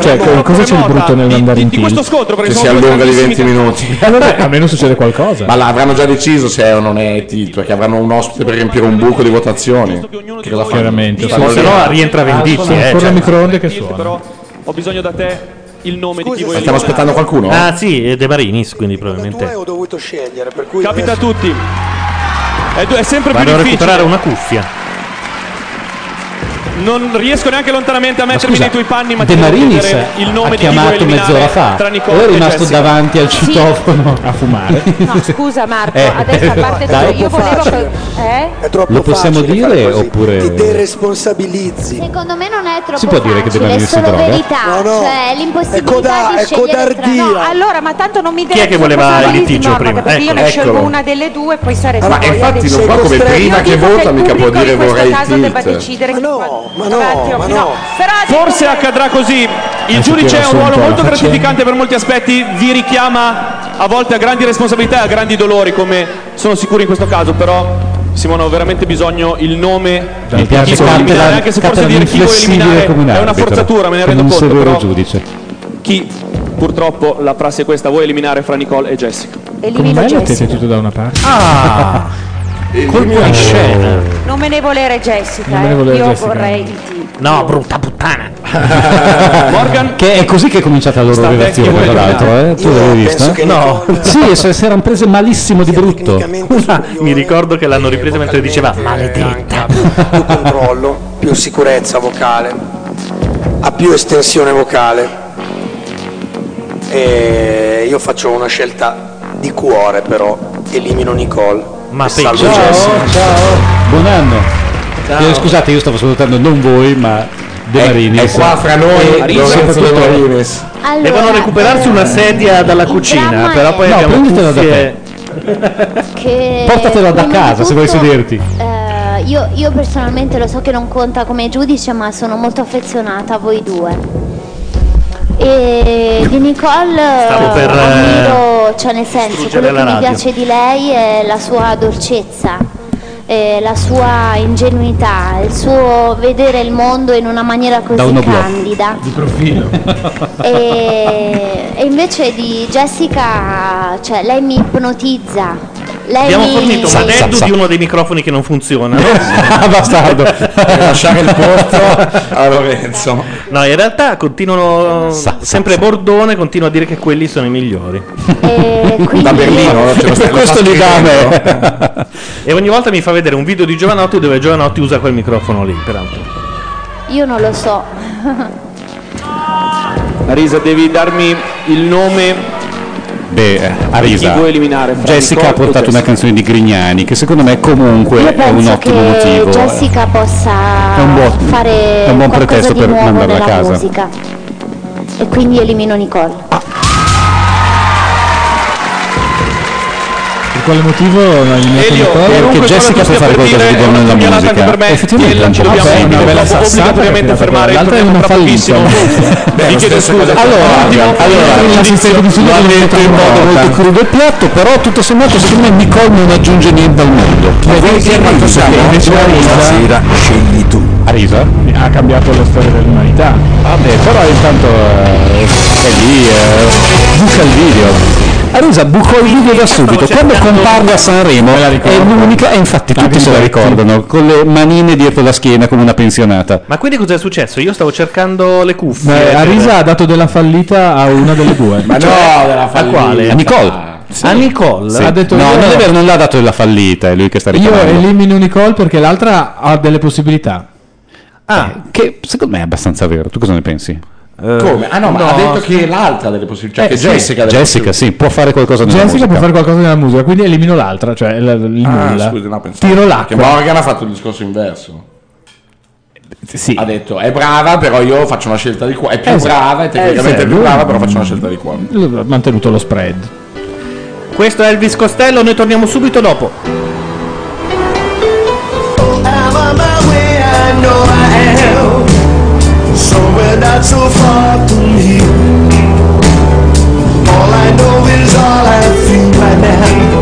[SPEAKER 6] Cioè, co- cosa c'è di brutto nel mandare in tilt?
[SPEAKER 1] scontro
[SPEAKER 4] che si allunga di 20 minuti.
[SPEAKER 6] Allora, almeno succede qualcosa.
[SPEAKER 4] Ma l'avranno già deciso se è o non è Tito, perché avranno un ospite per riempire un buco di votazioni. Che cosa fanno?
[SPEAKER 3] Chiaramente.
[SPEAKER 4] Stanno
[SPEAKER 3] Se
[SPEAKER 4] lì.
[SPEAKER 3] no rientra
[SPEAKER 6] Ah, Sono
[SPEAKER 3] Eh,
[SPEAKER 1] eh, cioè.
[SPEAKER 6] ancora
[SPEAKER 3] certo.
[SPEAKER 6] il microonde che suona.
[SPEAKER 1] Ho bisogno da te il nome di chi vuoi
[SPEAKER 2] Stiamo
[SPEAKER 1] eliminare.
[SPEAKER 2] aspettando qualcuno? Ah sì, è De Marinis, quindi probabilmente.
[SPEAKER 10] ho dovuto scegliere, per cui
[SPEAKER 1] Capita a tutti. È, du- è sempre
[SPEAKER 2] Vado a
[SPEAKER 1] più difficile.
[SPEAKER 2] recuperare una cuffia.
[SPEAKER 1] Non riesco neanche lontanamente a mettermi
[SPEAKER 3] scusa,
[SPEAKER 1] nei tuoi panni, ma
[SPEAKER 3] De
[SPEAKER 1] ti devo
[SPEAKER 3] Marinis
[SPEAKER 1] chiedere il nome
[SPEAKER 3] ha
[SPEAKER 1] di chi vuoi
[SPEAKER 3] chiamato
[SPEAKER 1] eliminare
[SPEAKER 3] mezz'ora fa.
[SPEAKER 1] Tra
[SPEAKER 3] Ora
[SPEAKER 1] Nicola
[SPEAKER 3] è
[SPEAKER 1] e
[SPEAKER 3] rimato
[SPEAKER 1] Jessica.
[SPEAKER 3] davanti al citofono a fumare.
[SPEAKER 11] No, scusa Marco,
[SPEAKER 3] Eh,
[SPEAKER 11] adesso a parte
[SPEAKER 3] dai.
[SPEAKER 11] tutto, io volevo che- eh?
[SPEAKER 3] Lo possiamo dire oppure
[SPEAKER 10] deresponsabilizzi.
[SPEAKER 9] Secondo me non è troppo
[SPEAKER 3] Si può dire che
[SPEAKER 9] facile,
[SPEAKER 3] deve
[SPEAKER 9] è
[SPEAKER 3] venirsi
[SPEAKER 9] solo
[SPEAKER 3] droga?
[SPEAKER 9] verità,
[SPEAKER 10] No, no.
[SPEAKER 9] cioè l'impossibilità di scegliere
[SPEAKER 11] No,
[SPEAKER 9] tra...
[SPEAKER 11] allora, ma tanto non mi deve
[SPEAKER 2] è che voleva il
[SPEAKER 11] responsabilizzare,
[SPEAKER 2] litigio
[SPEAKER 11] Norma,
[SPEAKER 2] prima?
[SPEAKER 11] Perché io
[SPEAKER 2] Ecco.
[SPEAKER 11] ne scelgo
[SPEAKER 2] Eccolo.
[SPEAKER 11] una delle due, poi sarei
[SPEAKER 2] Ma infatti non fa come prima che vota, mica può dire vorrei
[SPEAKER 11] In
[SPEAKER 2] il
[SPEAKER 11] questo caso debba
[SPEAKER 2] tilt.
[SPEAKER 11] decidere chi no, ma
[SPEAKER 1] no, ma
[SPEAKER 11] no. Però
[SPEAKER 1] Forse accadrà così. Il giudice ha un ruolo molto gratificante per molti aspetti, vi richiama a volte a grandi responsabilità e a grandi dolori, come sono sicuro in questo caso, però Simone ho veramente bisogno il nome di chi
[SPEAKER 3] piace
[SPEAKER 1] vuoi
[SPEAKER 3] Catalan-
[SPEAKER 1] eliminare, anche se forse
[SPEAKER 3] Catalan
[SPEAKER 1] dire chi vuoi
[SPEAKER 3] inflessibile
[SPEAKER 1] eliminare
[SPEAKER 3] come un
[SPEAKER 1] è una
[SPEAKER 3] arbitro,
[SPEAKER 1] forzatura, me ne
[SPEAKER 3] come
[SPEAKER 1] rendo
[SPEAKER 3] un
[SPEAKER 1] conto,
[SPEAKER 3] severo
[SPEAKER 1] però
[SPEAKER 3] giudice.
[SPEAKER 1] chi purtroppo la prassi è questa, vuoi eliminare fra Nicole e Jessica.
[SPEAKER 11] Elimino
[SPEAKER 6] Come mai l'ho
[SPEAKER 11] Jessica.
[SPEAKER 6] tenuto da una parte?
[SPEAKER 3] Ah!
[SPEAKER 6] Colpo di scena.
[SPEAKER 11] Non me ne volere Jessica,
[SPEAKER 3] Non me ne
[SPEAKER 11] eh.
[SPEAKER 3] volere
[SPEAKER 11] io
[SPEAKER 3] Jessica.
[SPEAKER 11] vorrei il tilt.
[SPEAKER 2] No, brutta puttana.
[SPEAKER 1] Morgan
[SPEAKER 3] che è così che è cominciata la loro
[SPEAKER 2] Sta
[SPEAKER 3] relazione
[SPEAKER 2] vecchio,
[SPEAKER 3] tra l'altro, eh? Tu l'avevi
[SPEAKER 2] penso
[SPEAKER 3] vista?
[SPEAKER 2] che
[SPEAKER 3] No. Sì, se si erano prese malissimo di brutto.
[SPEAKER 2] Una- mi ricordo che l'hanno ripresa mentre diceva maledetta.
[SPEAKER 10] più controllo, più sicurezza vocale, ha più estensione vocale. E io faccio una scelta di cuore però, elimino Nicole. Ma salvo
[SPEAKER 3] Ciao,
[SPEAKER 10] Jessica.
[SPEAKER 3] Buon anno. Eh, scusate, io stavo salutando non voi, ma De Marinis.
[SPEAKER 4] è qua fra noi,
[SPEAKER 3] E
[SPEAKER 4] Lorenzo
[SPEAKER 3] soprattutto-
[SPEAKER 4] De Marinis.
[SPEAKER 9] Allora,
[SPEAKER 2] Devono recuperarsi una sedia dalla cucina, però poi
[SPEAKER 3] No,
[SPEAKER 2] abbiamo
[SPEAKER 3] prenditela da
[SPEAKER 2] cuffie.
[SPEAKER 9] che
[SPEAKER 3] Portatela da
[SPEAKER 9] prima di
[SPEAKER 3] casa se vuoi
[SPEAKER 9] tutto,
[SPEAKER 3] sederti.
[SPEAKER 9] eh, io, io personalmente lo so che non conta come giudice, ma sono molto affezionata a voi due. E di Nicole eh,
[SPEAKER 2] Stavo per, eh,
[SPEAKER 9] ammiro, cioè nel senso,
[SPEAKER 2] distruggere
[SPEAKER 9] quello che
[SPEAKER 2] la
[SPEAKER 9] mi
[SPEAKER 2] radio.
[SPEAKER 9] piace di lei è la sua dolcezza, eh, la sua ingenuità, il suo vedere il mondo in una maniera così
[SPEAKER 3] uno blog.
[SPEAKER 9] candida.
[SPEAKER 3] Di profilo.
[SPEAKER 9] Eh, E, e invece di Jessica, cioè lei mi ipnotizza. Lei
[SPEAKER 2] Abbiamo
[SPEAKER 9] mi...
[SPEAKER 2] fornito un
[SPEAKER 9] Sa-
[SPEAKER 2] addetto
[SPEAKER 9] sa-
[SPEAKER 2] di uno dei microfoni che non funziona.
[SPEAKER 3] Bastardo.
[SPEAKER 2] lasciare il posto a Lorenzo. No, in realtà continuano sempre Bordone continua a dire che quelli sono i migliori.
[SPEAKER 4] Da Berlino, ce lo sta- lo sta scrivendo.
[SPEAKER 2] E ogni volta mi fa vedere un video di Giovanotti dove Giovanotti usa quel microfono lì, peraltro.
[SPEAKER 9] Io non lo so.
[SPEAKER 1] Marisa, devi darmi il nome
[SPEAKER 3] Beh, eh, Arisa.
[SPEAKER 1] Chi vuoi eliminare fra
[SPEAKER 3] Jessica ha
[SPEAKER 1] Nicole o
[SPEAKER 3] portato una canzone di Grignani che secondo me comunque
[SPEAKER 9] Io
[SPEAKER 3] è un
[SPEAKER 9] penso
[SPEAKER 3] ottimo
[SPEAKER 9] che
[SPEAKER 3] motivo. eh.
[SPEAKER 9] Jessica possa
[SPEAKER 3] È un buon-
[SPEAKER 9] fare
[SPEAKER 3] è un buon
[SPEAKER 9] qualcosa
[SPEAKER 3] pretesto
[SPEAKER 9] di
[SPEAKER 3] per
[SPEAKER 9] nuovo
[SPEAKER 3] mandarla a
[SPEAKER 9] nella
[SPEAKER 3] casa.
[SPEAKER 9] musica. E quindi elimino Nicole.
[SPEAKER 6] Per quale motivo non hai eliminato
[SPEAKER 1] Elio,
[SPEAKER 6] Nicola?
[SPEAKER 1] comunque quello tu stia per dire, è una pugnalata anche per me,
[SPEAKER 6] Effettivamente,
[SPEAKER 1] Ella
[SPEAKER 6] un
[SPEAKER 1] ci
[SPEAKER 6] po'
[SPEAKER 1] dobbiamo
[SPEAKER 6] bella,
[SPEAKER 1] subito,
[SPEAKER 6] una bella
[SPEAKER 1] dopo
[SPEAKER 6] sassata
[SPEAKER 1] obbligatoriamente
[SPEAKER 6] perché era
[SPEAKER 1] fermare,
[SPEAKER 6] proprio-
[SPEAKER 1] torniamo
[SPEAKER 6] L'altra è
[SPEAKER 1] tra
[SPEAKER 6] una
[SPEAKER 1] pochissimo.
[SPEAKER 6] fallita.
[SPEAKER 3] Eh,
[SPEAKER 1] Vi chiedo scusa.
[SPEAKER 3] Allora,
[SPEAKER 1] Ultimo.
[SPEAKER 3] allora
[SPEAKER 1] Ultimo.
[SPEAKER 3] l'assistente di studio
[SPEAKER 1] Lo ha
[SPEAKER 3] l'ha detto in modo molto crudo e piatto, però tutto sommato secondo me Nicole non aggiunge niente al mondo. Ma voi che quanto siamo? Stasera scegli tu. Arisa?
[SPEAKER 15] Ha cambiato la storia dell'umanità.
[SPEAKER 3] Vabbè, però intanto eh, è lì, eh, buca il video. Arisa bucò il video da subito, quando comparve a Sanremo è l'unica, e infatti tutti Ah, se la ricordano, con le manine dietro la schiena come una pensionata.
[SPEAKER 2] Ma quindi cos'è successo? Io stavo cercando le cuffie.
[SPEAKER 6] Beh,
[SPEAKER 2] per-
[SPEAKER 6] Arisa ha dato della fallita a una delle due.
[SPEAKER 2] Ma no, della
[SPEAKER 6] a
[SPEAKER 2] fallita.
[SPEAKER 6] quale?
[SPEAKER 3] A Nicole.
[SPEAKER 2] A Nicole?
[SPEAKER 3] Sì.
[SPEAKER 6] Ha detto
[SPEAKER 3] no,
[SPEAKER 6] io-
[SPEAKER 3] non è vero, non l'ha dato della fallita, è lui che sta
[SPEAKER 6] Io
[SPEAKER 3] ricordando.
[SPEAKER 6] elimino Nicole perché l'altra ha delle possibilità.
[SPEAKER 2] Ah,
[SPEAKER 3] che secondo me è abbastanza vero. Tu cosa ne pensi?
[SPEAKER 4] Come? Ah no, ma
[SPEAKER 6] no.
[SPEAKER 4] ha detto che l'altra ha delle possibilità, cioè
[SPEAKER 3] Eh,
[SPEAKER 4] che
[SPEAKER 3] sì,
[SPEAKER 4] Jessica ha delle
[SPEAKER 3] Jessica, sì, può fare qualcosa nella
[SPEAKER 6] Jessica può
[SPEAKER 3] musica.
[SPEAKER 6] fare qualcosa nella musica, quindi elimino l'altra, cioè il, il
[SPEAKER 4] Ah,
[SPEAKER 6] nulla.
[SPEAKER 4] scusi, no, pensavo
[SPEAKER 6] Tiro
[SPEAKER 4] Che
[SPEAKER 6] l'acqua.
[SPEAKER 4] Morgan ha fatto il discorso inverso. Ha detto è brava, però io faccio una scelta di cuore. È più
[SPEAKER 6] Esatto.
[SPEAKER 4] brava, è tecnicamente
[SPEAKER 6] Eh, sì,
[SPEAKER 4] più
[SPEAKER 6] lui-
[SPEAKER 4] brava, però faccio una scelta di cuore.
[SPEAKER 6] Ha mantenuto lo spread.
[SPEAKER 2] Questo è Elvis Costello, noi torniamo subito dopo.
[SPEAKER 18] I'm on my way, I know I am. Somewhere not so far from here. All I know is all I feel.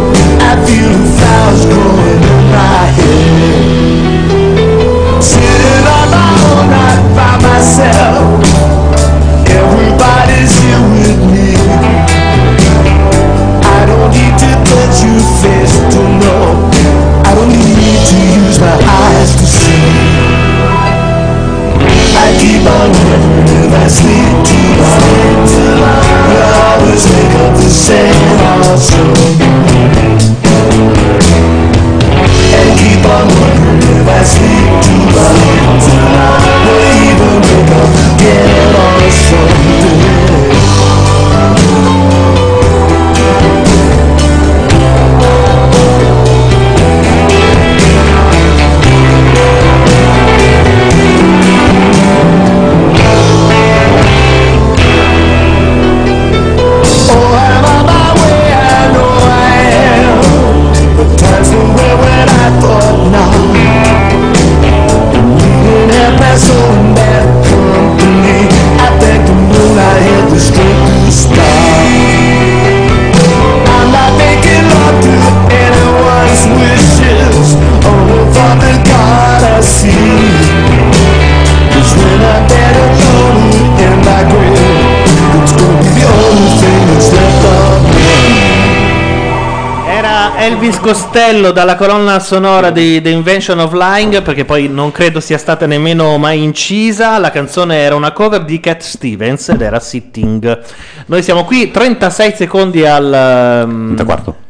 [SPEAKER 2] Elvis Costello dalla colonna sonora di The Invention of Lying, perché poi non credo sia stata nemmeno mai incisa. La canzone era una cover di Cat Stevens ed era Sitting. Noi siamo qui 36 secondi al um,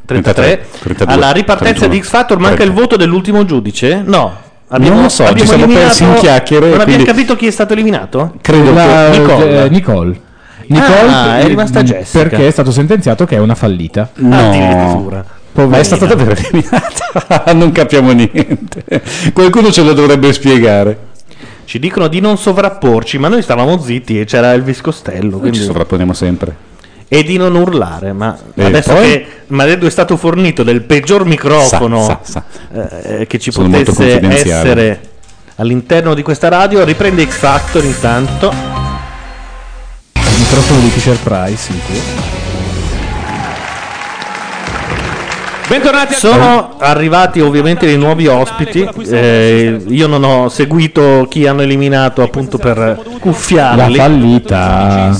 [SPEAKER 2] 33,
[SPEAKER 3] 32,
[SPEAKER 2] alla ripartenza
[SPEAKER 3] 31,
[SPEAKER 2] di X Factor, manca il voto dell'ultimo giudice? No.
[SPEAKER 3] Non lo so, ci siamo persi in chiacchiere,
[SPEAKER 2] Non abbiamo
[SPEAKER 3] quindi-
[SPEAKER 2] capito chi è stato eliminato?
[SPEAKER 3] Credo
[SPEAKER 20] La-
[SPEAKER 2] che Nicole.
[SPEAKER 20] eh, Nicole.
[SPEAKER 2] Nicole Ah, è
[SPEAKER 20] eh,
[SPEAKER 2] rimasta
[SPEAKER 20] mh,
[SPEAKER 2] Jessica.
[SPEAKER 20] Perché è stato sentenziato che è una fallita.
[SPEAKER 3] No, ma è stata davvero eliminata. non capiamo niente. Qualcuno ce lo dovrebbe spiegare.
[SPEAKER 2] Ci dicono di non sovrapporci, ma noi stavamo zitti e c'era Elvis Costello.
[SPEAKER 3] Noi ci
[SPEAKER 2] quindi-
[SPEAKER 3] sovrapponiamo sempre.
[SPEAKER 2] E di non urlare, ma
[SPEAKER 3] E
[SPEAKER 2] adesso
[SPEAKER 3] poi?
[SPEAKER 2] che Madeddu è stato fornito del peggior microfono
[SPEAKER 3] Sa, sa,
[SPEAKER 2] eh, che ci
[SPEAKER 3] Sono molto
[SPEAKER 2] potesse
[SPEAKER 3] confidenziale.
[SPEAKER 2] essere all'interno di questa radio, riprende X Factor intanto.
[SPEAKER 20] Il microfono di Fisher Price.
[SPEAKER 1] Bentornati
[SPEAKER 2] Sono arrivati ovviamente dei nuovi ospiti. eh, io non ho seguito chi hanno eliminato appunto per
[SPEAKER 20] La
[SPEAKER 2] cuffiarli.
[SPEAKER 20] fallita.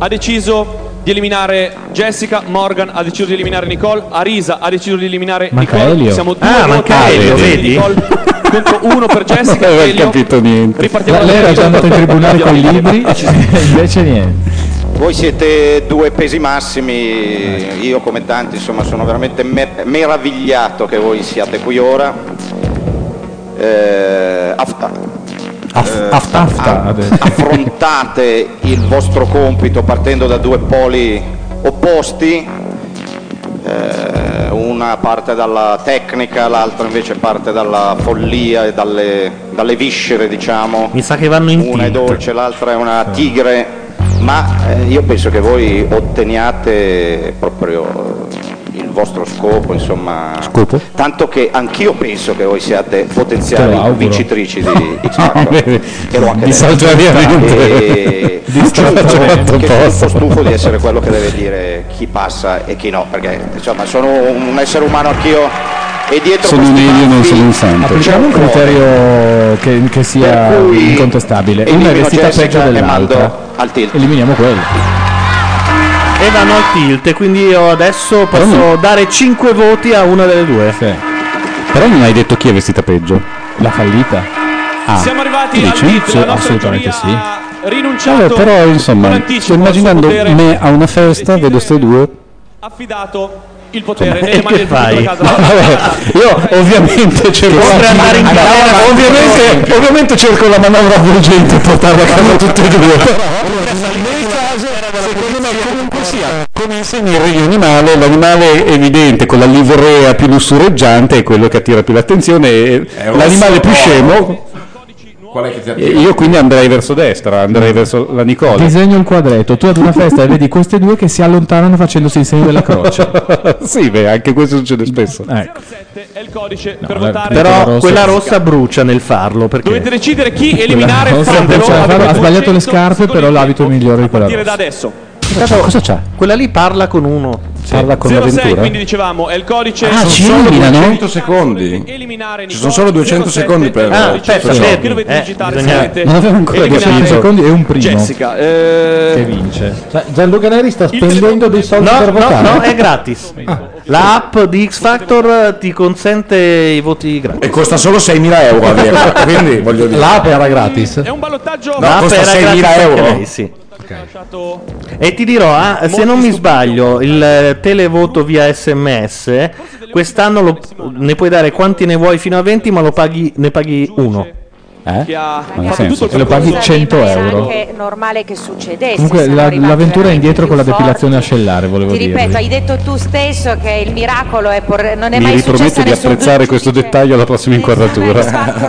[SPEAKER 1] ha deciso di eliminare Jessica, Morgan ha deciso di eliminare Nicole, Arisa ha deciso di eliminare
[SPEAKER 20] Manca
[SPEAKER 1] Nicole.
[SPEAKER 20] Elio.
[SPEAKER 1] Siamo due
[SPEAKER 20] Ah,
[SPEAKER 1] voti
[SPEAKER 20] manca
[SPEAKER 1] per
[SPEAKER 20] Elio,
[SPEAKER 1] Nicole
[SPEAKER 20] vedi?
[SPEAKER 1] contro uno per Jessica.
[SPEAKER 3] Non aveva
[SPEAKER 1] Elio.
[SPEAKER 3] capito niente.
[SPEAKER 1] Ripartiamo
[SPEAKER 20] lei era già andata in tribunale con i libri,
[SPEAKER 1] Abbiamo-
[SPEAKER 20] invece niente.
[SPEAKER 5] Voi siete due pesi massimi, io come tanti insomma sono veramente me- meravigliato che voi siate qui ora. Eh, aff- eh,
[SPEAKER 20] Afta adesso.
[SPEAKER 5] affrontate il vostro compito partendo da due poli opposti, eh, una parte dalla tecnica, l'altra invece parte dalla follia e dalle, dalle viscere diciamo.
[SPEAKER 2] Mi sa che vanno in
[SPEAKER 5] Una è
[SPEAKER 2] tilt.
[SPEAKER 5] dolce, l'altra è una
[SPEAKER 3] Eh.
[SPEAKER 5] tigre, ma eh, io penso che voi otteniate proprio eh, il vostro scopo, insomma.
[SPEAKER 3] Scopo?
[SPEAKER 5] Tanto che anch'io penso che voi siate
[SPEAKER 3] Te lo
[SPEAKER 5] potenziali
[SPEAKER 3] auguro.
[SPEAKER 5] vincitrici di X Factor. e l'ho anche
[SPEAKER 3] Di
[SPEAKER 5] detto.
[SPEAKER 3] saltuariamente.
[SPEAKER 5] E- Giusto, che sono un po' stufo di essere quello che deve dire chi passa e chi no, perché insomma sono un essere umano anch'io e dietro
[SPEAKER 3] Sono un
[SPEAKER 5] questi
[SPEAKER 3] alien, non
[SPEAKER 5] baffi
[SPEAKER 3] sono un santo.
[SPEAKER 20] Applichiamo un criterio che, che sia
[SPEAKER 5] Per cui
[SPEAKER 20] incontestabile. Una è
[SPEAKER 5] elimino
[SPEAKER 20] vestita
[SPEAKER 5] Jessica
[SPEAKER 20] peggio
[SPEAKER 5] e
[SPEAKER 20] dell'altra.
[SPEAKER 5] mando al tilt.
[SPEAKER 20] Eliminiamo quello.
[SPEAKER 2] E vanno al tilt, quindi io adesso posso dare 5 voti a una delle due.
[SPEAKER 3] Però non hai detto chi è vestita peggio.
[SPEAKER 20] La fallita.
[SPEAKER 3] Ah,
[SPEAKER 1] Siamo arrivati
[SPEAKER 3] tu
[SPEAKER 1] al
[SPEAKER 3] dici?
[SPEAKER 1] beat, la nostra
[SPEAKER 20] assolutamente
[SPEAKER 1] sì. rinunciato
[SPEAKER 3] Vabbè, però insomma,
[SPEAKER 1] con
[SPEAKER 3] sto
[SPEAKER 1] anticipo al suo
[SPEAKER 3] immaginando
[SPEAKER 1] potere,
[SPEAKER 3] me a una festa, vedo ste due.
[SPEAKER 1] affidato il potere
[SPEAKER 3] Insomma,
[SPEAKER 2] eh,
[SPEAKER 1] nelle
[SPEAKER 3] e
[SPEAKER 1] mani
[SPEAKER 3] che
[SPEAKER 1] del pubblico
[SPEAKER 3] fai?
[SPEAKER 1] da casa.
[SPEAKER 3] Io ovviamente cerco
[SPEAKER 1] oltre ad andare in galera-
[SPEAKER 3] ovviamente, ovviamente cerco la manovra avvolgente e portarla a casa tutti e due. Però
[SPEAKER 21] Secondo me comunque sia.
[SPEAKER 3] come insegnare l'animale, l'animale evidente con la livrea più lussureggiante è quello che attira più l'attenzione. e
[SPEAKER 4] un
[SPEAKER 3] L'animale più
[SPEAKER 4] rosso.
[SPEAKER 3] scemo,
[SPEAKER 4] Qual è che ti ha
[SPEAKER 3] e io quindi andrei verso destra, andrei verso la Nicole.
[SPEAKER 20] Disegno un quadretto. Tu ad una festa e vedi queste due che si allontanano facendosi il segno della croce. Eh,
[SPEAKER 3] sì, beh, anche questo succede spesso.
[SPEAKER 1] è il codice per
[SPEAKER 3] la-
[SPEAKER 1] votare
[SPEAKER 2] Però
[SPEAKER 3] rossa-
[SPEAKER 2] quella rossa brucia nel farlo perché
[SPEAKER 1] dovete decidere chi eliminare
[SPEAKER 20] Quella cosa
[SPEAKER 1] fatelo
[SPEAKER 20] bruciata.
[SPEAKER 1] avete
[SPEAKER 20] ha sbagliato le
[SPEAKER 1] 200
[SPEAKER 20] scarpe, però l'abito è migliore di quella
[SPEAKER 1] partire da
[SPEAKER 20] rossa.
[SPEAKER 1] adesso
[SPEAKER 2] Intanto- cosa c'è? Quella lì parla con uno.
[SPEAKER 20] Parla
[SPEAKER 1] 06 quindi dicevamo è il codice
[SPEAKER 4] Ah, ci sono 200 secondi. Ci sono solo 200 secondi per.
[SPEAKER 1] Ah, aspetta,
[SPEAKER 4] per-
[SPEAKER 1] fermi. Qui dovete Eh, digitare, bisogna- scrivete.
[SPEAKER 4] Non avevo ancora
[SPEAKER 1] Eliminate-
[SPEAKER 4] capito.
[SPEAKER 20] secondi e un primo.
[SPEAKER 1] Jessica eh,
[SPEAKER 20] Che vince.
[SPEAKER 2] Gianluca Neri sta spendendo dei soldi
[SPEAKER 20] per votare.
[SPEAKER 2] No, no, è gratis. La app di X Factor ti consente i voti gratis.
[SPEAKER 4] E costa solo 6.000 euro averla, quindi voglio dire.
[SPEAKER 2] L'app era gratis. È
[SPEAKER 1] un ballottaggio.
[SPEAKER 4] No, costa 6.000 euro.
[SPEAKER 2] sì. E ti dirò, ah, se non mi sbaglio, il eh, televoto via sms quest'anno lo- ne puoi dare quanti ne vuoi fino a 20, ma lo paghi, ne paghi uno. Eh?
[SPEAKER 1] che ha
[SPEAKER 20] nel
[SPEAKER 1] fatto
[SPEAKER 20] senso?
[SPEAKER 1] tutto il
[SPEAKER 20] Lo paghi
[SPEAKER 1] percorso.
[SPEAKER 20] 100 euro.
[SPEAKER 11] Anche normale che succedesse.
[SPEAKER 20] Comunque
[SPEAKER 11] siamo
[SPEAKER 20] la-
[SPEAKER 11] arrivati
[SPEAKER 20] l'avventura è indietro con la
[SPEAKER 11] veramente più
[SPEAKER 20] depilazione ascellare, volevo
[SPEAKER 11] Ti
[SPEAKER 20] dire.
[SPEAKER 11] ripeto, hai detto tu stesso che il miracolo è por- non è
[SPEAKER 3] Mi
[SPEAKER 11] mai successo
[SPEAKER 3] riprometto
[SPEAKER 11] a
[SPEAKER 3] di
[SPEAKER 11] nessun
[SPEAKER 3] apprezzare questo dettaglio alla prossima inquadratura.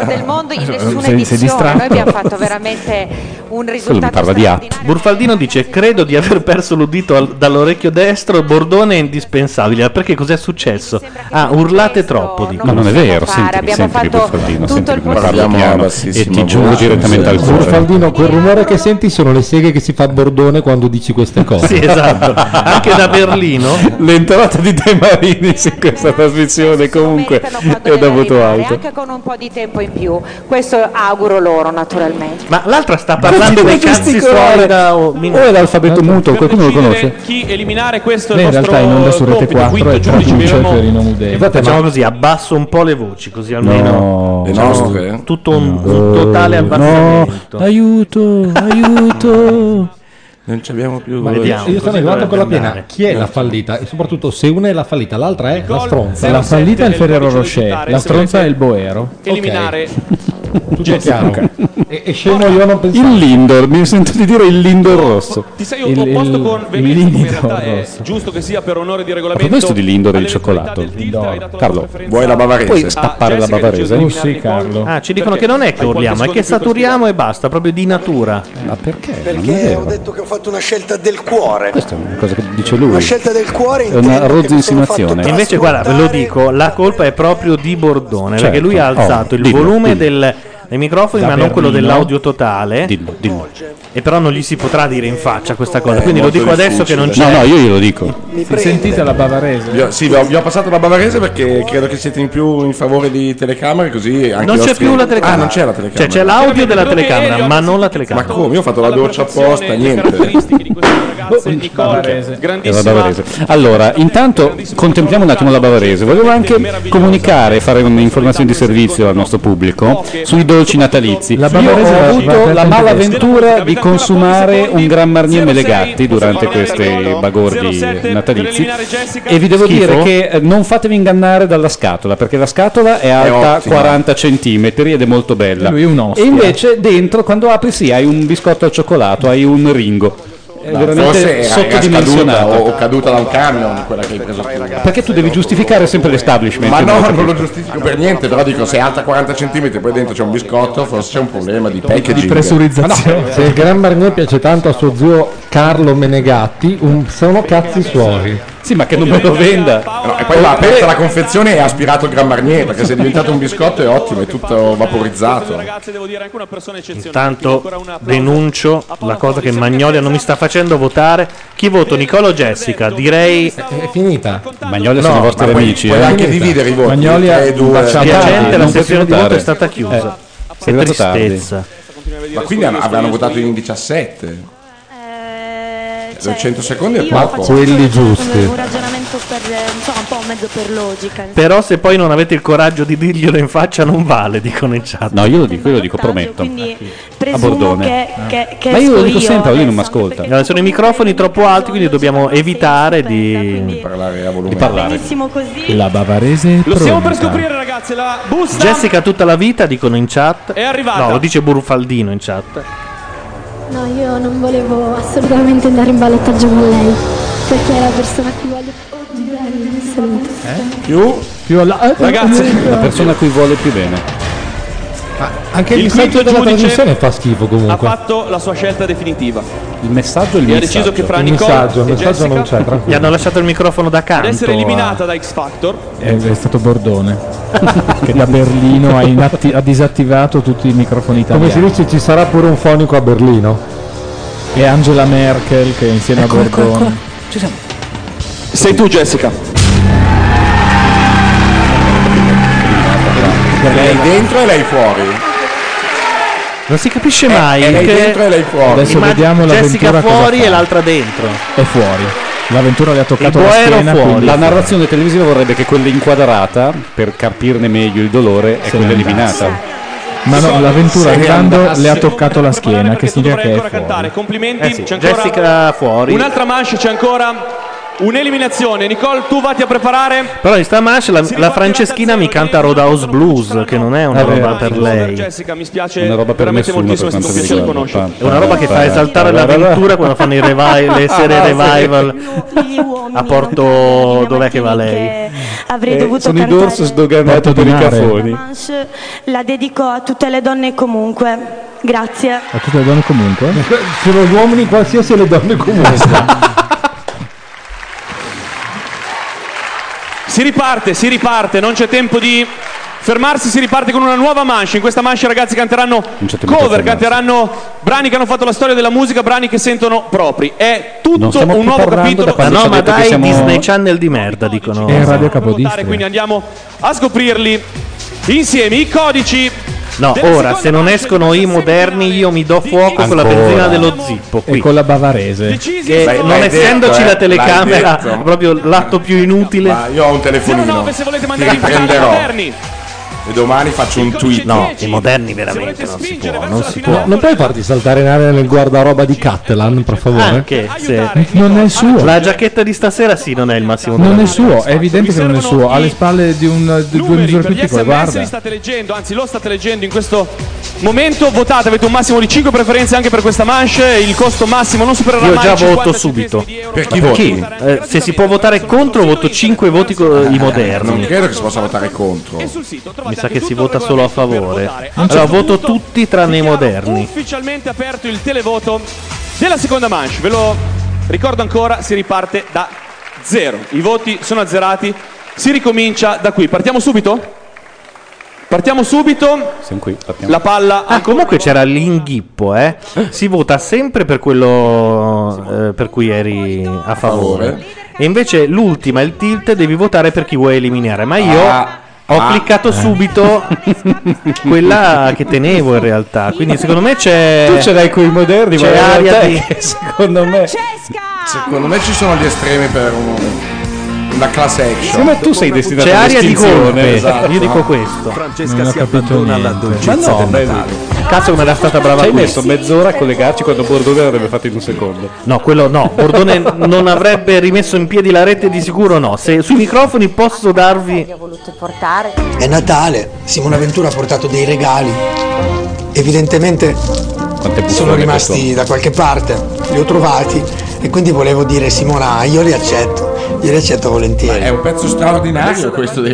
[SPEAKER 11] del mondo in nessuna
[SPEAKER 3] Sei- sei
[SPEAKER 11] edizione. Noi
[SPEAKER 3] distratto.
[SPEAKER 11] abbiamo fatto veramente un
[SPEAKER 3] Quello mi
[SPEAKER 11] risultato
[SPEAKER 3] parla di app.
[SPEAKER 2] Burfaldino dice: Credo di aver perso l'udito al- dall'orecchio destro. Bordone è indispensabile. Ah, Perché cos'è successo? Ah, urlate troppo. dicono.
[SPEAKER 3] Ma non è vero,
[SPEAKER 11] fare,
[SPEAKER 3] sentimi,
[SPEAKER 11] abbiamo
[SPEAKER 3] sentimi
[SPEAKER 11] fatto
[SPEAKER 3] Burfaldino,
[SPEAKER 11] tutto
[SPEAKER 3] sentimi
[SPEAKER 11] il
[SPEAKER 3] come parla
[SPEAKER 11] possibile.
[SPEAKER 3] piano e ti giuro direttamente al cuore.
[SPEAKER 22] Burfaldino, quel rumore che senti sono le seghe che si fa a Bordone quando dici queste cose.
[SPEAKER 3] Sì, esatto. Anche da Berlino. L'entrata di De Marinis in questa trasmissione comunque è da voto alto.
[SPEAKER 11] anche con un po' di tempo in più. Questo auguro loro, naturalmente.
[SPEAKER 2] Ma l'altra sta
[SPEAKER 3] Guarda
[SPEAKER 2] parlando dei cazzi Florida o
[SPEAKER 3] O è l'alfabeto muto, qualcuno lo conosce?
[SPEAKER 1] Chi eliminare questo
[SPEAKER 3] Beh,
[SPEAKER 1] è
[SPEAKER 3] in
[SPEAKER 1] il
[SPEAKER 3] realtà
[SPEAKER 1] nostro
[SPEAKER 3] in onda su Rete
[SPEAKER 1] compito.
[SPEAKER 3] 4
[SPEAKER 1] Quinto
[SPEAKER 3] e
[SPEAKER 1] giudice
[SPEAKER 3] traduce
[SPEAKER 1] abbiamo-
[SPEAKER 3] Fiorino Mudei.
[SPEAKER 2] Infatti, facciamo
[SPEAKER 3] Ma-
[SPEAKER 2] così, abbasso un po' le voci, così almeno
[SPEAKER 3] No.
[SPEAKER 2] c'è
[SPEAKER 3] Le nostre?
[SPEAKER 2] un- tutto un, un totale abbassamento.
[SPEAKER 3] Eh. aiuto, aiuto.
[SPEAKER 4] Non ci abbiamo più.
[SPEAKER 2] Vediamo,
[SPEAKER 23] Io sono
[SPEAKER 2] così
[SPEAKER 23] arrivato con la
[SPEAKER 2] dovrebbe
[SPEAKER 23] piena.
[SPEAKER 2] andare.
[SPEAKER 23] Chi è la fallita? E soprattutto se una è la fallita, l'altra è la stronza.
[SPEAKER 24] La fallita è il Ferrero Rocher, la stronza è il Boero.
[SPEAKER 1] Eliminare
[SPEAKER 23] Tutto chiaro. E, e scemo io non pensavo.
[SPEAKER 3] Il Lindor, mi sento di dire il Lindor rosso.
[SPEAKER 1] Ti sei opposto con Venezia, come in realtà è giusto che sia per onore di
[SPEAKER 3] A
[SPEAKER 1] regolamento.
[SPEAKER 3] proposito di Lindor e di cioccolato, Carlo, vuoi la bavarese? Puoi stappare la bavarese?
[SPEAKER 2] Carlo. Ah, ci dicono che non è che urliamo, è che saturiamo e basta, proprio di natura.
[SPEAKER 3] Ma perché?
[SPEAKER 10] Perché
[SPEAKER 23] Oh,
[SPEAKER 10] ho detto che ho fatto una scelta del cuore.
[SPEAKER 3] Questa è una cosa che dice lui.
[SPEAKER 10] Una scelta del cuore
[SPEAKER 3] È una rozza insinuazione.
[SPEAKER 2] Invece, guarda, ve lo dico, la colpa è proprio di Bordone,
[SPEAKER 3] Certo.
[SPEAKER 2] perché lui ha alzato
[SPEAKER 3] Oh,
[SPEAKER 2] il
[SPEAKER 3] dillo,
[SPEAKER 2] volume
[SPEAKER 3] dillo.
[SPEAKER 2] del- dei microfoni,
[SPEAKER 3] Da
[SPEAKER 2] ma non quello
[SPEAKER 3] Berlino.
[SPEAKER 2] dell'audio totale. E però non gli si potrà dire in faccia questa cosa.
[SPEAKER 4] Eh,
[SPEAKER 2] Quindi lo
[SPEAKER 4] molto
[SPEAKER 2] dico adesso che
[SPEAKER 4] difficile.
[SPEAKER 2] non c'è.
[SPEAKER 4] No, no,
[SPEAKER 3] io glielo dico.
[SPEAKER 24] Sentite la bavarese.
[SPEAKER 4] Vi ho- sì, vi ho, vi ho passato la bavarese perché credo che siete in più in favore di telecamere, così anche
[SPEAKER 2] Non
[SPEAKER 4] i
[SPEAKER 2] c'è
[SPEAKER 4] nostri-
[SPEAKER 2] più la telecamera.
[SPEAKER 4] Ah, non c'è la telecamera.
[SPEAKER 2] Cioè, c'è l'audio della telecamera, ma non la
[SPEAKER 4] Ma
[SPEAKER 2] telecamera.
[SPEAKER 4] come? Io ho fatto la doccia apposta, niente.
[SPEAKER 14] Boh,
[SPEAKER 3] Era la bavarese. Allora, intanto contempliamo un attimo la bavarese. Volevo anche comunicare, fare un'informazione di servizio al nostro pubblico sui dolci natalizi. La
[SPEAKER 24] bavarese
[SPEAKER 3] ho
[SPEAKER 24] va- va
[SPEAKER 3] avuto
[SPEAKER 24] aperta
[SPEAKER 3] la
[SPEAKER 24] in
[SPEAKER 3] malaventura di consumare un Gran Marnier Melegatti durante questi bagordi natalizi e vi devo
[SPEAKER 1] Schifo.
[SPEAKER 3] dire che eh, non fatevi ingannare dalla scatola, perché la scatola è alta
[SPEAKER 1] ottima.
[SPEAKER 3] 40 cm ed è molto bella.
[SPEAKER 24] Lui è un
[SPEAKER 3] E
[SPEAKER 24] ostia.
[SPEAKER 3] invece dentro quando apri sì, hai un biscotto al cioccolato, hai un ringo. È veramente
[SPEAKER 4] caduta
[SPEAKER 3] sottodimensionato.
[SPEAKER 4] o, o caduta da un camion quella che hai preso tu.
[SPEAKER 3] Perché tu devi giustificare sempre l'establishment.
[SPEAKER 4] Ma
[SPEAKER 3] io
[SPEAKER 4] no,
[SPEAKER 3] non
[SPEAKER 4] non lo giustifico per niente, però dico se è alta 40 cm poi dentro c'è un biscotto, forse c'è un problema di packaging.
[SPEAKER 24] Di pressurizzazione.
[SPEAKER 4] Ma eh,
[SPEAKER 25] Se il Gran Marnier piace tanto a suo zio Carlo Menegatti, un- sono cazzi suoi.
[SPEAKER 3] Sì, ma che non me lo venda.
[SPEAKER 4] No, e poi l'ha aperta la confezione e ha aspirato il Gran Marnier, perché se è diventato un biscotto è ottimo, è tutto vaporizzato.
[SPEAKER 2] Intanto denuncio la cosa che Magnolia non mi sta facendo votare. Chi voto? Nicola o Jessica? Direi.
[SPEAKER 25] È finita.
[SPEAKER 3] Magnolia
[SPEAKER 4] sono i vostri amici, eh. Finita. Magnolia,
[SPEAKER 2] Magnolia
[SPEAKER 4] un
[SPEAKER 2] Spiacente,
[SPEAKER 4] baciatore.
[SPEAKER 2] la
[SPEAKER 4] Non
[SPEAKER 2] sessione di
[SPEAKER 4] potete
[SPEAKER 2] voto è
[SPEAKER 4] votare.
[SPEAKER 2] stata chiusa.
[SPEAKER 4] Eh,
[SPEAKER 2] Che
[SPEAKER 4] sei arrivato tardi.
[SPEAKER 2] tristezza.
[SPEAKER 4] Ma quindi hanno- avranno votato in 17. 100 secondi è
[SPEAKER 14] Eh, cioè, Io
[SPEAKER 4] poco.
[SPEAKER 14] faccio un- Un ragionamento per, eh, non so, un po' mezzo per logica.
[SPEAKER 2] Però se poi non avete il coraggio di dirglielo in faccia non vale, dicono in chat.
[SPEAKER 3] No, io lo dico, io lo dico, prometto. Ah.
[SPEAKER 14] Quindi presumo
[SPEAKER 2] Bordone.
[SPEAKER 14] che, che, che
[SPEAKER 3] Ma io lo
[SPEAKER 14] esco
[SPEAKER 3] dico sempre, lui non mi
[SPEAKER 14] adesso.
[SPEAKER 3] ascolta.
[SPEAKER 2] Eh, sono i microfoni troppo alti, quindi dobbiamo evitare di,
[SPEAKER 4] parlare a volume.
[SPEAKER 14] Benissimo così.
[SPEAKER 2] La bavarese
[SPEAKER 1] Lo stiamo per scoprire, ragazzi, la busta
[SPEAKER 2] Jessica tutta la vita, dicono in chat.
[SPEAKER 1] È arrivata.
[SPEAKER 2] No, lo dice Burfaldino in chat.
[SPEAKER 19] No, io non volevo assolutamente andare in ballottaggio con lei, perché è la persona a cui voglio più bene in assoluto.
[SPEAKER 4] Più?
[SPEAKER 24] Più
[SPEAKER 25] eh,
[SPEAKER 24] alla...
[SPEAKER 3] la persona a cui vuole più bene.
[SPEAKER 25] Ah, Anche
[SPEAKER 1] il
[SPEAKER 25] il messaggio
[SPEAKER 1] quinto
[SPEAKER 25] della
[SPEAKER 1] giudice
[SPEAKER 25] trasmissione fa schifo
[SPEAKER 1] ha
[SPEAKER 25] comunque.
[SPEAKER 1] fatto la sua scelta definitiva.
[SPEAKER 3] Il messaggio
[SPEAKER 1] e il E ha deciso messaggio. che fra
[SPEAKER 25] il
[SPEAKER 1] Nicole
[SPEAKER 25] messaggio, il
[SPEAKER 1] e
[SPEAKER 25] messaggio
[SPEAKER 1] Jessica-
[SPEAKER 25] non c'è,
[SPEAKER 2] Gli
[SPEAKER 25] tranquillo.
[SPEAKER 2] hanno lasciato il microfono da
[SPEAKER 1] Ad
[SPEAKER 2] canto.
[SPEAKER 1] essere
[SPEAKER 2] a-
[SPEAKER 1] eliminata da X Factor,
[SPEAKER 24] È, è stato Bordone che da Berlino ha, inatti- ha disattivato tutti i microfoni
[SPEAKER 25] Come si
[SPEAKER 24] italiani.
[SPEAKER 25] dice, ci sarà pure un fonico a Berlino.
[SPEAKER 24] E Angela Merkel che insieme
[SPEAKER 1] Ecco,
[SPEAKER 2] Ecco,
[SPEAKER 24] a Bordone.
[SPEAKER 1] sei tu,
[SPEAKER 2] Eh
[SPEAKER 1] Jessica.
[SPEAKER 4] Lei dentro e lei fuori.
[SPEAKER 2] Non si capisce mai.
[SPEAKER 4] Eh, è lei
[SPEAKER 2] che-
[SPEAKER 4] dentro e lei fuori.
[SPEAKER 24] Adesso vediamo
[SPEAKER 2] Jessica
[SPEAKER 24] l'avventura cosa
[SPEAKER 2] fuori
[SPEAKER 24] fa.
[SPEAKER 2] e l'altra dentro.
[SPEAKER 24] È fuori. L'avventura le ha toccato
[SPEAKER 2] Il
[SPEAKER 24] la
[SPEAKER 2] Boero
[SPEAKER 24] schiena.
[SPEAKER 2] fuori.
[SPEAKER 24] quindi-
[SPEAKER 3] La narrazione televisiva vorrebbe che quella inquadrata, per capirne meglio il dolore, è quella
[SPEAKER 24] ne
[SPEAKER 3] eliminata.
[SPEAKER 24] Ma no, l'avventura
[SPEAKER 3] Se
[SPEAKER 24] arrivando
[SPEAKER 3] andasse-
[SPEAKER 24] le ha toccato la schiena, che significa che è fuori.
[SPEAKER 1] Cantare, complimenti. c'è ancora
[SPEAKER 2] Eh Jessica fuori.
[SPEAKER 1] un'altra manche, c'è ancora un'eliminazione. Nicole, tu vatti a preparare.
[SPEAKER 2] Però in sta manche la, la Franceschina mi canta Roadhouse Blues, che non è una roba per lei.
[SPEAKER 1] Jessica, mi spiace
[SPEAKER 3] Una roba per
[SPEAKER 1] veramente
[SPEAKER 3] nessuno,
[SPEAKER 1] moltissimo, è
[SPEAKER 3] per
[SPEAKER 1] stato un
[SPEAKER 3] quanto
[SPEAKER 1] piacere
[SPEAKER 3] mi
[SPEAKER 1] conoscerti.
[SPEAKER 2] È una roba che fa esaltare l'avventura quando fanno i revival, le serie
[SPEAKER 1] Ah, sì.
[SPEAKER 2] revival a Porto dov'è che va lei?
[SPEAKER 14] Avrei
[SPEAKER 3] Eh,
[SPEAKER 14] dovuto
[SPEAKER 3] sono i
[SPEAKER 14] cantare
[SPEAKER 3] dorso sdoganato per i cafoni.
[SPEAKER 14] Manche, la dedico a tutte le donne comunque. Grazie.
[SPEAKER 24] A tutte le donne comunque.
[SPEAKER 25] Sono gli uomini qualsiasi e le donne comunque.
[SPEAKER 1] Si riparte, si riparte, non c'è tempo di fermarsi, si riparte con una nuova manche. In questa manche i ragazzi canteranno
[SPEAKER 3] tempo di
[SPEAKER 1] cover,
[SPEAKER 3] fermarsi.
[SPEAKER 1] canteranno brani che hanno fatto la storia della musica, brani che sentono propri. È tutto
[SPEAKER 3] stiamo
[SPEAKER 1] un
[SPEAKER 3] più
[SPEAKER 1] nuovo
[SPEAKER 3] parlando
[SPEAKER 1] capitolo.
[SPEAKER 3] da quando
[SPEAKER 2] No,
[SPEAKER 3] ci ha
[SPEAKER 2] ma
[SPEAKER 3] detto che
[SPEAKER 2] dai,
[SPEAKER 3] siamo-
[SPEAKER 2] Disney Channel di merda, dicono.
[SPEAKER 24] È in radio capodistria.
[SPEAKER 1] Quindi andiamo a scoprirli insieme i codici
[SPEAKER 2] No, ora se non escono i moderni io mi do fuoco con la
[SPEAKER 3] Ancora.
[SPEAKER 2] benzina dello zippo
[SPEAKER 26] E
[SPEAKER 2] qui.
[SPEAKER 26] con la bavarese.
[SPEAKER 2] Che
[SPEAKER 3] Beh,
[SPEAKER 2] non
[SPEAKER 3] l'hai
[SPEAKER 2] essendoci
[SPEAKER 3] detto, eh,
[SPEAKER 2] la
[SPEAKER 3] l'hai
[SPEAKER 2] telecamera,
[SPEAKER 3] detto.
[SPEAKER 2] proprio l'atto più inutile.
[SPEAKER 4] Ma io ho un telefonino.
[SPEAKER 1] 09 se volete
[SPEAKER 4] Ti
[SPEAKER 1] mandare in pagare i
[SPEAKER 4] riprenderò.
[SPEAKER 1] moderni.
[SPEAKER 4] E domani faccio un tweet.
[SPEAKER 2] No, i moderni veramente non si può, non si può.
[SPEAKER 3] No, non puoi farti saltare in aria nel guardaroba di Catalan, per favore.
[SPEAKER 2] Anche se
[SPEAKER 3] Non è suo.
[SPEAKER 2] la giacchetta di stasera sì non è il massimo.
[SPEAKER 3] Non
[SPEAKER 2] della
[SPEAKER 3] è
[SPEAKER 2] vita.
[SPEAKER 3] suo, è evidente
[SPEAKER 1] che non è suo. Ha le
[SPEAKER 3] spalle di, un, di due misure più piccole.
[SPEAKER 1] SMS
[SPEAKER 3] Guarda.
[SPEAKER 1] li state leggendo, anzi lo state leggendo in questo momento. Votate, avete un massimo di 5 preferenze anche per questa manche. Il costo massimo non supererà
[SPEAKER 2] Io
[SPEAKER 1] mai
[SPEAKER 2] già
[SPEAKER 1] i 50
[SPEAKER 2] voto subito.
[SPEAKER 1] Per
[SPEAKER 4] chi
[SPEAKER 2] Ma
[SPEAKER 4] voti?
[SPEAKER 2] perché? Eh, se si può votare contro, voto 5 voti co- i moderni.
[SPEAKER 4] Non credo che si possa votare contro.
[SPEAKER 2] Mi sa che si vota solo a favore.
[SPEAKER 1] A un
[SPEAKER 2] Allora
[SPEAKER 1] certo
[SPEAKER 2] voto
[SPEAKER 1] punto
[SPEAKER 2] tutti tranne i moderni.
[SPEAKER 1] Ufficialmente aperto il televoto della seconda manche. Ve lo ricordo ancora, si riparte da zero. I voti sono azzerati, si ricomincia da qui. Partiamo subito? Partiamo subito.
[SPEAKER 27] Siamo qui, partiamo.
[SPEAKER 1] La palla
[SPEAKER 2] Ah, comunque c'era l'inghippo, eh. Si vota sempre per quello eh, per cui eri a favore. E invece l'ultima, il tilt, devi votare per chi vuoi eliminare. Ma io
[SPEAKER 27] Ah,
[SPEAKER 2] ho
[SPEAKER 27] ah.
[SPEAKER 2] cliccato subito quella che tenevo in realtà. Quindi secondo me
[SPEAKER 3] Eh,
[SPEAKER 2] c'è.
[SPEAKER 28] Tu ce l'hai con i moderni,
[SPEAKER 2] C'è
[SPEAKER 28] ma in
[SPEAKER 2] aria
[SPEAKER 28] realtà
[SPEAKER 2] di-
[SPEAKER 28] è che secondo me.
[SPEAKER 4] Secondo me ci sono gli estremi per un- una class action.
[SPEAKER 28] Sì, ma tu sei destinato
[SPEAKER 4] C'è aria di
[SPEAKER 28] all'estinzione.
[SPEAKER 4] colpe,
[SPEAKER 28] Esatto.
[SPEAKER 2] Io dico questo.
[SPEAKER 28] Non ho capito niente. Ma no,
[SPEAKER 2] Cazzo come era stata brava
[SPEAKER 28] Ci hai
[SPEAKER 2] qui.
[SPEAKER 28] messo mezz'ora a collegarci quando Bordone l'avrebbe fatto in un secondo.
[SPEAKER 2] No, quello no. Bordone non avrebbe rimesso in piedi la rete di sicuro no. Se sui microfoni posso darvi
[SPEAKER 29] portare.
[SPEAKER 10] È Natale, Simona Ventura ha portato dei regali. Evidentemente sono
[SPEAKER 27] buffone
[SPEAKER 10] rimasti da qualche parte, li ho trovati e quindi volevo dire Simona, io li accetto, io li accetto volentieri.
[SPEAKER 4] È un pezzo straordinario questo dei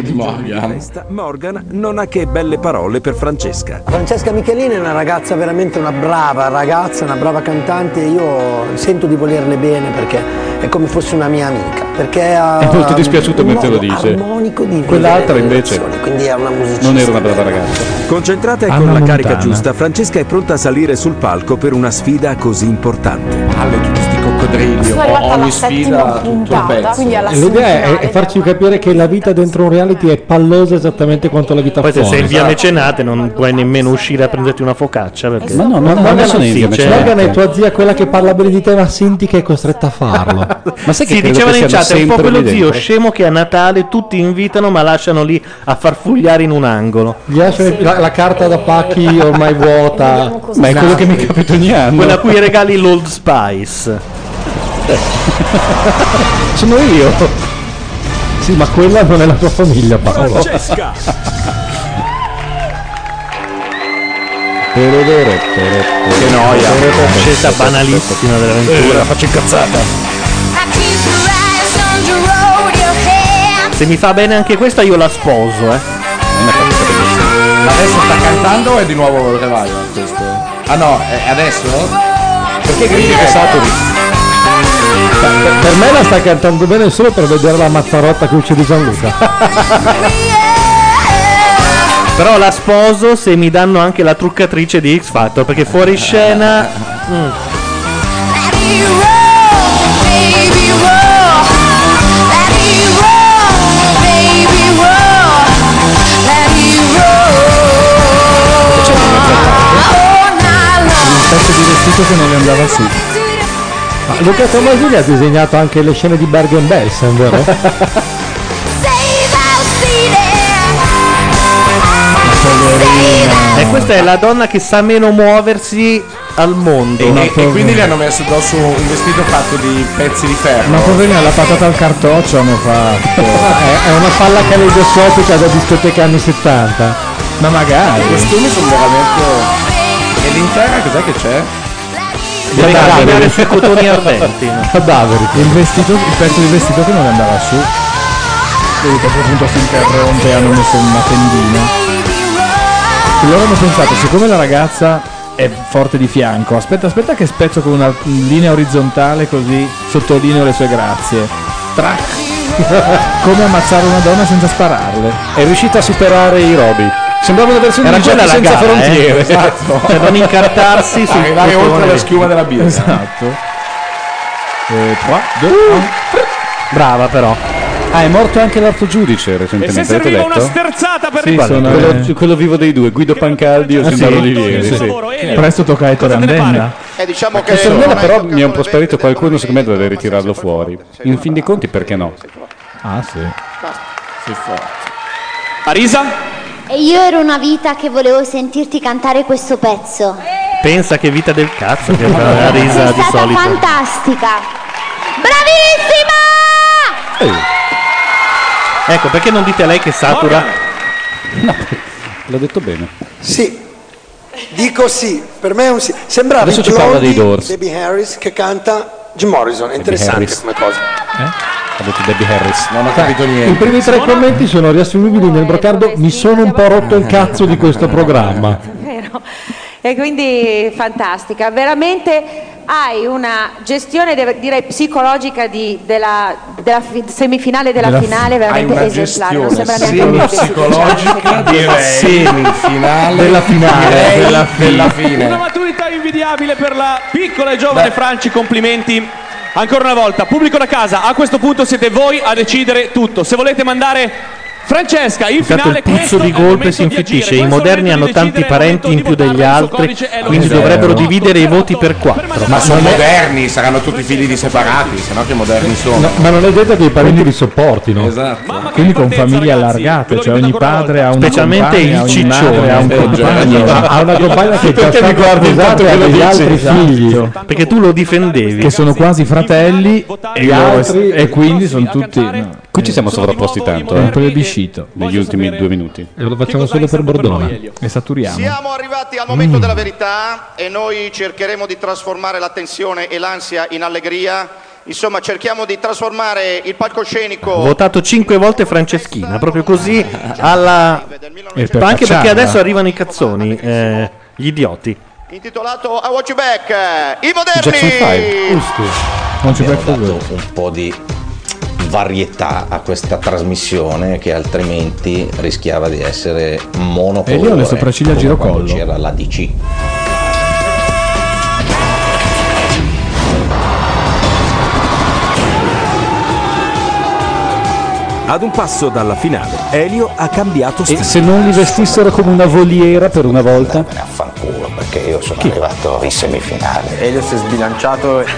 [SPEAKER 4] di Morgan.
[SPEAKER 30] Morgan non ha che belle parole per Francesca.
[SPEAKER 10] Francesca Michelini è una ragazza veramente una brava ragazza, una brava cantante e io sento di volerle bene perché è come fosse una mia amica. Perché ha
[SPEAKER 28] È molto dispiaciuto
[SPEAKER 10] un
[SPEAKER 28] mentre lo
[SPEAKER 10] modo
[SPEAKER 28] dice.
[SPEAKER 10] armonico di
[SPEAKER 28] Quell'altra
[SPEAKER 10] vedere le
[SPEAKER 28] invece
[SPEAKER 10] canzoni, quindi è una musicista.
[SPEAKER 28] non era una brava ragazza.
[SPEAKER 30] Concentrata e con
[SPEAKER 28] Anna
[SPEAKER 30] la carica
[SPEAKER 28] Montana.
[SPEAKER 30] giusta, Francesca è pronta a salire sul palco per una sfida così importante. Palle giusti coccodrilli,
[SPEAKER 14] Sono arrivata alla settima puntata, quindi alla
[SPEAKER 3] E L'idea è- è,
[SPEAKER 14] semifinale.
[SPEAKER 3] farci capire che la vita dentro un reality è pallosa esattamente quanto la vita
[SPEAKER 2] Poi se
[SPEAKER 3] fuori.
[SPEAKER 2] sei in via Mecenate non puoi nemmeno uscire a prenderti una focaccia perché
[SPEAKER 3] Ma no, ma
[SPEAKER 2] Morgan
[SPEAKER 3] non
[SPEAKER 2] non
[SPEAKER 3] sono in
[SPEAKER 2] si
[SPEAKER 3] via
[SPEAKER 2] dice.
[SPEAKER 3] Mecenate. Morgan è tua zia quella che parla bene di te, ma senti che è costretta a farlo.
[SPEAKER 2] Ma sai si dicevano in chat, è un po' quello zio scemo che a Natale tutti invitano ma lasciano lì a farfugliare in un angolo.
[SPEAKER 3] Gli lasciano la, la carta da pacchi ormai vuota.
[SPEAKER 2] Ma è quello che mi
[SPEAKER 28] capita ogni anno.
[SPEAKER 2] Quella a cui regali l'Old Spice.
[SPEAKER 3] Sono io. Sì, ma quella non è la tua famiglia, Paolo.
[SPEAKER 30] Francesca!
[SPEAKER 2] Che noia. Scelta banalissima dell'avventura. Eh, La faccio incazzata. Se mi fa bene anche questa io la sposo, eh.
[SPEAKER 4] Ma adesso sta cantando o è di nuovo il revival questo? Ah no, è adesso? Perché gridi che Saturi? Cioè,
[SPEAKER 3] Per, per me la sta cantando bene solo per vedere la mazzarotta che uccide Gianluca.
[SPEAKER 2] Però la sposo se mi danno anche la truccatrice di X Factor, perché fuori scena
[SPEAKER 3] Un pezzo di vestito che non le andava su. Ma Luca Tomasini ha disegnato anche le scene di Bergen Belsen, vero?
[SPEAKER 2] e questa è la donna che sa meno muoversi al mondo.
[SPEAKER 4] E, e quindi gli hanno messo addosso un vestito fatto di pezzi di ferro.
[SPEAKER 3] Ma poverina, la patata al cartoccio hanno fatto. Eh, è, è una palla caleidoscopica da discoteca anni 70. Ma magari.
[SPEAKER 4] Ah, I costumi sono veramente. E l'intera cos'è che c'è?
[SPEAKER 2] Deve cambiare sui cotoni ardenti.
[SPEAKER 3] Cadaveri.
[SPEAKER 31] Il vestito, il pezzo di vestito che non le andava su. Vedi che a quel punto si interrompe e hanno messo una tendina.
[SPEAKER 30] E
[SPEAKER 31] loro hanno pensato, siccome la ragazza è forte di fianco, aspetta, aspetta che spezzo con una linea orizzontale così sottolineo le sue grazie. Trac. Come ammazzare una donna senza spararle.
[SPEAKER 28] È riuscita a superare i Robi. Sembrava una versione
[SPEAKER 31] Era
[SPEAKER 28] di Giochi
[SPEAKER 31] quella la
[SPEAKER 28] senza
[SPEAKER 31] gara, eh?
[SPEAKER 28] frontiere.
[SPEAKER 31] Esatto. Per non incartarsi Esatto. su-
[SPEAKER 4] Arrivare
[SPEAKER 31] su-
[SPEAKER 4] oltre la
[SPEAKER 31] su-
[SPEAKER 4] schiuma della birra.
[SPEAKER 31] Esatto.
[SPEAKER 3] Eh,
[SPEAKER 1] Uh!
[SPEAKER 2] Brava però.
[SPEAKER 3] Ah, è morto anche l'altro giudice
[SPEAKER 1] E se
[SPEAKER 3] recentemente. avete
[SPEAKER 1] serviva
[SPEAKER 3] letto?
[SPEAKER 1] una sterzata per
[SPEAKER 3] Sì,
[SPEAKER 1] il
[SPEAKER 3] sono- eh. quello, quello vivo dei due, Guido Pancaldi o
[SPEAKER 32] Ah, sì?
[SPEAKER 3] Silvano Olivieri.
[SPEAKER 32] Sì.
[SPEAKER 3] Sì.
[SPEAKER 1] eh.
[SPEAKER 32] Presto tocca a Ettore Andenna.
[SPEAKER 5] Eh,
[SPEAKER 33] E diciamo che
[SPEAKER 3] Questo Ornella però mi è un po' sparito qualcuno, secondo me dovrei ritirarlo fuori. In fin dei conti perché no?
[SPEAKER 32] Ah sì.
[SPEAKER 1] Arisa?
[SPEAKER 9] E io ero una vita che volevo sentirti cantare questo pezzo.
[SPEAKER 2] Pensa che vita del cazzo che fa la risa di
[SPEAKER 9] Sei stata
[SPEAKER 2] solito.
[SPEAKER 9] fantastica. Bravissima!
[SPEAKER 2] Ecco, perché non dite a lei che satura?
[SPEAKER 3] L'ho detto bene.
[SPEAKER 10] Sì, dico sì, per me è un sì. Sembrava
[SPEAKER 3] Adesso
[SPEAKER 10] il
[SPEAKER 3] ci parla
[SPEAKER 10] Blondie
[SPEAKER 3] dei Doors.
[SPEAKER 10] Debbie Harris che canta Jim Morrison, è interessante
[SPEAKER 3] Harris.
[SPEAKER 10] come cosa.
[SPEAKER 3] Eh? Ha detto Debbie Harris. Non ho
[SPEAKER 2] niente.
[SPEAKER 34] I primi tre commenti sono riassumibili nel brocardo Mi sono un po' rotto il cazzo di questo programma.
[SPEAKER 11] vero? E quindi fantastica, veramente hai una gestione de- direi psicologica di- della, della fi- semifinale e della,
[SPEAKER 4] Della fi-
[SPEAKER 11] finale veramente
[SPEAKER 4] Hai una
[SPEAKER 11] esemplare, non sembra
[SPEAKER 4] gestione
[SPEAKER 11] neanche un
[SPEAKER 4] semi-
[SPEAKER 11] compito.
[SPEAKER 4] psicologica direi. Semifinale
[SPEAKER 1] Della finale,
[SPEAKER 4] direi
[SPEAKER 1] della
[SPEAKER 4] della
[SPEAKER 1] Una
[SPEAKER 4] fine.
[SPEAKER 1] maturità invidiabile per la piccola e giovane Franci, complimenti. Ancora una volta, pubblico da casa, a questo punto siete voi a decidere tutto. Se volete mandare Francesca in
[SPEAKER 2] Intanto
[SPEAKER 1] finale,
[SPEAKER 2] il puzzo di golpe si infittisce. I moderni hanno tanti parenti in più degli altri, quindi dovrebbero dividere i voti per quattro.
[SPEAKER 4] Ma sono
[SPEAKER 2] non è-
[SPEAKER 4] moderni, saranno tutti figli di separati, sennò che moderni sono.
[SPEAKER 34] No, ma non è detto che i parenti li sopportino.
[SPEAKER 4] Esatto.
[SPEAKER 32] Quindi con famiglie allargate, cioè ogni padre ha un
[SPEAKER 34] Specialmente il
[SPEAKER 32] ciccione, ha un
[SPEAKER 34] ciccione.
[SPEAKER 32] compagno,
[SPEAKER 34] Ha una compagna che è già
[SPEAKER 32] Perché
[SPEAKER 34] stata
[SPEAKER 32] mi
[SPEAKER 3] esatto,
[SPEAKER 32] guardi
[SPEAKER 34] accusata
[SPEAKER 32] tanto che
[SPEAKER 34] e ha
[SPEAKER 32] lo
[SPEAKER 34] degli
[SPEAKER 32] dici?
[SPEAKER 34] altri figli.
[SPEAKER 32] Esatto.
[SPEAKER 2] Perché tu lo difendevi.
[SPEAKER 32] Che sono quasi fratelli e,
[SPEAKER 3] Gli altri-
[SPEAKER 32] e quindi sono tutti... no.
[SPEAKER 3] Qui ci siamo sovrapposti tanto.
[SPEAKER 32] Un
[SPEAKER 3] plebiscito. Negli ultimi due minuti.
[SPEAKER 34] E lo facciamo solo per Bordona.
[SPEAKER 32] E
[SPEAKER 3] Esatto.
[SPEAKER 32] saturiamo.
[SPEAKER 35] Siamo arrivati al momento della verità e noi cercheremo di trasformare la tensione e l'ansia in allegria. Insomma, cerchiamo di trasformare il palcoscenico
[SPEAKER 2] Votato cinque volte Franceschina, proprio così alla...
[SPEAKER 35] per
[SPEAKER 2] Ma anche perché
[SPEAKER 35] cacciarla.
[SPEAKER 2] adesso arrivano i cazzoni, eh, gli idioti.
[SPEAKER 35] intitolato I Watch You Back, eh, i moderni.
[SPEAKER 2] Jackson Five.
[SPEAKER 32] Non
[SPEAKER 5] ci dato un po' di varietà a questa trasmissione che altrimenti rischiava di essere monocolore.
[SPEAKER 32] E io ho le sopracciglia
[SPEAKER 5] come
[SPEAKER 32] girocollo.
[SPEAKER 5] quando C'era la DC.
[SPEAKER 36] Ad un passo dalla finale, Elio ha cambiato
[SPEAKER 5] E
[SPEAKER 36] stile.
[SPEAKER 5] se
[SPEAKER 3] non li vestissero come una voliera per una volta?
[SPEAKER 5] Affanculo, perché io sono arrivato in semifinale.
[SPEAKER 14] Elio si è sbilanciato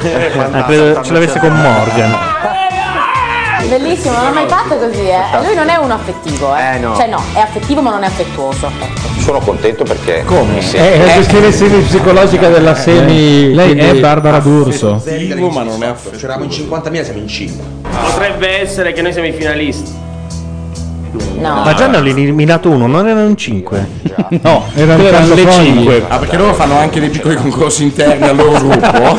[SPEAKER 2] Ah, credo ce l'avesse con Morgan.
[SPEAKER 16] Bellissimo, non ho mai fatto così, eh. Lui non è uno affettivo, eh.
[SPEAKER 5] Eh, no.
[SPEAKER 16] Cioè no, è affettivo ma non è affettuoso. Ecco.
[SPEAKER 5] Sono contento perché
[SPEAKER 3] Eh,
[SPEAKER 5] mi
[SPEAKER 2] Eh,
[SPEAKER 5] eh, sento-
[SPEAKER 4] Eh.
[SPEAKER 34] È la gestione semipsicologica della semi.
[SPEAKER 32] Lei è
[SPEAKER 34] quindi-
[SPEAKER 3] Ah,
[SPEAKER 32] Barbara D'Urso.
[SPEAKER 5] Zero, ma non è
[SPEAKER 37] C'eravamo in 50.000, siamo in 5. Potrebbe essere che noi siamo i finalisti.
[SPEAKER 2] No. Ma già ne ho eliminato uno, non erano in cinque.
[SPEAKER 5] No,
[SPEAKER 2] erano le cinque.
[SPEAKER 4] Ah, perché loro fanno anche dei piccoli concorsi interni al loro gruppo.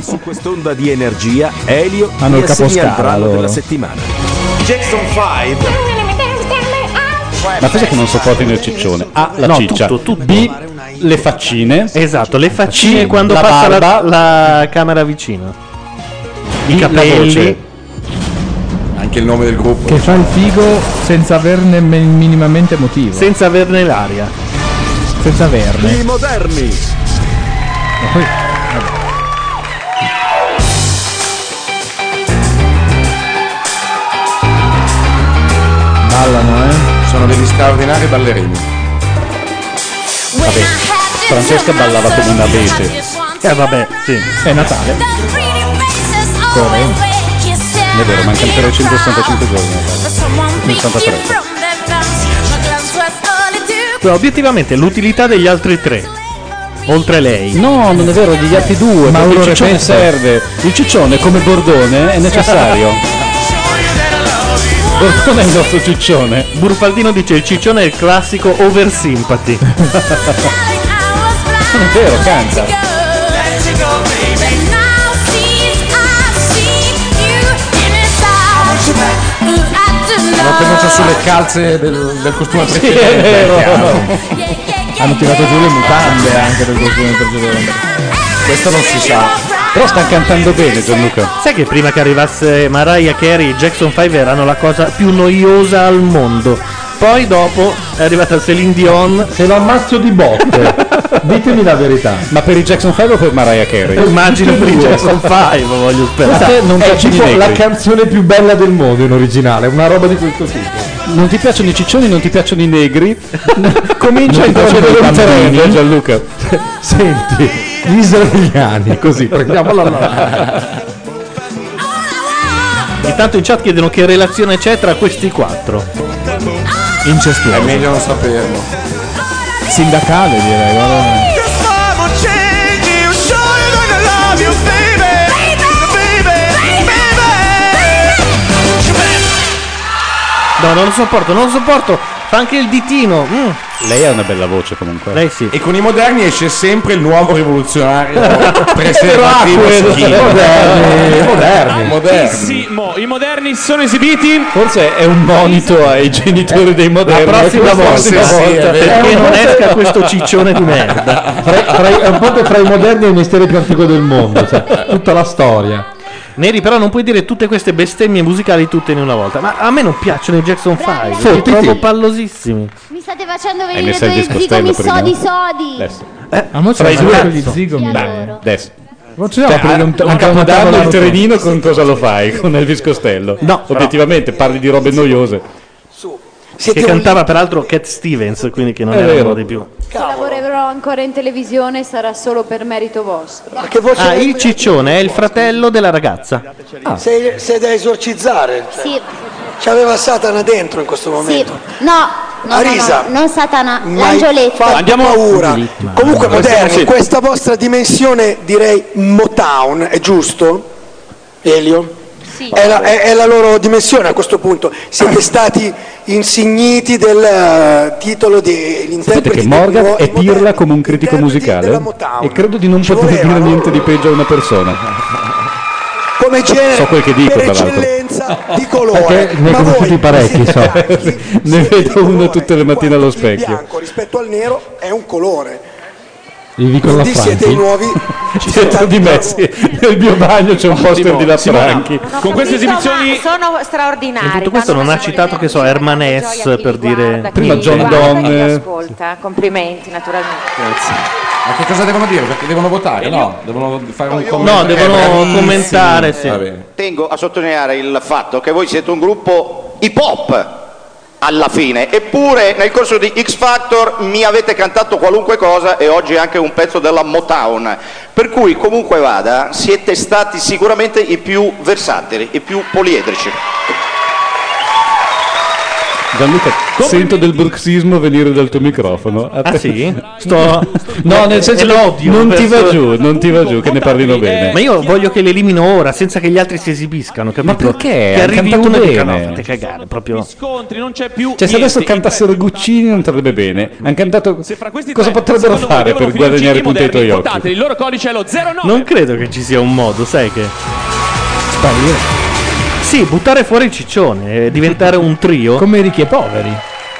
[SPEAKER 36] Su quest'onda di energia, Elio
[SPEAKER 4] Hanno
[SPEAKER 36] vi
[SPEAKER 4] il
[SPEAKER 36] assegna
[SPEAKER 4] caposcala,
[SPEAKER 36] il brano
[SPEAKER 4] loro.
[SPEAKER 36] della settimana.
[SPEAKER 14] Jackson 5.
[SPEAKER 3] Ma cos'è che non sopporti nel ciccione? A. La
[SPEAKER 2] No,
[SPEAKER 3] ciccia.
[SPEAKER 2] tutto, tutto.
[SPEAKER 3] B. Le faccine.
[SPEAKER 2] Esatto, le faccine
[SPEAKER 3] Sì,
[SPEAKER 2] quando
[SPEAKER 3] la
[SPEAKER 2] passa la-
[SPEAKER 3] barba.
[SPEAKER 2] la, camera vicina. I
[SPEAKER 3] Sì, la
[SPEAKER 2] capelli.
[SPEAKER 3] voce.
[SPEAKER 4] Anche il nome del gruppo.
[SPEAKER 32] Che fa il figo senza averne me- minimamente motivo.
[SPEAKER 2] Senza averne l'aria.
[SPEAKER 32] Senza averne.
[SPEAKER 36] I moderni.
[SPEAKER 32] Ballano, eh?
[SPEAKER 4] Sono degli straordinari ballerini.
[SPEAKER 3] Vabbè, Francesca ballava come un abete.
[SPEAKER 2] Eh vabbè, sì.
[SPEAKER 32] È Natale.
[SPEAKER 3] È vero, mancano 365 giorni. eh. Natale. 83.
[SPEAKER 2] Però obiettivamente l'utilità degli altri tre. Oltre lei.
[SPEAKER 3] No, non è vero, degli altri due.
[SPEAKER 2] Ma
[SPEAKER 3] Ma il
[SPEAKER 2] uno
[SPEAKER 3] ciccione
[SPEAKER 2] repensa.
[SPEAKER 3] serve. Il ciccione, come Bordone, è necessario. Bordone è il nostro ciccione.
[SPEAKER 2] Burfaldino dice il ciccione è il classico over sympathy.
[SPEAKER 3] Non è vero, canta.
[SPEAKER 4] L'ho tenuto sulle calze del, del costume precedente.
[SPEAKER 32] vero.
[SPEAKER 4] chiaro.
[SPEAKER 32] Hanno tirato giù le mutande anche del costume precedente.
[SPEAKER 4] Questo non si sa.
[SPEAKER 2] Però sta cantando bene Gianluca. Sai che prima che arrivasse Mariah Carey e Jackson 5 erano la cosa più noiosa al mondo. Poi dopo è arrivata Celine Dion.
[SPEAKER 34] Se lo ammazzo di botte.
[SPEAKER 3] Ditemi la verità. Ma per i Jackson 5 o per Mariah Carey?
[SPEAKER 2] Immagino per i Jackson 5, voglio
[SPEAKER 3] Questa
[SPEAKER 2] sperare. Eh,
[SPEAKER 3] non
[SPEAKER 38] è
[SPEAKER 3] piace
[SPEAKER 38] tipo
[SPEAKER 3] neanche.
[SPEAKER 38] la canzone più bella del mondo in originale, una roba di questo tipo.
[SPEAKER 3] Non ti piacciono i ciccioni, non ti piacciono i negri. Comincia a
[SPEAKER 38] Non ti piacciono
[SPEAKER 3] intravedere
[SPEAKER 38] i
[SPEAKER 3] un
[SPEAKER 38] bambini?
[SPEAKER 3] terreno, Gianluca.
[SPEAKER 38] Senti, gli israeliani, così, prendiamola là.
[SPEAKER 2] Intanto in chat chiedono che relazione c'è tra questi quattro.
[SPEAKER 4] È meglio non saperlo.
[SPEAKER 15] Sindacale direi, guarda.
[SPEAKER 2] No, non lo sopporto, non lo sopporto. Fa anche il ditino. Mm.
[SPEAKER 3] Lei ha una bella voce comunque.
[SPEAKER 2] Lei sì.
[SPEAKER 4] E con i moderni esce sempre il nuovo rivoluzionario preservativo
[SPEAKER 1] Moderni,
[SPEAKER 4] schifo.
[SPEAKER 1] moderni.
[SPEAKER 4] Moderni.
[SPEAKER 1] I moderni sono esibiti.
[SPEAKER 3] Forse è un monito ai genitori dei moderni.
[SPEAKER 38] eh,
[SPEAKER 1] La prossima
[SPEAKER 3] Questa
[SPEAKER 1] volta, sì, è vero.
[SPEAKER 38] È
[SPEAKER 2] Perché
[SPEAKER 38] un
[SPEAKER 2] non
[SPEAKER 38] po'
[SPEAKER 2] esca
[SPEAKER 38] se-
[SPEAKER 2] questo ciccione di merda.
[SPEAKER 38] Tra- tra i- è un po' che fra i moderni è il mestiere più antico del mondo, cioè, tutta la storia.
[SPEAKER 2] Neri, però non puoi dire tutte queste bestemmie musicali tutte in una volta. Ma a me non piacciono i Jackson 5. Li
[SPEAKER 38] Fottiti.
[SPEAKER 2] trovo pallosissimi.
[SPEAKER 9] Mi state facendo
[SPEAKER 2] Hai
[SPEAKER 9] venire
[SPEAKER 2] messo il
[SPEAKER 9] dei
[SPEAKER 2] disco
[SPEAKER 9] zigomi
[SPEAKER 2] stello prima?
[SPEAKER 9] sodi sodi.
[SPEAKER 2] Eh,
[SPEAKER 38] Ah, mo
[SPEAKER 3] Fra i
[SPEAKER 38] c'è
[SPEAKER 3] due-
[SPEAKER 38] quelli zigomi.
[SPEAKER 3] Beh, adesso.
[SPEAKER 38] Non c'è
[SPEAKER 3] Cioè,
[SPEAKER 38] da aprire
[SPEAKER 3] a,
[SPEAKER 38] un,
[SPEAKER 3] a
[SPEAKER 38] un
[SPEAKER 3] Capodanno il
[SPEAKER 38] tavolo-
[SPEAKER 3] trenino con cosa lo fai? Con Elvis Costello? No. Obiettivamente parli di robe noiose.
[SPEAKER 2] Che cantava peraltro Cat Stevens, quindi che non
[SPEAKER 3] È
[SPEAKER 2] era
[SPEAKER 3] vero.
[SPEAKER 2] uno dei più.
[SPEAKER 6] Se lavorerò ancora in televisione sarà solo per merito vostro.
[SPEAKER 10] Che voce
[SPEAKER 2] Ah,
[SPEAKER 10] è?
[SPEAKER 2] il ciccione è il fratello della ragazza.
[SPEAKER 10] Sei, sei da esorcizzare. cioè.
[SPEAKER 9] Sì.
[SPEAKER 10] C'aveva Satana dentro in questo
[SPEAKER 9] Sì.
[SPEAKER 10] momento.
[SPEAKER 9] No, no, no,
[SPEAKER 10] Arisa.
[SPEAKER 9] no, non Satana,
[SPEAKER 10] Ma
[SPEAKER 9] l'angioletto.
[SPEAKER 10] fa paura. Comunque, moderni,
[SPEAKER 9] Sì.
[SPEAKER 10] questa vostra dimensione direi Motown, è giusto? Elio? È, la, è- è la loro dimensione a questo punto. Siete stati insigniti del eh, titolo
[SPEAKER 3] Sapete
[SPEAKER 10] dell'interprete
[SPEAKER 3] che Morgan è pirla come un critico musicale e credo di non poter dire niente di peggio a una persona.
[SPEAKER 10] come genere
[SPEAKER 3] So quel che dico,
[SPEAKER 10] per
[SPEAKER 3] tra l'altro.
[SPEAKER 10] eccellenza di colore.
[SPEAKER 3] ne ho conosciuti parecchi, so. ne vedo uno tutte le mattine allo specchio.
[SPEAKER 10] rispetto al nero è un colore.
[SPEAKER 3] Gli dicono
[SPEAKER 10] Quindi siete i nuovi
[SPEAKER 3] Dietro di me, sì. nel mio bagno c'è un poster di La Franchi.
[SPEAKER 1] Con queste
[SPEAKER 11] Capito,
[SPEAKER 1] esibizioni
[SPEAKER 11] ma sono straordinari.
[SPEAKER 2] In tutto questo non ha citato che so Herman S per dire
[SPEAKER 11] Prima John Donne.
[SPEAKER 2] Donne
[SPEAKER 11] Ascolta, complimenti naturalmente.
[SPEAKER 3] Ah,
[SPEAKER 4] Ma che cosa devono dire? Perché devono
[SPEAKER 19] Eh,
[SPEAKER 4] votare? No, devono fare un
[SPEAKER 5] eh,
[SPEAKER 4] commento. Eh,
[SPEAKER 2] No, devono
[SPEAKER 4] bravissimi.
[SPEAKER 2] commentare, sì.
[SPEAKER 4] Va bene.
[SPEAKER 8] Tengo a sottolineare il fatto che voi siete un gruppo hip hop alla fine, eppure nel corso di X Factor mi avete cantato qualunque cosa e oggi anche un pezzo della Motown. Per cui comunque vada, siete stati sicuramente i più versatili, i più poliedrici.
[SPEAKER 3] Gianluca, sento del bruxismo venire dal tuo microfono. A
[SPEAKER 2] Ah,
[SPEAKER 3] te-
[SPEAKER 2] sì? Sto-
[SPEAKER 3] No, nel senso
[SPEAKER 2] Eh,
[SPEAKER 3] che
[SPEAKER 2] l'odio
[SPEAKER 3] non ti va
[SPEAKER 2] verso-
[SPEAKER 3] giù, non ti va giù, che ne parlino bene.
[SPEAKER 2] Ma io voglio che le elimino ora senza che gli altri si esibiscano, capito? Ma
[SPEAKER 3] perché?
[SPEAKER 2] Che
[SPEAKER 3] Ha
[SPEAKER 2] arrivi
[SPEAKER 3] cantato
[SPEAKER 2] uno e dica
[SPEAKER 3] bene.
[SPEAKER 2] no, fate cagare, proprio.
[SPEAKER 1] scontri, non c'è più.
[SPEAKER 3] Cioè, se
[SPEAKER 1] niente.
[SPEAKER 3] adesso cantassero Guccini non andrebbe bene. Hanno cantato. Cosa potrebbero
[SPEAKER 1] Secondo voi
[SPEAKER 3] fare
[SPEAKER 1] devono
[SPEAKER 3] per
[SPEAKER 1] finire
[SPEAKER 3] guadagnare
[SPEAKER 1] i
[SPEAKER 3] punti ai
[SPEAKER 1] moderni,
[SPEAKER 3] tuoi occhi?
[SPEAKER 1] portateli, Il loro codice è lo 09.
[SPEAKER 2] Non credo che ci sia un modo, sai che. Sì, buttare fuori il ciccione, eh, diventare un trio. Come i ricchi e poveri.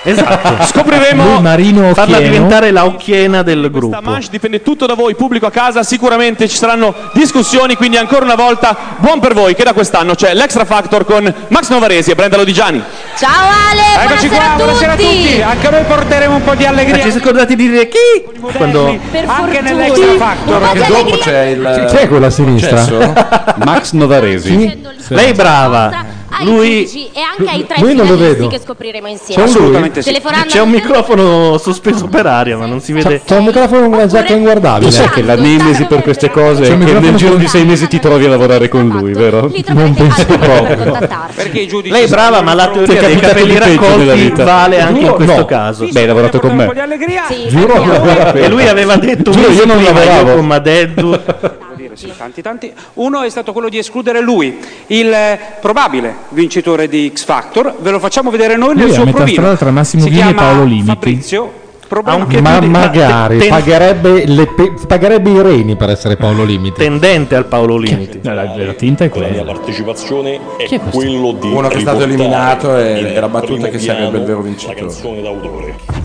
[SPEAKER 2] Esatto.
[SPEAKER 1] Scopriremo- Lui, Marino
[SPEAKER 2] Farla
[SPEAKER 1] Occhieno.
[SPEAKER 2] diventare la occhiena del gruppo.
[SPEAKER 1] Manche dipende tutto da voi, pubblico a casa, sicuramente ci saranno discussioni, quindi ancora una volta buon per voi che da quest'anno c'è l'Extra Factor con Max Novaresi e Brenda Lodigiani.
[SPEAKER 16] Ciao Ale,
[SPEAKER 1] Eccoci
[SPEAKER 16] buonasera,
[SPEAKER 1] qua,
[SPEAKER 16] a
[SPEAKER 1] buonasera
[SPEAKER 16] tutti.
[SPEAKER 18] Anche noi porteremo un po' di
[SPEAKER 2] Ma ci
[SPEAKER 18] allegria.
[SPEAKER 2] scordate di dire chi? Quando
[SPEAKER 16] Per
[SPEAKER 18] Anche
[SPEAKER 16] fortuna.
[SPEAKER 18] nell'Extra Factor.
[SPEAKER 4] Perché dopo c'è il.
[SPEAKER 3] Chi è quella a sinistra?
[SPEAKER 2] Max Novaresi. Lei è brava.
[SPEAKER 16] Ai
[SPEAKER 2] Ah, Lui
[SPEAKER 16] giudici e anche ai tre
[SPEAKER 2] lui non lo
[SPEAKER 16] finalisti
[SPEAKER 2] vedo.
[SPEAKER 16] che scopriremo
[SPEAKER 2] c'è
[SPEAKER 16] insieme.
[SPEAKER 2] un, lui?
[SPEAKER 16] Telefonando
[SPEAKER 2] C'è un microfono sospeso per aria, ma non si vede.
[SPEAKER 38] C'è un microfono con una giacca inguardabile.
[SPEAKER 3] Lo sai che la nemesi per queste cose
[SPEAKER 38] C'è
[SPEAKER 3] è
[SPEAKER 38] un
[SPEAKER 3] che nel
[SPEAKER 38] microfono
[SPEAKER 3] giro di sei mesi ti trovi a lavorare con lui, vero? Non penso proprio.
[SPEAKER 18] Perché i giudici.
[SPEAKER 2] Lei è brava, ma la
[SPEAKER 3] Ti è
[SPEAKER 2] teoria Cioè, dei
[SPEAKER 3] capitato
[SPEAKER 2] capelli
[SPEAKER 3] di peggio nella
[SPEAKER 2] raccolti
[SPEAKER 3] vita.
[SPEAKER 2] vale anche in
[SPEAKER 3] Giuro,
[SPEAKER 2] questo
[SPEAKER 3] no.
[SPEAKER 2] caso.
[SPEAKER 3] Beh, hai lavorato con me.
[SPEAKER 18] Allegria.
[SPEAKER 3] Giuro che
[SPEAKER 18] andiamo.
[SPEAKER 2] E lui aveva detto
[SPEAKER 3] Giuro,
[SPEAKER 2] "Mesi
[SPEAKER 3] io non
[SPEAKER 2] prima
[SPEAKER 3] lavoravo.
[SPEAKER 2] io con Madeddu.
[SPEAKER 18] Devo dire, sì, tanti, tanti. Uno è stato quello di escludere lui, il eh, probabile vincitore di X Factor. Ve lo facciamo vedere noi nel
[SPEAKER 14] Lui è a
[SPEAKER 18] suo
[SPEAKER 14] metà
[SPEAKER 18] provino.
[SPEAKER 14] strada tra Massimo
[SPEAKER 18] Si
[SPEAKER 14] Vini e
[SPEAKER 18] chiama
[SPEAKER 14] Paolo Limiti.
[SPEAKER 18] Fabrizio.
[SPEAKER 38] Ma
[SPEAKER 18] di-
[SPEAKER 38] magari
[SPEAKER 18] ten-
[SPEAKER 38] pagherebbe, le pe- pagherebbe i reni per essere Paolo Limiti.
[SPEAKER 2] Tendente al Paolo Limiti.
[SPEAKER 38] La, tinta è quella.
[SPEAKER 19] partecipazione è,
[SPEAKER 38] Chi è questo?
[SPEAKER 19] quello di
[SPEAKER 4] Uno che è
[SPEAKER 19] riportare
[SPEAKER 4] stato eliminato e
[SPEAKER 19] in
[SPEAKER 4] la battuta
[SPEAKER 19] primo
[SPEAKER 4] che sarebbe il
[SPEAKER 19] piano
[SPEAKER 4] vero
[SPEAKER 19] la
[SPEAKER 4] vincitore.
[SPEAKER 19] canzone d'autore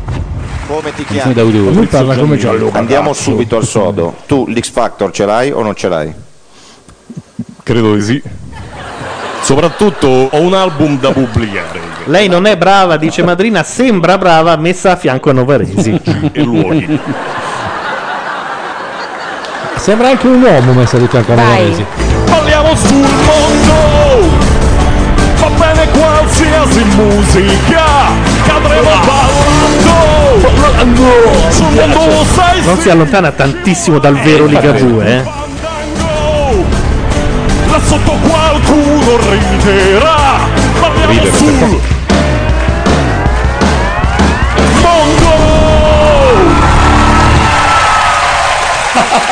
[SPEAKER 8] Come ti
[SPEAKER 3] chiami? Dauduro. Lui parla come Gianluca
[SPEAKER 8] Andiamo
[SPEAKER 3] Cazzo.
[SPEAKER 8] subito al sodo. Tu l'X Factor ce l'hai o non ce l'hai?
[SPEAKER 19] credo di sì soprattutto ho un album da pubblicare
[SPEAKER 2] Lei non è brava, dice Madrina, sembra brava, messa a fianco a Novaresi.
[SPEAKER 19] e luoghi
[SPEAKER 3] Sembra anche un uomo messo a fianco a Maronesi.
[SPEAKER 14] Parliamo sul mondo Va bene qualsiasi musica Cadremo
[SPEAKER 2] Ah.
[SPEAKER 14] ballando Sul mondo lo sai
[SPEAKER 2] Non si allontana tantissimo dal vero Liga 2, eh.
[SPEAKER 14] Là sotto qualcuno riderà Parliamo sul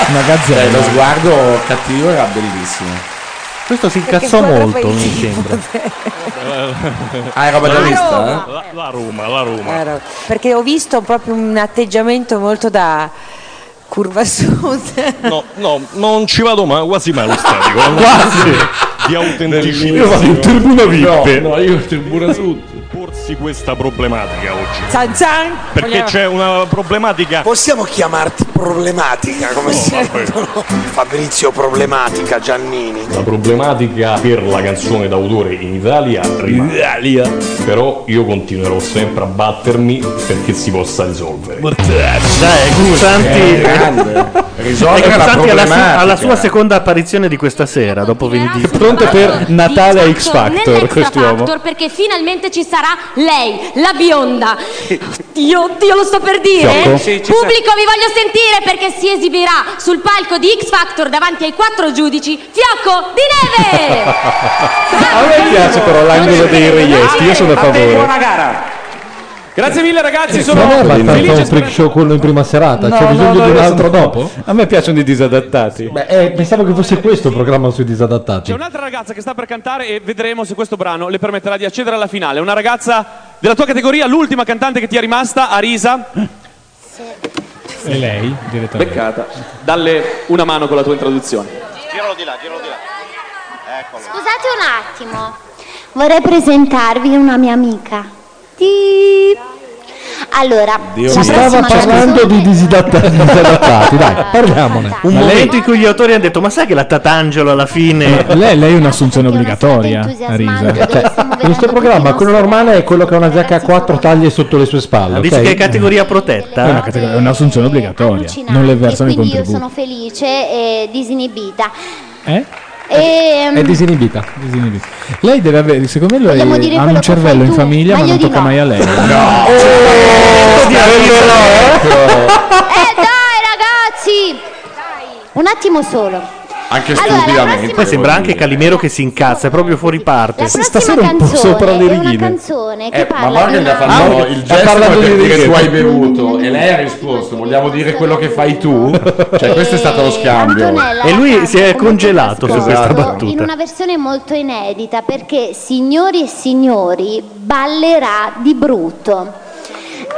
[SPEAKER 39] Una gazzella.
[SPEAKER 4] Eh, lo sguardo cattivo era bellissimo.
[SPEAKER 2] Questo si incazzò molto, mi sembra.
[SPEAKER 4] Ah, è roba da
[SPEAKER 11] La
[SPEAKER 4] lista?
[SPEAKER 11] Roma.
[SPEAKER 4] eh?
[SPEAKER 14] La, la Roma, la Roma.
[SPEAKER 11] Era- perché ho visto proprio un atteggiamento molto da curva sud.
[SPEAKER 14] No, no, non ci vado mai, quasi mai allo stadio.
[SPEAKER 3] Quasi.
[SPEAKER 14] Di autenticità.
[SPEAKER 3] Io vado in tribuna VIP.
[SPEAKER 14] No, no, io in tribuna sud. Porsi questa problematica oggi.
[SPEAKER 11] Zan zan.
[SPEAKER 14] Perché
[SPEAKER 40] Vogliamo-
[SPEAKER 14] c'è una problematica. Oh,
[SPEAKER 40] Possiamo chiamarti problematica come si sentono? Fabrizio problematica Giannini.
[SPEAKER 14] La problematica per la canzone d'autore in Italia rimane. Però io continuerò sempre a battermi perché si possa risolvere.
[SPEAKER 2] Dai, Guzzanti.
[SPEAKER 14] Risolvere
[SPEAKER 2] Ecco,
[SPEAKER 14] la
[SPEAKER 2] Santi alla, sua,
[SPEAKER 14] problematica.
[SPEAKER 2] alla sua seconda apparizione di questa sera, dopo venerdì. È
[SPEAKER 41] pronto per Natale a X Factor,
[SPEAKER 16] Factor perché finalmente ci sarà lei, la bionda. Io, io lo sto per dire.
[SPEAKER 41] Fiocco? Sì, ci sei.
[SPEAKER 16] Pubblico, vi voglio sentire perché si esibirà sul palco di X Factor davanti ai quattro giudici Fiocco di Neve.
[SPEAKER 41] A me piace però l'angolo dei reietti, io sono a favore.
[SPEAKER 1] Grazie mille ragazzi, sono
[SPEAKER 3] Ecco, Non era tanto
[SPEAKER 1] felice.
[SPEAKER 3] un freak show quello in prima serata,
[SPEAKER 41] No,
[SPEAKER 3] c'è
[SPEAKER 41] no,
[SPEAKER 3] bisogno
[SPEAKER 41] no,
[SPEAKER 3] di un
[SPEAKER 41] io
[SPEAKER 3] altro
[SPEAKER 41] sono-
[SPEAKER 3] dopo?
[SPEAKER 41] A me piacciono i disadattati.
[SPEAKER 3] Beh, eh, pensavo che fosse questo il programma sui disadattati.
[SPEAKER 1] Un'altra ragazza che sta per cantare e vedremo se questo brano le permetterà di accedere alla finale. Una ragazza della tua categoria, l'ultima cantante che ti è rimasta, Arisa.
[SPEAKER 42] E lei, direttamente.
[SPEAKER 1] Beccata. Dalle una mano con la tua introduzione.
[SPEAKER 43] Giralo di là, giralo di là. Eccolo.
[SPEAKER 9] Scusate un attimo, vorrei presentarvi una mia amica. Ti- Allora,
[SPEAKER 3] Dio
[SPEAKER 9] la
[SPEAKER 3] si stava
[SPEAKER 9] prossima
[SPEAKER 3] parlando
[SPEAKER 9] canzone-
[SPEAKER 3] di disadatta- disadattati, dai, parliamone.
[SPEAKER 2] Un momento in cui gli autori hanno detto: Ma sai che la Tatangelo alla fine.
[SPEAKER 3] Lei, è un'assunzione obbligatoria
[SPEAKER 9] a
[SPEAKER 2] risa.
[SPEAKER 3] Cioè, questo programma, quello normale è quello che ha una giacca a quattro taglie sotto le sue spalle.
[SPEAKER 2] Dice
[SPEAKER 3] ok?
[SPEAKER 2] che è categoria protetta.
[SPEAKER 3] È una categoria- è un'assunzione obbligatoria.
[SPEAKER 9] allucinante,
[SPEAKER 3] Non le versano i
[SPEAKER 9] quindi io sono
[SPEAKER 3] contributi.
[SPEAKER 9] felice e disinibita.
[SPEAKER 3] Eh?
[SPEAKER 9] E, ehm,
[SPEAKER 3] È disinibita. Disinibita. Lei deve avere, secondo me,
[SPEAKER 9] Vogliamo dire
[SPEAKER 3] ha
[SPEAKER 9] quello
[SPEAKER 3] un
[SPEAKER 9] che
[SPEAKER 3] cervello
[SPEAKER 9] fai
[SPEAKER 3] in
[SPEAKER 9] tu,
[SPEAKER 3] famiglia, ma
[SPEAKER 9] meglio
[SPEAKER 3] non
[SPEAKER 9] di
[SPEAKER 3] tocca
[SPEAKER 9] no.
[SPEAKER 3] mai a lei.
[SPEAKER 9] Eh dai ragazzi! Un attimo solo.
[SPEAKER 2] Anche
[SPEAKER 9] Allora, la stupidamente. prossima-
[SPEAKER 2] Poi sembra anche Calimero che si incazza, è proprio fuori parte.
[SPEAKER 9] La prossima canzone è una canzone che
[SPEAKER 2] Eh, ma
[SPEAKER 9] parla di
[SPEAKER 2] Morgan
[SPEAKER 9] una...
[SPEAKER 2] le ha fatto-
[SPEAKER 4] No,
[SPEAKER 2] Ah,
[SPEAKER 4] il
[SPEAKER 2] ha
[SPEAKER 4] gesto è
[SPEAKER 2] parlato
[SPEAKER 4] per
[SPEAKER 2] di
[SPEAKER 4] dire
[SPEAKER 2] righe.
[SPEAKER 4] tu hai bevuto e lei ha risposto vogliamo dire quello che fai tu? Cioè questo è stato lo scambio.
[SPEAKER 9] Eh, Antonella
[SPEAKER 2] E lui si è congelato su
[SPEAKER 9] Esatto,
[SPEAKER 2] questa
[SPEAKER 9] in
[SPEAKER 2] battuta.
[SPEAKER 9] una versione molto inedita perché signori e signori ballerà di brutto.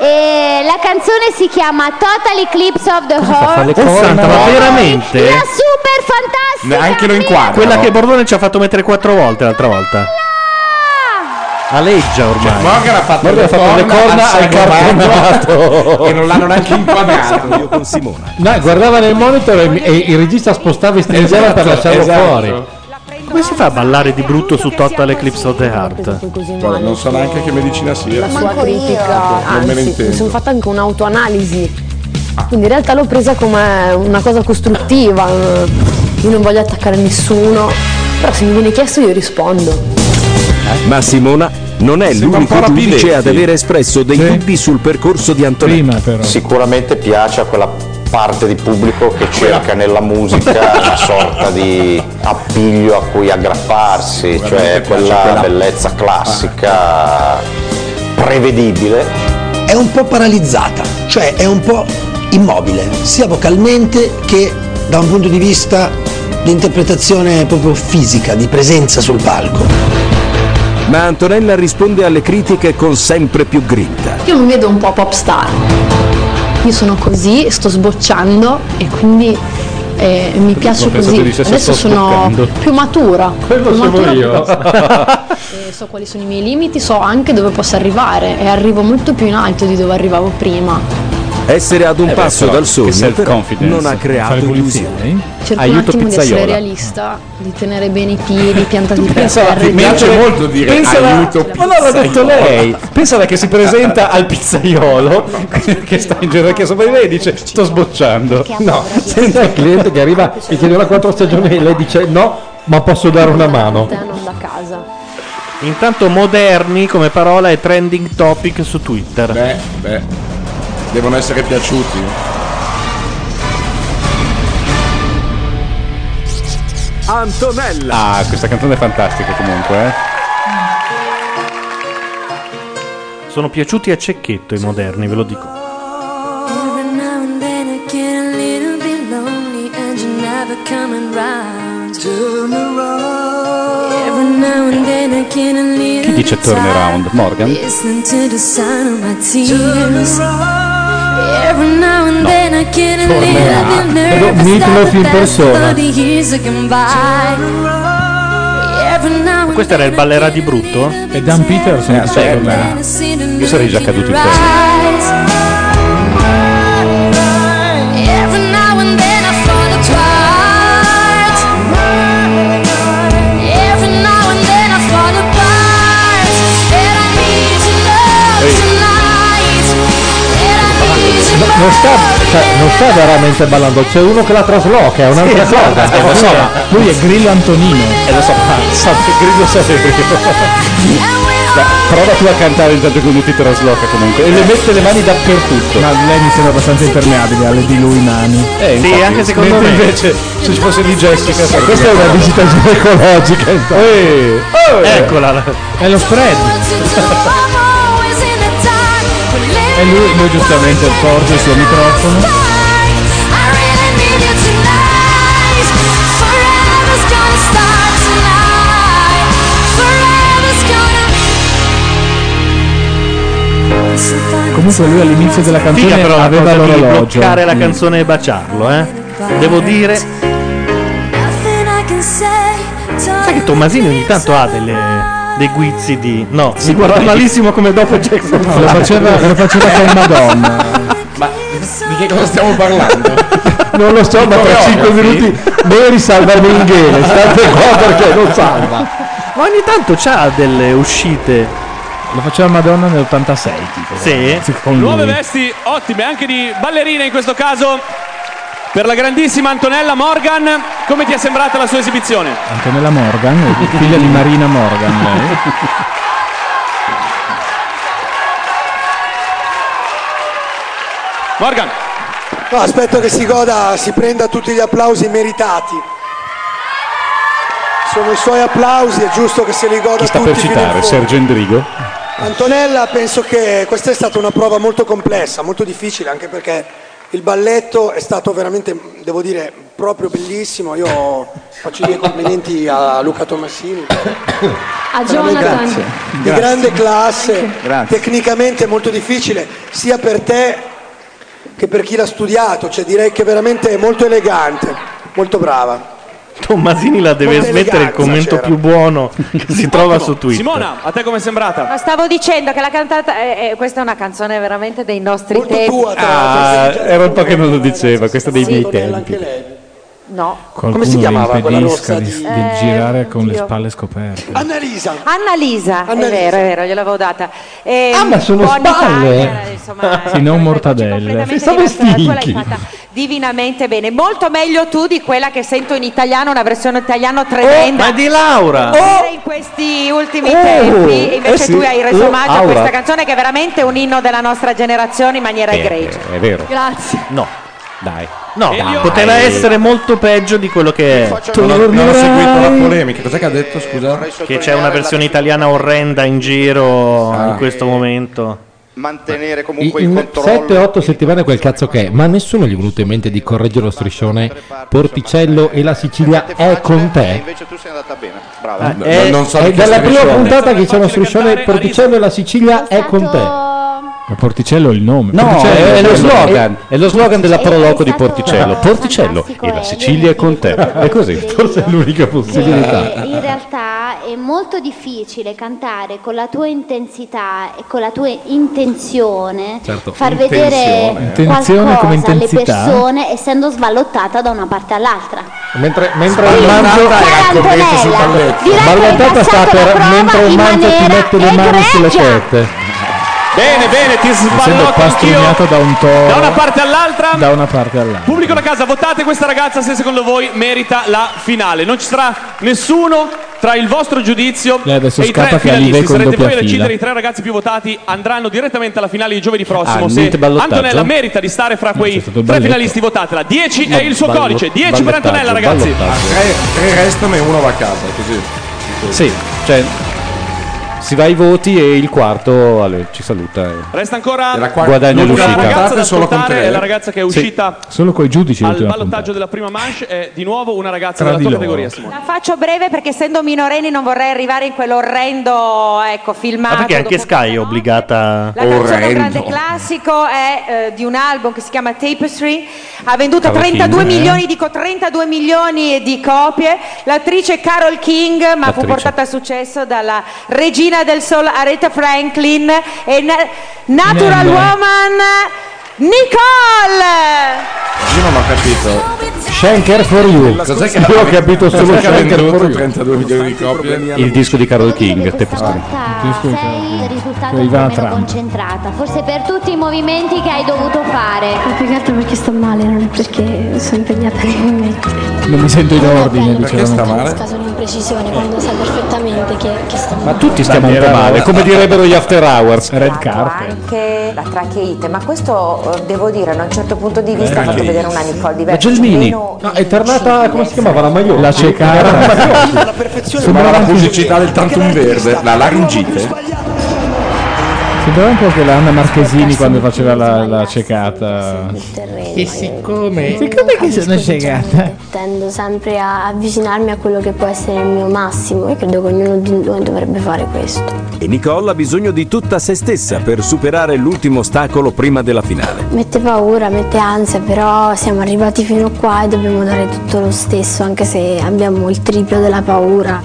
[SPEAKER 9] E la canzone si chiama Total Eclipse of the Heart.
[SPEAKER 2] Oh, santa, ma veramente?
[SPEAKER 9] La super fantastica.
[SPEAKER 2] Anche lo inquadra. Quella che Bordone ci ha fatto mettere quattro volte l'altra volta. Aleggia ormai.
[SPEAKER 4] Morgan ha fatto
[SPEAKER 2] Morgan
[SPEAKER 4] le
[SPEAKER 2] ha fatto le
[SPEAKER 4] corna
[SPEAKER 2] corna
[SPEAKER 4] al
[SPEAKER 2] al
[SPEAKER 4] carbonato e non l'hanno neanche inquadrato.
[SPEAKER 3] Sono No, guardava nel monitor e, e il regista spostava e stringeva per lasciarlo fuori.
[SPEAKER 2] Come si fa a ballare di brutto su Total Eclipse of the Heart?
[SPEAKER 4] Guarda, non so neanche che medicina sia.
[SPEAKER 12] la sua critica,
[SPEAKER 4] Non me ne
[SPEAKER 12] anzi, mi
[SPEAKER 4] intendo.
[SPEAKER 12] sono fatta anche un'autoanalisi. Quindi in realtà l'ho presa come una cosa costruttiva. eh, Io non voglio attaccare nessuno, però se mi viene chiesto io rispondo.
[SPEAKER 44] Ma Simona non è
[SPEAKER 45] Sembra un
[SPEAKER 44] l'unico
[SPEAKER 45] po' la
[SPEAKER 44] giudice
[SPEAKER 45] Piletti.
[SPEAKER 44] ad aver espresso dei dubbi sul percorso di Antonella.
[SPEAKER 5] Sicuramente piace a quella parte di pubblico che cerca nella musica una sorta di appiglio a cui aggrapparsi, cioè quella, bellezza classica prevedibile.
[SPEAKER 10] È un po' paralizzata, cioè è un po' immobile, sia vocalmente che da un punto di vista di interpretazione proprio fisica, di presenza sul palco.
[SPEAKER 44] Ma Antonella risponde alle critiche con sempre più grinta.
[SPEAKER 12] Io mi vedo un po' pop star. Io sono così, sto sbocciando e quindi eh, mi piaccio
[SPEAKER 42] pensate
[SPEAKER 12] così.
[SPEAKER 42] dicesse
[SPEAKER 12] Adesso
[SPEAKER 42] sto
[SPEAKER 12] sono
[SPEAKER 42] sboccando.
[SPEAKER 12] più matura.
[SPEAKER 42] Quello
[SPEAKER 12] più
[SPEAKER 42] sono
[SPEAKER 12] matura,
[SPEAKER 42] io.
[SPEAKER 12] eh, so quali sono i miei limiti, so anche dove posso arrivare e arrivo molto più in alto di dove arrivavo prima.
[SPEAKER 46] Essere ad un
[SPEAKER 3] Eh beh,
[SPEAKER 46] passo
[SPEAKER 3] però,
[SPEAKER 46] dal
[SPEAKER 3] che
[SPEAKER 46] sogno però,
[SPEAKER 3] self-confidence.
[SPEAKER 46] non ha
[SPEAKER 3] Fare
[SPEAKER 46] creato
[SPEAKER 3] pulizia.
[SPEAKER 46] illusioni.
[SPEAKER 2] eh?
[SPEAKER 42] Ah,
[SPEAKER 12] Cerco un attimo di essere realista, di tenere bene i piedi piantati per
[SPEAKER 3] Pensala,
[SPEAKER 12] terra.
[SPEAKER 3] pensala-
[SPEAKER 12] Pizzaiolo.
[SPEAKER 3] Ma no, l'ha detto lei. Pensala che si presenta al pizzaiolo che sta in gerarchia sopravvivente e dice sto sbocciando.
[SPEAKER 9] No,
[SPEAKER 47] senta il cliente che arriva e chiede una quattro stagioni e lei dice no, ma posso dare una mano.
[SPEAKER 12] Da non da casa.
[SPEAKER 2] Intanto moderni come parola è trending topic su Twitter.
[SPEAKER 48] Beh, beh, devono essere piaciuti.
[SPEAKER 46] Antonella.
[SPEAKER 3] Ah, questa canzone è fantastica comunque. eh.
[SPEAKER 2] Sono piaciuti a cecchetto i moderni, ve lo dico.
[SPEAKER 14] Every now and then I get a little bit lonely and you're never coming round. Turn around. Every now and then I get a
[SPEAKER 3] Chi
[SPEAKER 14] little
[SPEAKER 3] dice
[SPEAKER 14] bit
[SPEAKER 3] turnaround? Morgan?
[SPEAKER 14] Listening to the sound of my tears. Every now and then I get a
[SPEAKER 47] Turn
[SPEAKER 14] little bit
[SPEAKER 47] around.
[SPEAKER 14] nervous.
[SPEAKER 47] Meatloaf
[SPEAKER 14] that the
[SPEAKER 47] in
[SPEAKER 14] past
[SPEAKER 2] persona.
[SPEAKER 14] 30 years are gone by. Every now and
[SPEAKER 2] Questo era il ballerà di brutto? È Dan Peterson.
[SPEAKER 14] then I see the
[SPEAKER 2] Io sarei già caduto in terra.
[SPEAKER 14] rise. Every now and then I fall apart. Every now and then I fall apart. And I need to know tonight. And I need to
[SPEAKER 47] No, non, sta, cioè, non sta veramente ballando, c'è uno che la trasloca, è un'altra
[SPEAKER 3] Sì, esatto,
[SPEAKER 47] cosa.
[SPEAKER 3] eh, lo so, ma-
[SPEAKER 47] Lui è Grillo Antonino.
[SPEAKER 3] E Eh, lo so, ma so che grido sei. Beh, prova tu a cantare intanto che uno ti trasloca comunque. E le mette le mani dappertutto.
[SPEAKER 4] Ma lei mi sembra abbastanza impermeabile alle di lui mani.
[SPEAKER 3] Eh, infatti, mentre invece se ci fosse di Jessica sarebbe-
[SPEAKER 47] Questa è una visita ginecologica. intanto.
[SPEAKER 2] Eccola.
[SPEAKER 4] È lo Fred. E lui, lui giustamente porge il suo microfono.
[SPEAKER 14] Forever's gonna start tonight. Forever's gonna.
[SPEAKER 4] Comunque lui all'inizio della canzone
[SPEAKER 2] Figa però la
[SPEAKER 4] aveva
[SPEAKER 2] cosa di
[SPEAKER 4] l'orologio.
[SPEAKER 2] bloccare la canzone e baciarlo, eh. Devo dire,
[SPEAKER 14] Nothing I can say.
[SPEAKER 2] sai che Tommasini ogni tanto ha delle dei guizzi di no, mi
[SPEAKER 3] eh,
[SPEAKER 2] guarda malissimo come dopo Jackson.
[SPEAKER 4] Lo faceva, lo faceva con Madonna.
[SPEAKER 48] Ma di che cosa stiamo parlando?
[SPEAKER 47] Non lo so, ma tra 5 minuti devi risalvarmi in ghele, state qua perché non salva.
[SPEAKER 2] Ma ogni tanto c'ha delle uscite.
[SPEAKER 4] Lo faceva Madonna nell'86, tipo.
[SPEAKER 2] Sì.
[SPEAKER 4] Con
[SPEAKER 1] Nuove
[SPEAKER 4] lui.
[SPEAKER 1] vesti ottime, anche di ballerina in questo caso. Per la grandissima Antonella Morgan, come ti è sembrata la sua esibizione?
[SPEAKER 4] Antonella Morgan, figlia di Marina Morgan. lei.
[SPEAKER 14] Eh?
[SPEAKER 1] Morgan.
[SPEAKER 10] No, aspetto che si goda, si prenda tutti gli applausi meritati. Sono i suoi applausi, è giusto che se li goda
[SPEAKER 3] Chi sta
[SPEAKER 10] tutti.
[SPEAKER 3] per
[SPEAKER 10] fino in
[SPEAKER 3] citare?
[SPEAKER 10] fondo.
[SPEAKER 3] Sergio Endrigo?
[SPEAKER 10] Antonella, penso che questa è stata una prova molto complessa, molto difficile, anche perché il balletto è stato veramente, devo dire, proprio bellissimo. Io faccio i miei complimenti a Luca Tomassini.
[SPEAKER 12] A
[SPEAKER 10] Veramente
[SPEAKER 12] Jonathan.
[SPEAKER 10] Di
[SPEAKER 12] Grazie.
[SPEAKER 10] grande classe,
[SPEAKER 12] Grazie.
[SPEAKER 10] tecnicamente molto difficile, sia per te che per chi l'ha studiato, cioè direi che veramente è molto elegante, molto brava.
[SPEAKER 2] Tommasini la deve
[SPEAKER 10] Molta
[SPEAKER 2] smettere il
[SPEAKER 10] eleganza
[SPEAKER 2] commento
[SPEAKER 10] c'era.
[SPEAKER 2] più buono che si trova su Twitter.
[SPEAKER 1] Simona, a te come è sembrata?
[SPEAKER 11] Ma stavo dicendo che la cantata, eh, eh, questa è una canzone veramente dei nostri tempi.
[SPEAKER 3] Ah, era un po' che non lo diceva, questa dei miei tempi.
[SPEAKER 11] No.
[SPEAKER 4] Qualcuno
[SPEAKER 10] si chiamava
[SPEAKER 4] le
[SPEAKER 10] quella
[SPEAKER 4] impedisca
[SPEAKER 10] rossa
[SPEAKER 4] di,
[SPEAKER 10] di-
[SPEAKER 4] di
[SPEAKER 11] Eh,
[SPEAKER 4] girare con le
[SPEAKER 11] oddio.
[SPEAKER 4] spalle scoperte.
[SPEAKER 10] Annalisa.
[SPEAKER 11] Annalisa, è vero, è vero, gliel'avevo data. Eh,
[SPEAKER 4] Ah, ma sono
[SPEAKER 11] Bonnie
[SPEAKER 4] spalle.
[SPEAKER 11] Tyler, insomma,
[SPEAKER 4] Sì, non mortadelle.
[SPEAKER 11] completamente diversa dalla tua, l'hai fatta divinamente bene. Molto meglio tu di quella che sento in italiano, una versione italiano tremenda.
[SPEAKER 2] Oh, ma di Laura!
[SPEAKER 11] Dire In questi ultimi
[SPEAKER 2] Oh!
[SPEAKER 11] tempi, e
[SPEAKER 2] Eh
[SPEAKER 11] invece
[SPEAKER 2] sì,
[SPEAKER 11] tu hai reso
[SPEAKER 2] oh,
[SPEAKER 11] omaggio a
[SPEAKER 2] Aura.
[SPEAKER 11] questa canzone che è veramente un inno della nostra generazione in maniera
[SPEAKER 2] Eh,
[SPEAKER 11] egregia.
[SPEAKER 3] È vero.
[SPEAKER 11] Grazie.
[SPEAKER 2] No.
[SPEAKER 3] Dai.
[SPEAKER 2] No,
[SPEAKER 3] Elio-
[SPEAKER 2] poteva
[SPEAKER 3] Dai.
[SPEAKER 2] essere molto peggio di quello che è.
[SPEAKER 48] Non ho, non ho seguito la polemica. Cos'è che ha detto? Scusa?
[SPEAKER 2] Che c'è una versione italiana orrenda in giro in questo momento.
[SPEAKER 5] Mantenere comunque il
[SPEAKER 49] In
[SPEAKER 5] controllo.
[SPEAKER 49] 7-8 settimane quel cazzo che è, ma a nessuno gli è venuto in mente di correggere lo striscione Porticello e la Sicilia è con te.
[SPEAKER 5] Invece tu sei andata bene.
[SPEAKER 49] Ah,
[SPEAKER 3] Eh,
[SPEAKER 5] Brava.
[SPEAKER 49] è è dalla prima puntata che c'è uno striscione Porticello e la Sicilia è con te.
[SPEAKER 4] Ma Porticello è il nome.
[SPEAKER 49] No,
[SPEAKER 4] Porticello
[SPEAKER 49] è-
[SPEAKER 3] È lo
[SPEAKER 4] il nome.
[SPEAKER 3] slogan, è lo slogan della Proloco di Porticello. Porticello e la Sicilia è con te. È così, forse è l'unica
[SPEAKER 9] che
[SPEAKER 3] possibilità.
[SPEAKER 9] Eh, in realtà realtà è molto difficile cantare con la tua intensità e con la tua intenzione,
[SPEAKER 50] Certo,
[SPEAKER 9] far
[SPEAKER 50] intenzione, eh.
[SPEAKER 9] vedere
[SPEAKER 50] Intenzione come
[SPEAKER 9] qualcosa alle
[SPEAKER 50] intensità?
[SPEAKER 9] persone essendo svallottata da una parte all'altra.
[SPEAKER 51] Mentre, mentre
[SPEAKER 9] Sì,
[SPEAKER 51] il mangio
[SPEAKER 9] Cara Antonella, direi che hai
[SPEAKER 51] Barbattata sta
[SPEAKER 9] passato la
[SPEAKER 51] per
[SPEAKER 9] prova
[SPEAKER 51] mentre il
[SPEAKER 9] in
[SPEAKER 51] mangio ti
[SPEAKER 9] maniera
[SPEAKER 51] mette le mani sulle tette.
[SPEAKER 1] Bene, bene, ti
[SPEAKER 3] Essendo
[SPEAKER 1] sballotto anch'io.
[SPEAKER 3] pastrugnato da un toro
[SPEAKER 1] Da una parte all'altra.
[SPEAKER 3] Da una parte all'altra.
[SPEAKER 1] Pubblico da casa, votate questa ragazza se secondo voi merita la finale. Non ci sarà nessuno tra il vostro giudizio
[SPEAKER 3] Lei Eh, adesso
[SPEAKER 1] e i
[SPEAKER 3] scappa
[SPEAKER 1] tre
[SPEAKER 3] che arriva
[SPEAKER 1] finalisti.
[SPEAKER 3] con
[SPEAKER 1] Sarete
[SPEAKER 3] doppia
[SPEAKER 1] voi a decidere
[SPEAKER 3] fila.
[SPEAKER 1] i tre ragazzi più votati andranno direttamente alla finale di giovedì prossimo.
[SPEAKER 3] Ah,
[SPEAKER 1] se
[SPEAKER 3] niente ballottaggio?
[SPEAKER 1] Antonella merita di stare fra quei
[SPEAKER 3] il
[SPEAKER 1] tre
[SPEAKER 3] balletto.
[SPEAKER 1] finalisti, votatela. 10 è il suo
[SPEAKER 4] Ballo-
[SPEAKER 1] codice, 10 per
[SPEAKER 4] ballottaggio,
[SPEAKER 1] Antonella, ragazzi.
[SPEAKER 4] ballottaggio. Tre, tre restano e uno va a casa, così.
[SPEAKER 52] Sì, cioè si va ai voti e il quarto Ale, ci saluta. e-
[SPEAKER 1] Resta ancora
[SPEAKER 52] Guadagna
[SPEAKER 1] l'ultima
[SPEAKER 52] l'uscita.
[SPEAKER 1] ragazza da eh?
[SPEAKER 52] Solo con
[SPEAKER 1] ascoltare
[SPEAKER 52] tre.
[SPEAKER 1] è la ragazza che è
[SPEAKER 52] Sì.
[SPEAKER 1] uscita
[SPEAKER 3] Solo coi giudici
[SPEAKER 1] al
[SPEAKER 3] l'ultima
[SPEAKER 1] ballottaggio della prima manche è di nuovo una ragazza
[SPEAKER 3] Tra
[SPEAKER 1] della
[SPEAKER 3] di
[SPEAKER 1] tua
[SPEAKER 3] loro.
[SPEAKER 1] categoria Simone.
[SPEAKER 11] La faccio breve perché essendo minorenni non vorrei arrivare in quell'orrendo ecco, filmato.
[SPEAKER 2] Ma perché anche
[SPEAKER 11] dopo-
[SPEAKER 2] Sky è obbligata
[SPEAKER 11] La canzone un grande classico è eh, di un album che si chiama Tapestry, ha venduto
[SPEAKER 2] Carole
[SPEAKER 11] 32
[SPEAKER 2] King, eh.
[SPEAKER 11] milioni, dico 32 milioni di copie. L'attrice Carol King, ma fu
[SPEAKER 2] L'attrice.
[SPEAKER 11] portata a successo dalla regina del sol Aretha Franklin e na- Natural
[SPEAKER 4] Nemme.
[SPEAKER 11] Woman Nicole.
[SPEAKER 4] Io non ho capito.
[SPEAKER 51] Shanker for you.
[SPEAKER 4] Cos'è che
[SPEAKER 51] Io ho capito solo
[SPEAKER 4] cos'è che ha
[SPEAKER 51] Shanker
[SPEAKER 4] venduto
[SPEAKER 51] for you.
[SPEAKER 4] 32 milioni di copie.
[SPEAKER 52] Il disco di Carol King, Tapestry.
[SPEAKER 9] sei risultato
[SPEAKER 52] Cioè,
[SPEAKER 9] un po'
[SPEAKER 52] Ivana
[SPEAKER 9] meno
[SPEAKER 52] Trump.
[SPEAKER 9] concentrata, forse per tutti i movimenti che hai dovuto fare. Ma più che altro perché sto male, non è perché sono impegnata nei movimenti.
[SPEAKER 3] Non mi sento in ordine, diciamo.
[SPEAKER 9] caso un'imprecisione quando sai perfettamente che, sto
[SPEAKER 52] Ma tutti stiamo un po'
[SPEAKER 3] Bandiera
[SPEAKER 52] male,
[SPEAKER 3] rossa.
[SPEAKER 52] come direbbero gli after hours.
[SPEAKER 3] Red carpet.
[SPEAKER 53] anche la tracheite, ma questo eh, devo dire, da un certo punto di
[SPEAKER 2] Eh,
[SPEAKER 53] vista ha fatto vedere una Nicole
[SPEAKER 51] La
[SPEAKER 53] diversa. Cioè,
[SPEAKER 51] Gelmini.
[SPEAKER 53] meno-
[SPEAKER 51] No, è tornata, come si chiamava? La Maiola.
[SPEAKER 3] La cecata.
[SPEAKER 4] Sembrava la pubblicità del tantum verde, la laringite.
[SPEAKER 3] Sembrava un po' che la Anna Marchesini quando faceva la, la cecata.
[SPEAKER 19] E siccome
[SPEAKER 3] Siccome che sono cecata.
[SPEAKER 19] tendo sempre a avvicinarmi a quello che può essere il mio massimo, io credo che ognuno di noi dovrebbe fare questo.
[SPEAKER 54] E Nicole ha bisogno di tutta se stessa per superare l'ultimo ostacolo prima della finale.
[SPEAKER 19] Mette paura, mette ansia, però siamo arrivati fino qua e dobbiamo dare tutto lo stesso, anche se abbiamo il triplo della paura.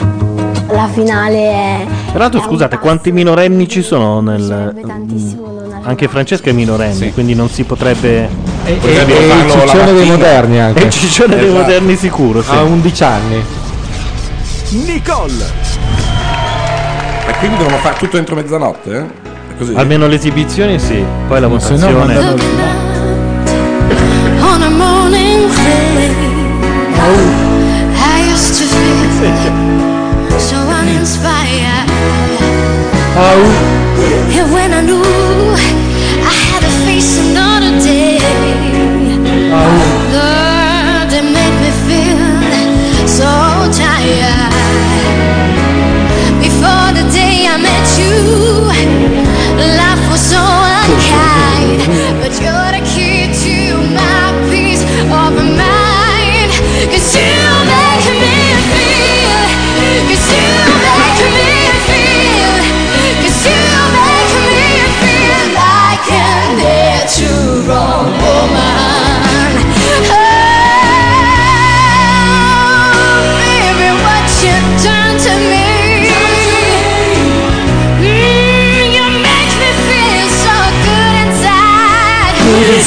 [SPEAKER 19] La finale è
[SPEAKER 2] Tra l'altro, scusate, quanti minorenni ci sono nel.
[SPEAKER 19] tantissimo.
[SPEAKER 2] Anche Francesca è minorenne, quindi non si potrebbe.
[SPEAKER 51] E-
[SPEAKER 2] potrebbe
[SPEAKER 51] e- e
[SPEAKER 2] farlo
[SPEAKER 51] il
[SPEAKER 2] la
[SPEAKER 51] ciccione dei
[SPEAKER 2] mattina.
[SPEAKER 51] moderni anche.
[SPEAKER 2] E il ciccione dei
[SPEAKER 51] Esatto.
[SPEAKER 2] moderni sicuro, sì.
[SPEAKER 51] Ha 11 anni.
[SPEAKER 54] Nicole!
[SPEAKER 4] E quindi devono fare tutto entro mezzanotte? eh? È Così.
[SPEAKER 2] Almeno le esibizioni sì, poi la
[SPEAKER 3] se no
[SPEAKER 2] votazione.
[SPEAKER 3] mandano
[SPEAKER 14] On a morning rain,
[SPEAKER 49] Oh.
[SPEAKER 14] I used to feel so uninspired. And when I knew I had to face another day, Lord, they made me feel so tired. Before the day I met you, life was so unkind, but you're the key to my peace of mind.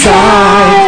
[SPEAKER 14] Oh. Mm,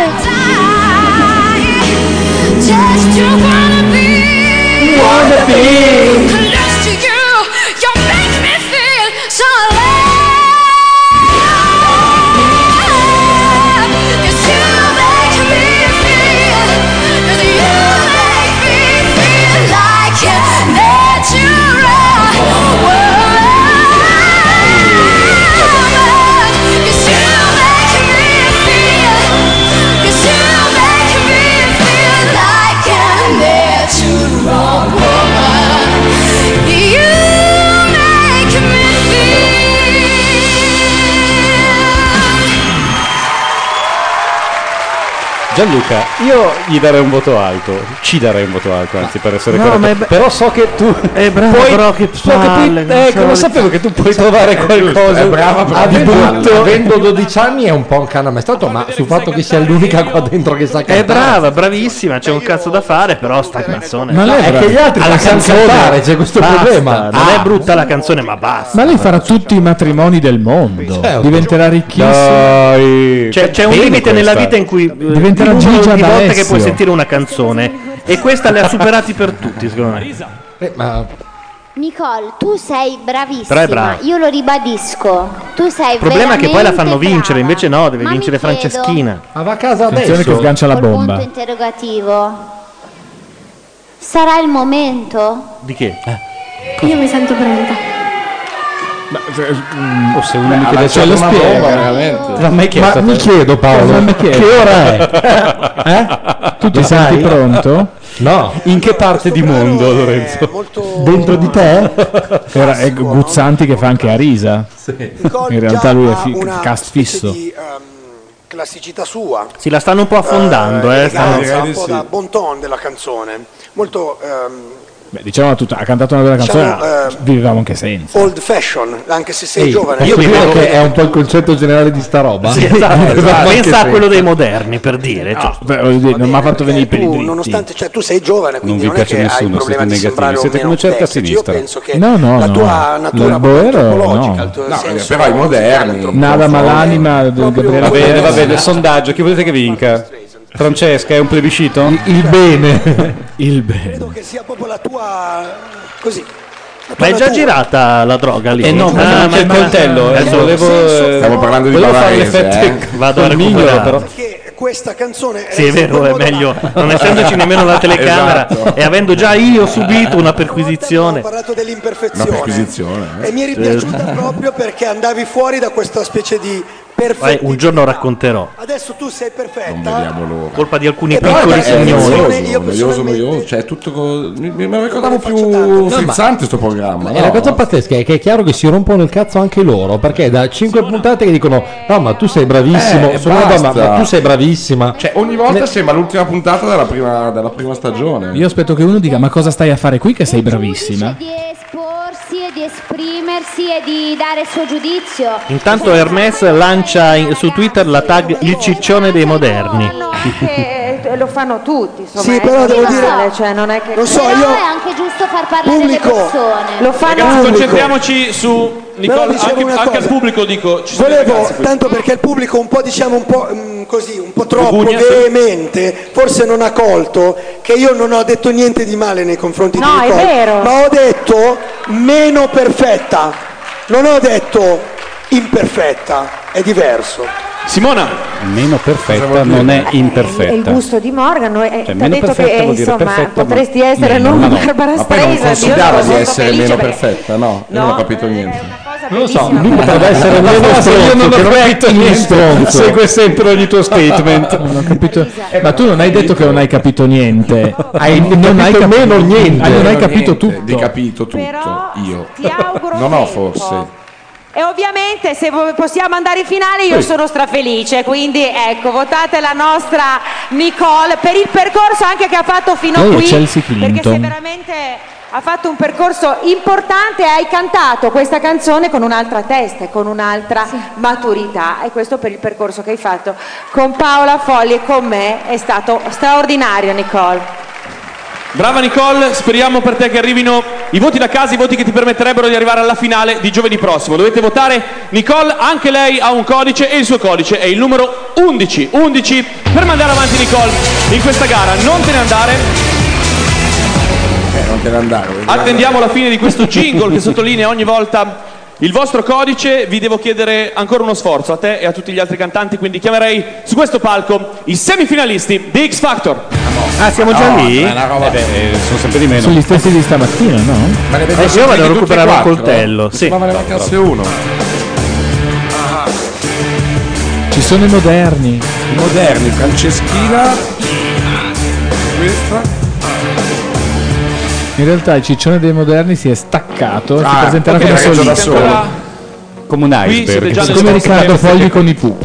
[SPEAKER 55] Gianluca, io gli darei un voto alto, ci darei un voto alto, anzi per essere
[SPEAKER 2] No,
[SPEAKER 55] corretto.
[SPEAKER 2] ma è be-
[SPEAKER 55] Però so che tu
[SPEAKER 2] È Eh, bravo,
[SPEAKER 55] puoi-
[SPEAKER 2] però che
[SPEAKER 55] so che puoi-
[SPEAKER 2] palle, non
[SPEAKER 55] ecco,
[SPEAKER 2] so-
[SPEAKER 55] lo sapevo che tu puoi trovare qualcosa.
[SPEAKER 16] È brava, brava.
[SPEAKER 55] di
[SPEAKER 16] Avendo,
[SPEAKER 55] brutto.
[SPEAKER 16] avendo 12 anni è un po' un canamestato, ma sul fatto che sia l'unica qua dentro che sa
[SPEAKER 55] Eh,
[SPEAKER 16] cantare.
[SPEAKER 2] È brava, bravissima, c'è un cazzo da fare, però sta canzone.
[SPEAKER 16] Ma lei è
[SPEAKER 2] è
[SPEAKER 16] brava.
[SPEAKER 2] che gli altri
[SPEAKER 16] Alla
[SPEAKER 2] la canzone
[SPEAKER 16] canzone, c'è questo
[SPEAKER 2] basta.
[SPEAKER 16] problema.
[SPEAKER 2] Non è
[SPEAKER 16] Ah.
[SPEAKER 2] brutta la canzone, ma basta.
[SPEAKER 14] Ma lei farà tutti i matrimoni del mondo.
[SPEAKER 2] Certo.
[SPEAKER 14] Diventerà ricchissimo.
[SPEAKER 2] Cioè, C'è, c'è un
[SPEAKER 14] Bene
[SPEAKER 2] limite nella
[SPEAKER 14] questa.
[SPEAKER 2] vita in cui eh,
[SPEAKER 14] Diventerà
[SPEAKER 2] il numero
[SPEAKER 14] Gigia
[SPEAKER 2] di volte che
[SPEAKER 14] D'Alessio.
[SPEAKER 2] puoi sentire una canzone. E questa le ha superati per tutti, secondo me.
[SPEAKER 16] ma
[SPEAKER 9] Nicole, tu sei
[SPEAKER 2] Però
[SPEAKER 9] bravissima,
[SPEAKER 2] è brava.
[SPEAKER 9] io lo ribadisco. Tu sei
[SPEAKER 2] Il problema è che poi la fanno
[SPEAKER 9] veramente
[SPEAKER 2] vincere, invece no, deve
[SPEAKER 9] Ma mi
[SPEAKER 2] vincere
[SPEAKER 9] chiedo-
[SPEAKER 2] Franceschina.
[SPEAKER 16] Ma va a casa
[SPEAKER 14] Attenzione che sgancia la
[SPEAKER 9] brava. Punto
[SPEAKER 14] bomba.
[SPEAKER 9] interrogativo. Sarà il momento?
[SPEAKER 2] Di che?
[SPEAKER 18] Io mi sento pronta.
[SPEAKER 55] cioè,
[SPEAKER 2] Oh,
[SPEAKER 55] O se uno
[SPEAKER 14] mi
[SPEAKER 55] chiede
[SPEAKER 14] chiedesse lo spiega.
[SPEAKER 55] Non mai chiesto
[SPEAKER 38] Ma mi
[SPEAKER 55] te.
[SPEAKER 38] chiedo Paolo,
[SPEAKER 55] Non mi
[SPEAKER 38] che
[SPEAKER 55] chiedo.
[SPEAKER 38] ora è? Eh? Tu ti
[SPEAKER 55] Lo sai?
[SPEAKER 38] senti pronto?
[SPEAKER 55] No. In che parte di mondo, Lorenzo?
[SPEAKER 38] Dentro di te?
[SPEAKER 14] Ora è Guzzanti che fa anche a risa. In realtà lui è fi-
[SPEAKER 10] una ehm,
[SPEAKER 14] cast fisso.
[SPEAKER 10] classicità sua.
[SPEAKER 2] Sì, la stanno un po' affondando, eh.
[SPEAKER 10] eleganza,
[SPEAKER 2] stanno-
[SPEAKER 10] un po' da bon ton della canzone. Molto ehm,
[SPEAKER 14] Beh, diciamo tutto, ha cantato una bella canzone,
[SPEAKER 10] Diciamo, eh,
[SPEAKER 14] vivevamo anche senza.
[SPEAKER 10] old fashion, anche se sei
[SPEAKER 16] Ehi,
[SPEAKER 10] giovane.
[SPEAKER 16] io credo che è un po' il concetto generale di sta roba.
[SPEAKER 2] Sì, esatto, esatto.
[SPEAKER 16] Anche
[SPEAKER 2] Pensa a
[SPEAKER 16] se-
[SPEAKER 2] quello dei moderni, per dire. cioè.
[SPEAKER 14] Beh, voglio dire, non mi ha
[SPEAKER 15] Eh,
[SPEAKER 14] fatto venire i peli
[SPEAKER 10] tu,
[SPEAKER 14] dritti.
[SPEAKER 10] nonostante, cioè, tu sei giovane,
[SPEAKER 14] Non
[SPEAKER 10] quindi
[SPEAKER 14] vi
[SPEAKER 10] non, è
[SPEAKER 14] piace
[SPEAKER 10] che hai il
[SPEAKER 14] nessuno,
[SPEAKER 10] problema
[SPEAKER 14] siete negativi,
[SPEAKER 10] di sembrare o
[SPEAKER 14] siete
[SPEAKER 10] meno
[SPEAKER 14] come certa
[SPEAKER 10] tecnici. Io
[SPEAKER 14] sinistra.
[SPEAKER 10] penso che
[SPEAKER 14] No, no,
[SPEAKER 10] la
[SPEAKER 14] no.
[SPEAKER 10] tua natura
[SPEAKER 14] Lo Boero,
[SPEAKER 10] antropologica,
[SPEAKER 14] no.
[SPEAKER 10] il tuo
[SPEAKER 14] No, eh,
[SPEAKER 10] senso
[SPEAKER 4] però i moderni.
[SPEAKER 14] Nada malanima del Gabriele
[SPEAKER 55] Va bene, va
[SPEAKER 14] Gabriele.
[SPEAKER 55] bene, sondaggio, chi volete che vinca? Francesca, è un plebiscito? Il bene.
[SPEAKER 14] Il bene.
[SPEAKER 10] così.
[SPEAKER 2] Ma è già girata la droga lì?
[SPEAKER 55] Eh no, ma
[SPEAKER 2] Ah,
[SPEAKER 55] non c'è il coltello, eh, volevo, eh, Stiamo parlando di volevo fare Bavarese, l'effetto eh.
[SPEAKER 2] Vado a
[SPEAKER 55] col mignolo,
[SPEAKER 2] recuperare.
[SPEAKER 55] però.
[SPEAKER 10] Perché questa canzone
[SPEAKER 2] Sì, è vero, è meglio non essendoci nemmeno la telecamera
[SPEAKER 10] Esatto.
[SPEAKER 2] e avendo già io subito una perquisizione.
[SPEAKER 10] dell'imperfezione.
[SPEAKER 2] perquisizione.
[SPEAKER 10] E mi è ripiaciuta proprio perché andavi fuori da questa specie di perfetto.
[SPEAKER 2] un giorno racconterò.
[SPEAKER 10] Adesso tu sei perfetto.
[SPEAKER 2] Colpa di alcuni
[SPEAKER 10] Eh, però
[SPEAKER 2] piccoli
[SPEAKER 10] è
[SPEAKER 2] signori.
[SPEAKER 4] noioso, noioso, noioso, cioè è tutto co- mi, mi- me lo ricordavo più
[SPEAKER 15] ma-
[SPEAKER 4] frizzante sto programma.
[SPEAKER 15] E Eh, la
[SPEAKER 4] no?
[SPEAKER 15] cosa pazzesca è che è chiaro che si rompono il cazzo anche loro, perché da 5 puntate che dicono "No, ma tu sei bravissimo,
[SPEAKER 4] Eh,
[SPEAKER 15] sono una donna,
[SPEAKER 4] basta."
[SPEAKER 15] ma tu sei bravissima".
[SPEAKER 4] Cioè, ogni volta sembra l'ultima puntata della prima, della prima stagione.
[SPEAKER 14] Io aspetto che uno dica: Ma cosa stai a fare qui? Che sei bravissima.
[SPEAKER 9] Porsi e di esprimersi e di dare il suo giudizio.
[SPEAKER 2] Intanto Hermes lancia in- su Twitter la tag Il ciccione dei moderni.
[SPEAKER 11] Che eh, lo fanno tutti, insomma.
[SPEAKER 10] Sì,
[SPEAKER 11] eh,
[SPEAKER 10] però devo
[SPEAKER 11] non
[SPEAKER 10] dire-
[SPEAKER 11] vale, cioè, non è che
[SPEAKER 10] Lo so,
[SPEAKER 9] Però
[SPEAKER 10] io-
[SPEAKER 9] è anche giusto far parlare
[SPEAKER 10] Pubblico.
[SPEAKER 9] le persone.
[SPEAKER 11] Lo fanno
[SPEAKER 1] Ragazzi,
[SPEAKER 10] pubblico.
[SPEAKER 1] concentriamoci su
[SPEAKER 10] Però
[SPEAKER 1] Nicole,
[SPEAKER 10] dicevo
[SPEAKER 1] anche,
[SPEAKER 10] una
[SPEAKER 1] anche
[SPEAKER 10] cosa.
[SPEAKER 1] al pubblico dico, ci sono dei
[SPEAKER 10] Volevo,
[SPEAKER 1] ragazzi qui.
[SPEAKER 10] tanto perché il pubblico un po' diciamo un po' mm, così, un po' troppo
[SPEAKER 1] Bugugna, sì.
[SPEAKER 10] veemente, forse non ha colto che io non ho detto niente di male nei confronti
[SPEAKER 11] No, è
[SPEAKER 10] di Nicole,
[SPEAKER 11] vero.
[SPEAKER 10] ma ho detto meno perfetta, non ho detto imperfetta, è diverso.
[SPEAKER 1] Simona,
[SPEAKER 55] Meno perfetta, non è
[SPEAKER 11] è il
[SPEAKER 55] imperfetta.
[SPEAKER 11] gusto di Morgan. Ti
[SPEAKER 55] Cioè,
[SPEAKER 11] ha
[SPEAKER 55] meno
[SPEAKER 11] detto che
[SPEAKER 55] perfetta
[SPEAKER 11] eh,
[SPEAKER 55] vuol dire
[SPEAKER 11] insomma
[SPEAKER 55] perfetta, ma
[SPEAKER 11] potresti essere
[SPEAKER 55] meno,
[SPEAKER 11] non
[SPEAKER 55] ma no.
[SPEAKER 11] Barbara
[SPEAKER 4] Mm, Ma poi non
[SPEAKER 11] Streisand. io sono
[SPEAKER 4] considerava di
[SPEAKER 11] molto
[SPEAKER 4] essere
[SPEAKER 11] felice
[SPEAKER 4] meno
[SPEAKER 11] perché- eh,
[SPEAKER 4] perfetta, no? Io non ho capito niente.
[SPEAKER 11] Non lo so,
[SPEAKER 4] lui potrebbe essere
[SPEAKER 55] La
[SPEAKER 4] meno
[SPEAKER 55] frase,
[SPEAKER 4] stronzo,
[SPEAKER 55] Io non
[SPEAKER 4] che
[SPEAKER 55] ho
[SPEAKER 4] non ha
[SPEAKER 55] capito
[SPEAKER 4] capito
[SPEAKER 55] niente.
[SPEAKER 4] stronzo.
[SPEAKER 55] Segue sempre ogni tuo statement.
[SPEAKER 14] Esatto. Non ho capito. Ma tu non hai detto che non hai capito niente. Hai non hai capito
[SPEAKER 4] meno niente.
[SPEAKER 14] Ah, non hai
[SPEAKER 4] Meno
[SPEAKER 14] capito
[SPEAKER 4] niente,
[SPEAKER 14] tutto.
[SPEAKER 4] Di capito tutto. io. non ho forse. Eh,
[SPEAKER 11] E ovviamente se vo- possiamo andare in finale io
[SPEAKER 4] Sì.
[SPEAKER 11] sono strafelice, quindi ecco, votate la nostra Nicole per il percorso anche che ha fatto fino
[SPEAKER 14] Lei
[SPEAKER 11] a
[SPEAKER 14] è
[SPEAKER 11] qui,
[SPEAKER 14] Chelsea
[SPEAKER 11] perché se
[SPEAKER 14] Clinton.
[SPEAKER 11] veramente ha fatto un percorso importante e hai cantato questa canzone con un'altra testa e con un'altra maturità e questo per il percorso che hai fatto con Paola Folli e con me è stato straordinario Nicole.
[SPEAKER 1] Brava Nicole, speriamo per te che arrivino i voti da casa, i voti che ti permetterebbero di arrivare alla finale di giovedì prossimo. Dovete votare Nicole, anche lei ha un codice e il suo codice è il numero 11. 11 per mandare avanti Nicole in questa gara. Non te ne andare,
[SPEAKER 4] Eh, non te ne andare. non te ne
[SPEAKER 1] attendiamo la fine di questo jingle che sottolinea ogni volta il vostro codice. Vi devo chiedere ancora uno sforzo a te e a tutti gli altri cantanti, quindi chiamerei su questo palco i semifinalisti di X Factor.
[SPEAKER 2] Ah, siamo
[SPEAKER 1] già
[SPEAKER 55] lì? beh,
[SPEAKER 4] Eh
[SPEAKER 55] eh, sono sempre di meno.
[SPEAKER 14] Sono gli stessi di stamattina, no?
[SPEAKER 4] Ma ne
[SPEAKER 3] Eh,
[SPEAKER 4] avete
[SPEAKER 2] Adesso io vado a
[SPEAKER 4] tutti e
[SPEAKER 2] recuperare un
[SPEAKER 4] quattro?
[SPEAKER 2] coltello. Sì.
[SPEAKER 4] Ma ne mancasse uno.
[SPEAKER 14] Ci sono i moderni.
[SPEAKER 4] I moderni, Franceschina. Questa.
[SPEAKER 14] In realtà il ciccione dei moderni si è staccato. si
[SPEAKER 4] Ah,
[SPEAKER 14] presenterà
[SPEAKER 4] ok,
[SPEAKER 14] come
[SPEAKER 4] ragazzi,
[SPEAKER 14] solista.
[SPEAKER 4] da solo.
[SPEAKER 55] Come un
[SPEAKER 14] Qui siete già
[SPEAKER 55] iceberg.
[SPEAKER 14] Come Riccardo Fogli con i Pooh.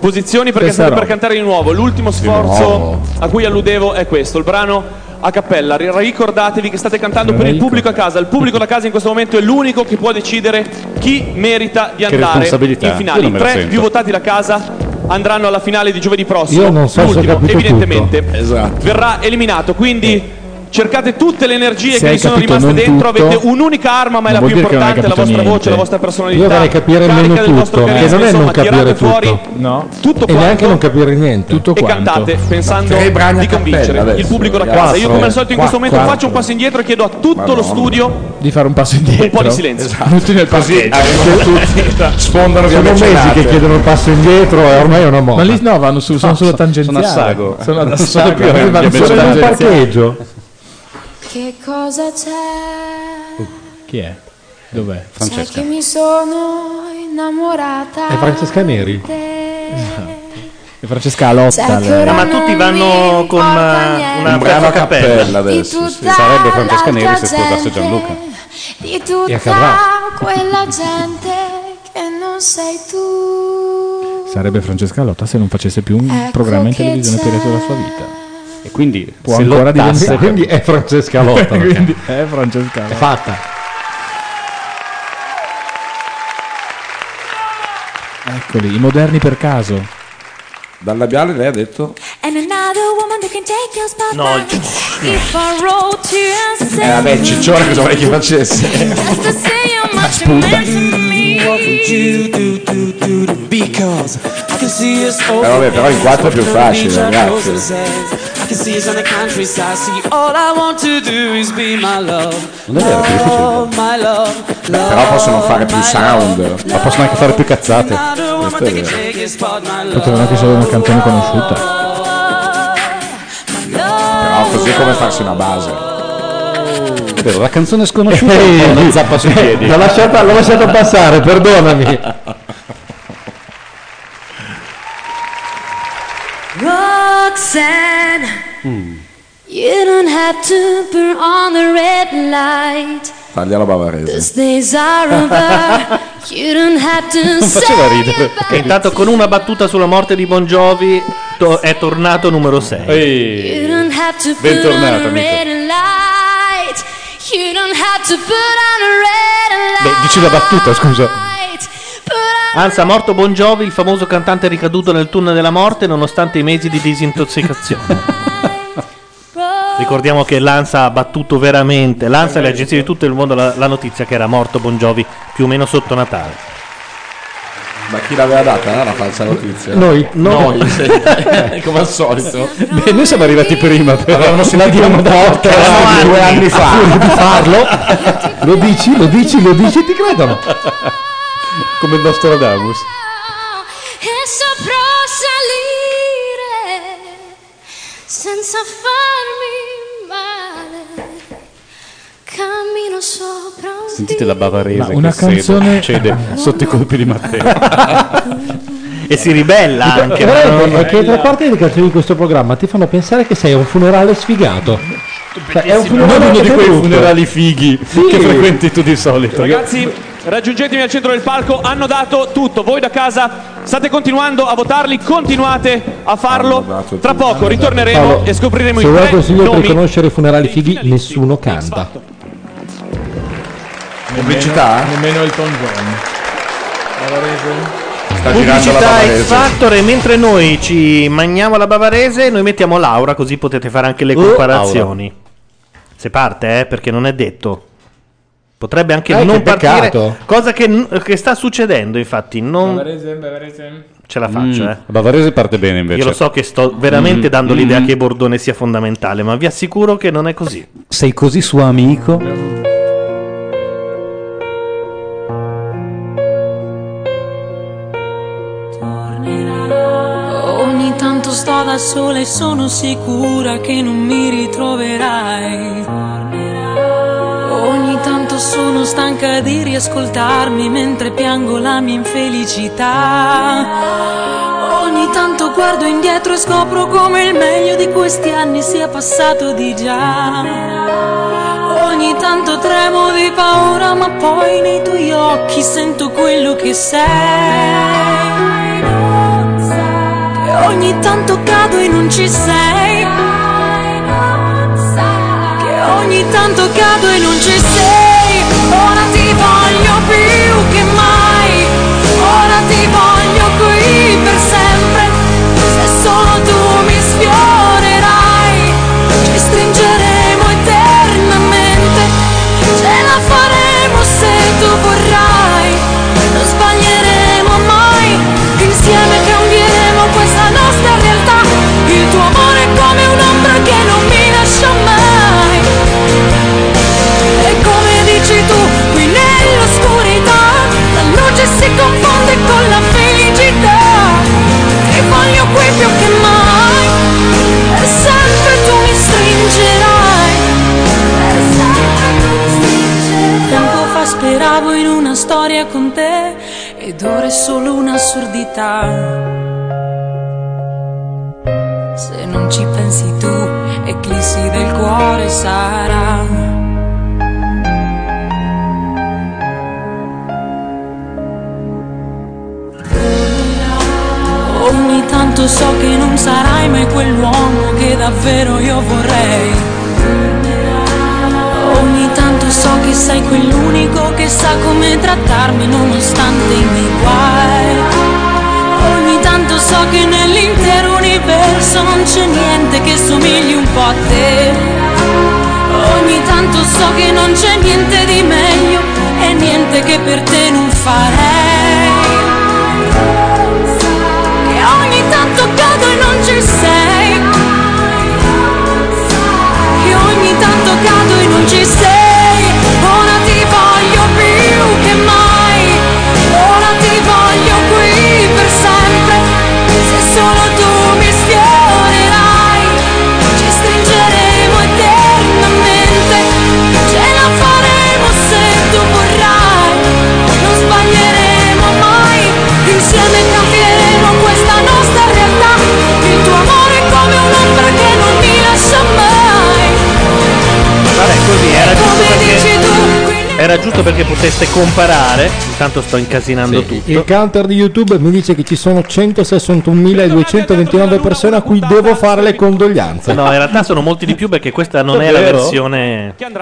[SPEAKER 1] Posizioni perché
[SPEAKER 56] Questa
[SPEAKER 1] state per
[SPEAKER 56] roba.
[SPEAKER 1] cantare di nuovo. L'ultimo sforzo
[SPEAKER 56] nuovo.
[SPEAKER 1] a cui alludevo è questo, il brano a cappella. Ri- Ricordatevi che state cantando per il pubblico a casa. Il pubblico da casa in questo momento è l'unico che può decidere chi merita di
[SPEAKER 3] Che
[SPEAKER 1] andare
[SPEAKER 3] responsabilità.
[SPEAKER 1] in finale.
[SPEAKER 3] Io non me
[SPEAKER 1] I
[SPEAKER 3] la
[SPEAKER 1] tre
[SPEAKER 3] sento.
[SPEAKER 1] più votati da casa andranno alla finale di giovedì prossimo.
[SPEAKER 3] Io non so se ho
[SPEAKER 1] L'ultimo,
[SPEAKER 3] capito
[SPEAKER 1] evidentemente,
[SPEAKER 3] tutto. Esatto.
[SPEAKER 1] verrà eliminato. Quindi cercate tutte le energie
[SPEAKER 3] Se
[SPEAKER 1] che
[SPEAKER 3] hai
[SPEAKER 1] vi sono
[SPEAKER 3] capito
[SPEAKER 1] rimaste
[SPEAKER 3] non
[SPEAKER 1] dentro.
[SPEAKER 3] tutto,
[SPEAKER 1] Avete un'unica arma, ma è la
[SPEAKER 3] non
[SPEAKER 1] più
[SPEAKER 3] vuol dire che non hai
[SPEAKER 1] importante, la vostra
[SPEAKER 3] capito
[SPEAKER 1] voce,
[SPEAKER 3] niente.
[SPEAKER 1] la vostra personalità.
[SPEAKER 57] Io vorrei capire
[SPEAKER 1] carica
[SPEAKER 57] almeno
[SPEAKER 1] del vostro
[SPEAKER 57] tutto, che
[SPEAKER 1] carisma,
[SPEAKER 57] non è
[SPEAKER 1] insomma,
[SPEAKER 57] non capire
[SPEAKER 1] tirate fuori
[SPEAKER 57] tutto.
[SPEAKER 56] No.
[SPEAKER 1] tutto
[SPEAKER 57] e neanche
[SPEAKER 1] quanto.
[SPEAKER 57] non capire niente. Tutto
[SPEAKER 1] e cantate pensando di convincere il pubblico da casa. Io come al solito in questo momento faccio un passo indietro e chiedo a tutto lo studio
[SPEAKER 56] Di fare un passo indietro.
[SPEAKER 1] un po' di silenzio.
[SPEAKER 3] Esatto.
[SPEAKER 2] esatto.
[SPEAKER 56] Tutti nel parcheggio.
[SPEAKER 4] Sfondano
[SPEAKER 2] Sono mesi che chiedono il passo indietro e ormai è una moda.
[SPEAKER 56] Ma lì no, vanno su, sono
[SPEAKER 2] No,
[SPEAKER 56] solo
[SPEAKER 2] so-
[SPEAKER 56] tangenziali.
[SPEAKER 2] sono a Sago.
[SPEAKER 56] Sono ad
[SPEAKER 2] Non so
[SPEAKER 56] Assago.
[SPEAKER 2] più,
[SPEAKER 56] Lì vanno
[SPEAKER 2] anche
[SPEAKER 56] solo
[SPEAKER 2] me. Sono in
[SPEAKER 56] tangenziali.
[SPEAKER 2] parcheggio.
[SPEAKER 14] Che cosa c'è?
[SPEAKER 56] Chi è? Dov'è?
[SPEAKER 14] Sai che mi sono innamorata.
[SPEAKER 2] È Francesca Neri.
[SPEAKER 56] E Francesca Lotta.
[SPEAKER 14] Sai che ora
[SPEAKER 58] ma tutti vanno con
[SPEAKER 2] eh,
[SPEAKER 58] una, una brava cappella
[SPEAKER 14] adesso, sì.
[SPEAKER 3] Sarebbe Francesca
[SPEAKER 14] l'altra
[SPEAKER 3] Neri se sposasse
[SPEAKER 14] gente.
[SPEAKER 3] Gianluca.
[SPEAKER 14] Di
[SPEAKER 3] E a
[SPEAKER 14] tutta
[SPEAKER 3] Carrà.
[SPEAKER 14] quella gente che non sei tu.
[SPEAKER 56] Sarebbe Francesca Lotta se non facesse più un
[SPEAKER 14] Ecco
[SPEAKER 56] programma in
[SPEAKER 14] che
[SPEAKER 56] televisione
[SPEAKER 14] c'è.
[SPEAKER 56] per il resto della sua vita.
[SPEAKER 3] E quindi
[SPEAKER 56] può
[SPEAKER 3] se
[SPEAKER 56] ancora
[SPEAKER 3] lottasse
[SPEAKER 56] diventare.
[SPEAKER 3] per- Quindi è Francesca Lotta,
[SPEAKER 56] Quindi
[SPEAKER 2] Eh,
[SPEAKER 56] è Francesca Lotta.
[SPEAKER 2] È fatta.
[SPEAKER 56] Eccoli, i moderni per caso.
[SPEAKER 4] Dal labiale lei ha detto
[SPEAKER 14] And another woman that can take your spot.
[SPEAKER 4] No,
[SPEAKER 14] If I wrote you and
[SPEAKER 4] Eh
[SPEAKER 14] said
[SPEAKER 4] vabbè Ciccione cosa vorrei che facesse
[SPEAKER 14] just to say how much you meant to me.
[SPEAKER 4] Eh, vabbè, però in quattro è più facile, ragazzi.
[SPEAKER 3] Non è vero, è più difficile.
[SPEAKER 4] Però possono fare più sound
[SPEAKER 3] Ma possono anche fare più cazzate.
[SPEAKER 4] Questo è vero
[SPEAKER 56] Potevano anche solo una canzone conosciuta.
[SPEAKER 4] Però così è come farsi una base
[SPEAKER 3] È vero, la canzone sconosciuta è un po' una zappa sui piedi.
[SPEAKER 2] Eh, L'ho lasciata, l'ho lasciata passare, perdonami.
[SPEAKER 14] Roxanne,
[SPEAKER 4] Mm.
[SPEAKER 14] you don't have to burn on the red light.
[SPEAKER 4] Taglia la bavarese
[SPEAKER 14] These days are over. you don't have to say.
[SPEAKER 58] ridere.
[SPEAKER 2] E intanto con una battuta sulla morte di Bon Jovi to- è tornato numero 6.
[SPEAKER 14] You don't have to put on
[SPEAKER 2] Bentornato,
[SPEAKER 14] a
[SPEAKER 2] Eh, amico.
[SPEAKER 14] red light. You don't have to put on a red light.
[SPEAKER 2] Beh, dici la battuta, scusa. Anza, morto Bon Jovi, il famoso cantante ricaduto nel tunnel della morte nonostante i mesi di disintossicazione. Ricordiamo che l'Ansa ha battuto veramente, l'Ansa e le agenzie di tutto il mondo la, la notizia che era morto Bon Jovi più o meno sotto Natale.
[SPEAKER 4] Ma chi l'aveva data? eh, La falsa notizia
[SPEAKER 2] Noi.
[SPEAKER 4] Noi,
[SPEAKER 2] Noi.
[SPEAKER 4] sì. Come al solito
[SPEAKER 3] Beh, noi siamo arrivati prima, però.
[SPEAKER 4] Avevano
[SPEAKER 3] La
[SPEAKER 4] sentito
[SPEAKER 3] diamo
[SPEAKER 4] un
[SPEAKER 3] da otto
[SPEAKER 4] podcast
[SPEAKER 3] anni.
[SPEAKER 4] due anni fa.
[SPEAKER 2] Pure di farlo. Lo dici, lo dici, lo dici e ti credono.
[SPEAKER 3] Come il nostro Adamus.
[SPEAKER 14] E saprò salire senza farmi male. Cammino sopra un
[SPEAKER 3] Sentite la
[SPEAKER 56] Ma
[SPEAKER 3] bavarese
[SPEAKER 56] una
[SPEAKER 3] che cede-
[SPEAKER 56] canzone-
[SPEAKER 3] cede sotto i colpi di Matteo.
[SPEAKER 2] E si ribella anche.
[SPEAKER 3] ma
[SPEAKER 2] Guarda
[SPEAKER 3] non-
[SPEAKER 2] che- eh, che tre quarti delle canzoni di questo programma ti fanno pensare che sei a un funerale sfigato. Cioè, è un
[SPEAKER 3] Non
[SPEAKER 2] funerale
[SPEAKER 3] uno di quei
[SPEAKER 2] brutto.
[SPEAKER 3] funerali fighi
[SPEAKER 2] Sì.
[SPEAKER 3] che frequenti tu di solito.
[SPEAKER 1] Ragazzi, raggiungetemi al centro del palco, hanno dato tutto. Voi da casa state continuando a votarli, continuate a farlo. Tra poco ritorneremo
[SPEAKER 2] Paolo,
[SPEAKER 1] e scopriremo
[SPEAKER 2] se
[SPEAKER 1] i
[SPEAKER 2] vuoi
[SPEAKER 1] tre
[SPEAKER 2] consiglio per
[SPEAKER 1] nomi.
[SPEAKER 2] conoscere i funerali fighi, nessuno canta.
[SPEAKER 4] Pubblicità?
[SPEAKER 56] Nemmeno il Tom John.
[SPEAKER 4] Sta girando la
[SPEAKER 2] Pubblicità X
[SPEAKER 4] bavarese
[SPEAKER 2] Factor e mentre noi ci mangiamo la bavarese, noi mettiamo Laura così potete fare anche le comparazioni.
[SPEAKER 59] Ah.
[SPEAKER 2] Se parte, eh, perché non è detto. Potrebbe anche
[SPEAKER 56] Dai, che
[SPEAKER 2] non partire,
[SPEAKER 56] peccato.
[SPEAKER 2] cosa che, n- che sta succedendo, infatti, non ce la faccio,
[SPEAKER 3] Mm,
[SPEAKER 2] eh.
[SPEAKER 3] Bavarese parte bene invece.
[SPEAKER 2] Io lo so che sto veramente
[SPEAKER 3] Mm,
[SPEAKER 2] dando l'idea
[SPEAKER 3] mm.
[SPEAKER 2] che Bordone sia fondamentale, ma vi assicuro che non è così.
[SPEAKER 3] Sei così suo amico?
[SPEAKER 14] Ogni tanto sto da sola e sono sicura che non mi ritroverai. Ogni tanto sono stanca di riascoltarmi mentre piango la mia infelicità. Ogni tanto guardo indietro e scopro come il meglio di questi anni sia passato di già. Ogni tanto tremo di paura, ma poi nei tuoi occhi sento quello che sei. Ogni tanto cado e non ci sei. Che ogni tanto cado e non ci sei. Ora ti voglio più che mai. Ora ti voglio qui per sempre. Se solo tu mi sfiorerai, ci stringeremo eternamente. Ce la faremo se tu vorrai. Non sbaglieremo mai. Insieme cambieremo questa nostra realtà. Il tuo amore è come un'ombra che non mi lascia mai. E come dici tu, qui nell'oscurità, la luce si confonde con la felicità. Ti voglio qui più che mai. E sempre tu mi stringerai. Tempo fa speravo in una storia con te ed ora è solo un'assurdità. Se non ci pensi tu, eclissi del cuore sarà. Ogni tanto so che non sarai mai quell'uomo che davvero io vorrei. Ogni tanto so che sei quell'unico che sa come trattarmi nonostante i miei guai. Ogni tanto so che nell'intero universo non c'è niente che somigli un po' a te. Ogni tanto so che non c'è niente di meglio e niente che per te non farei. Che ogni tanto cado e non ci sei. Che ogni tanto cado e non ci sei. Ora ti voglio più che mai. Ora ti voglio qui per sempre. Se solo tu mi sfiorerai, ci stringeremo eternamente. Ce la faremo se tu vorrai. Non sbaglieremo mai. Insieme cambieremo questa nostra realtà. Il tuo amore è come un'ombra che non mi lascia mai.
[SPEAKER 2] Vabbè, così era giusto perché, era giusto perché poteste comparare. Intanto sto incasinando tutto.
[SPEAKER 60] Il counter di YouTube mi dice che ci sono 161.229 persone a cui devo fare le condoglianze.
[SPEAKER 2] No, in realtà sono molti di più perché questa non è la
[SPEAKER 60] Davvero?
[SPEAKER 2] versione.
[SPEAKER 61] Cioè,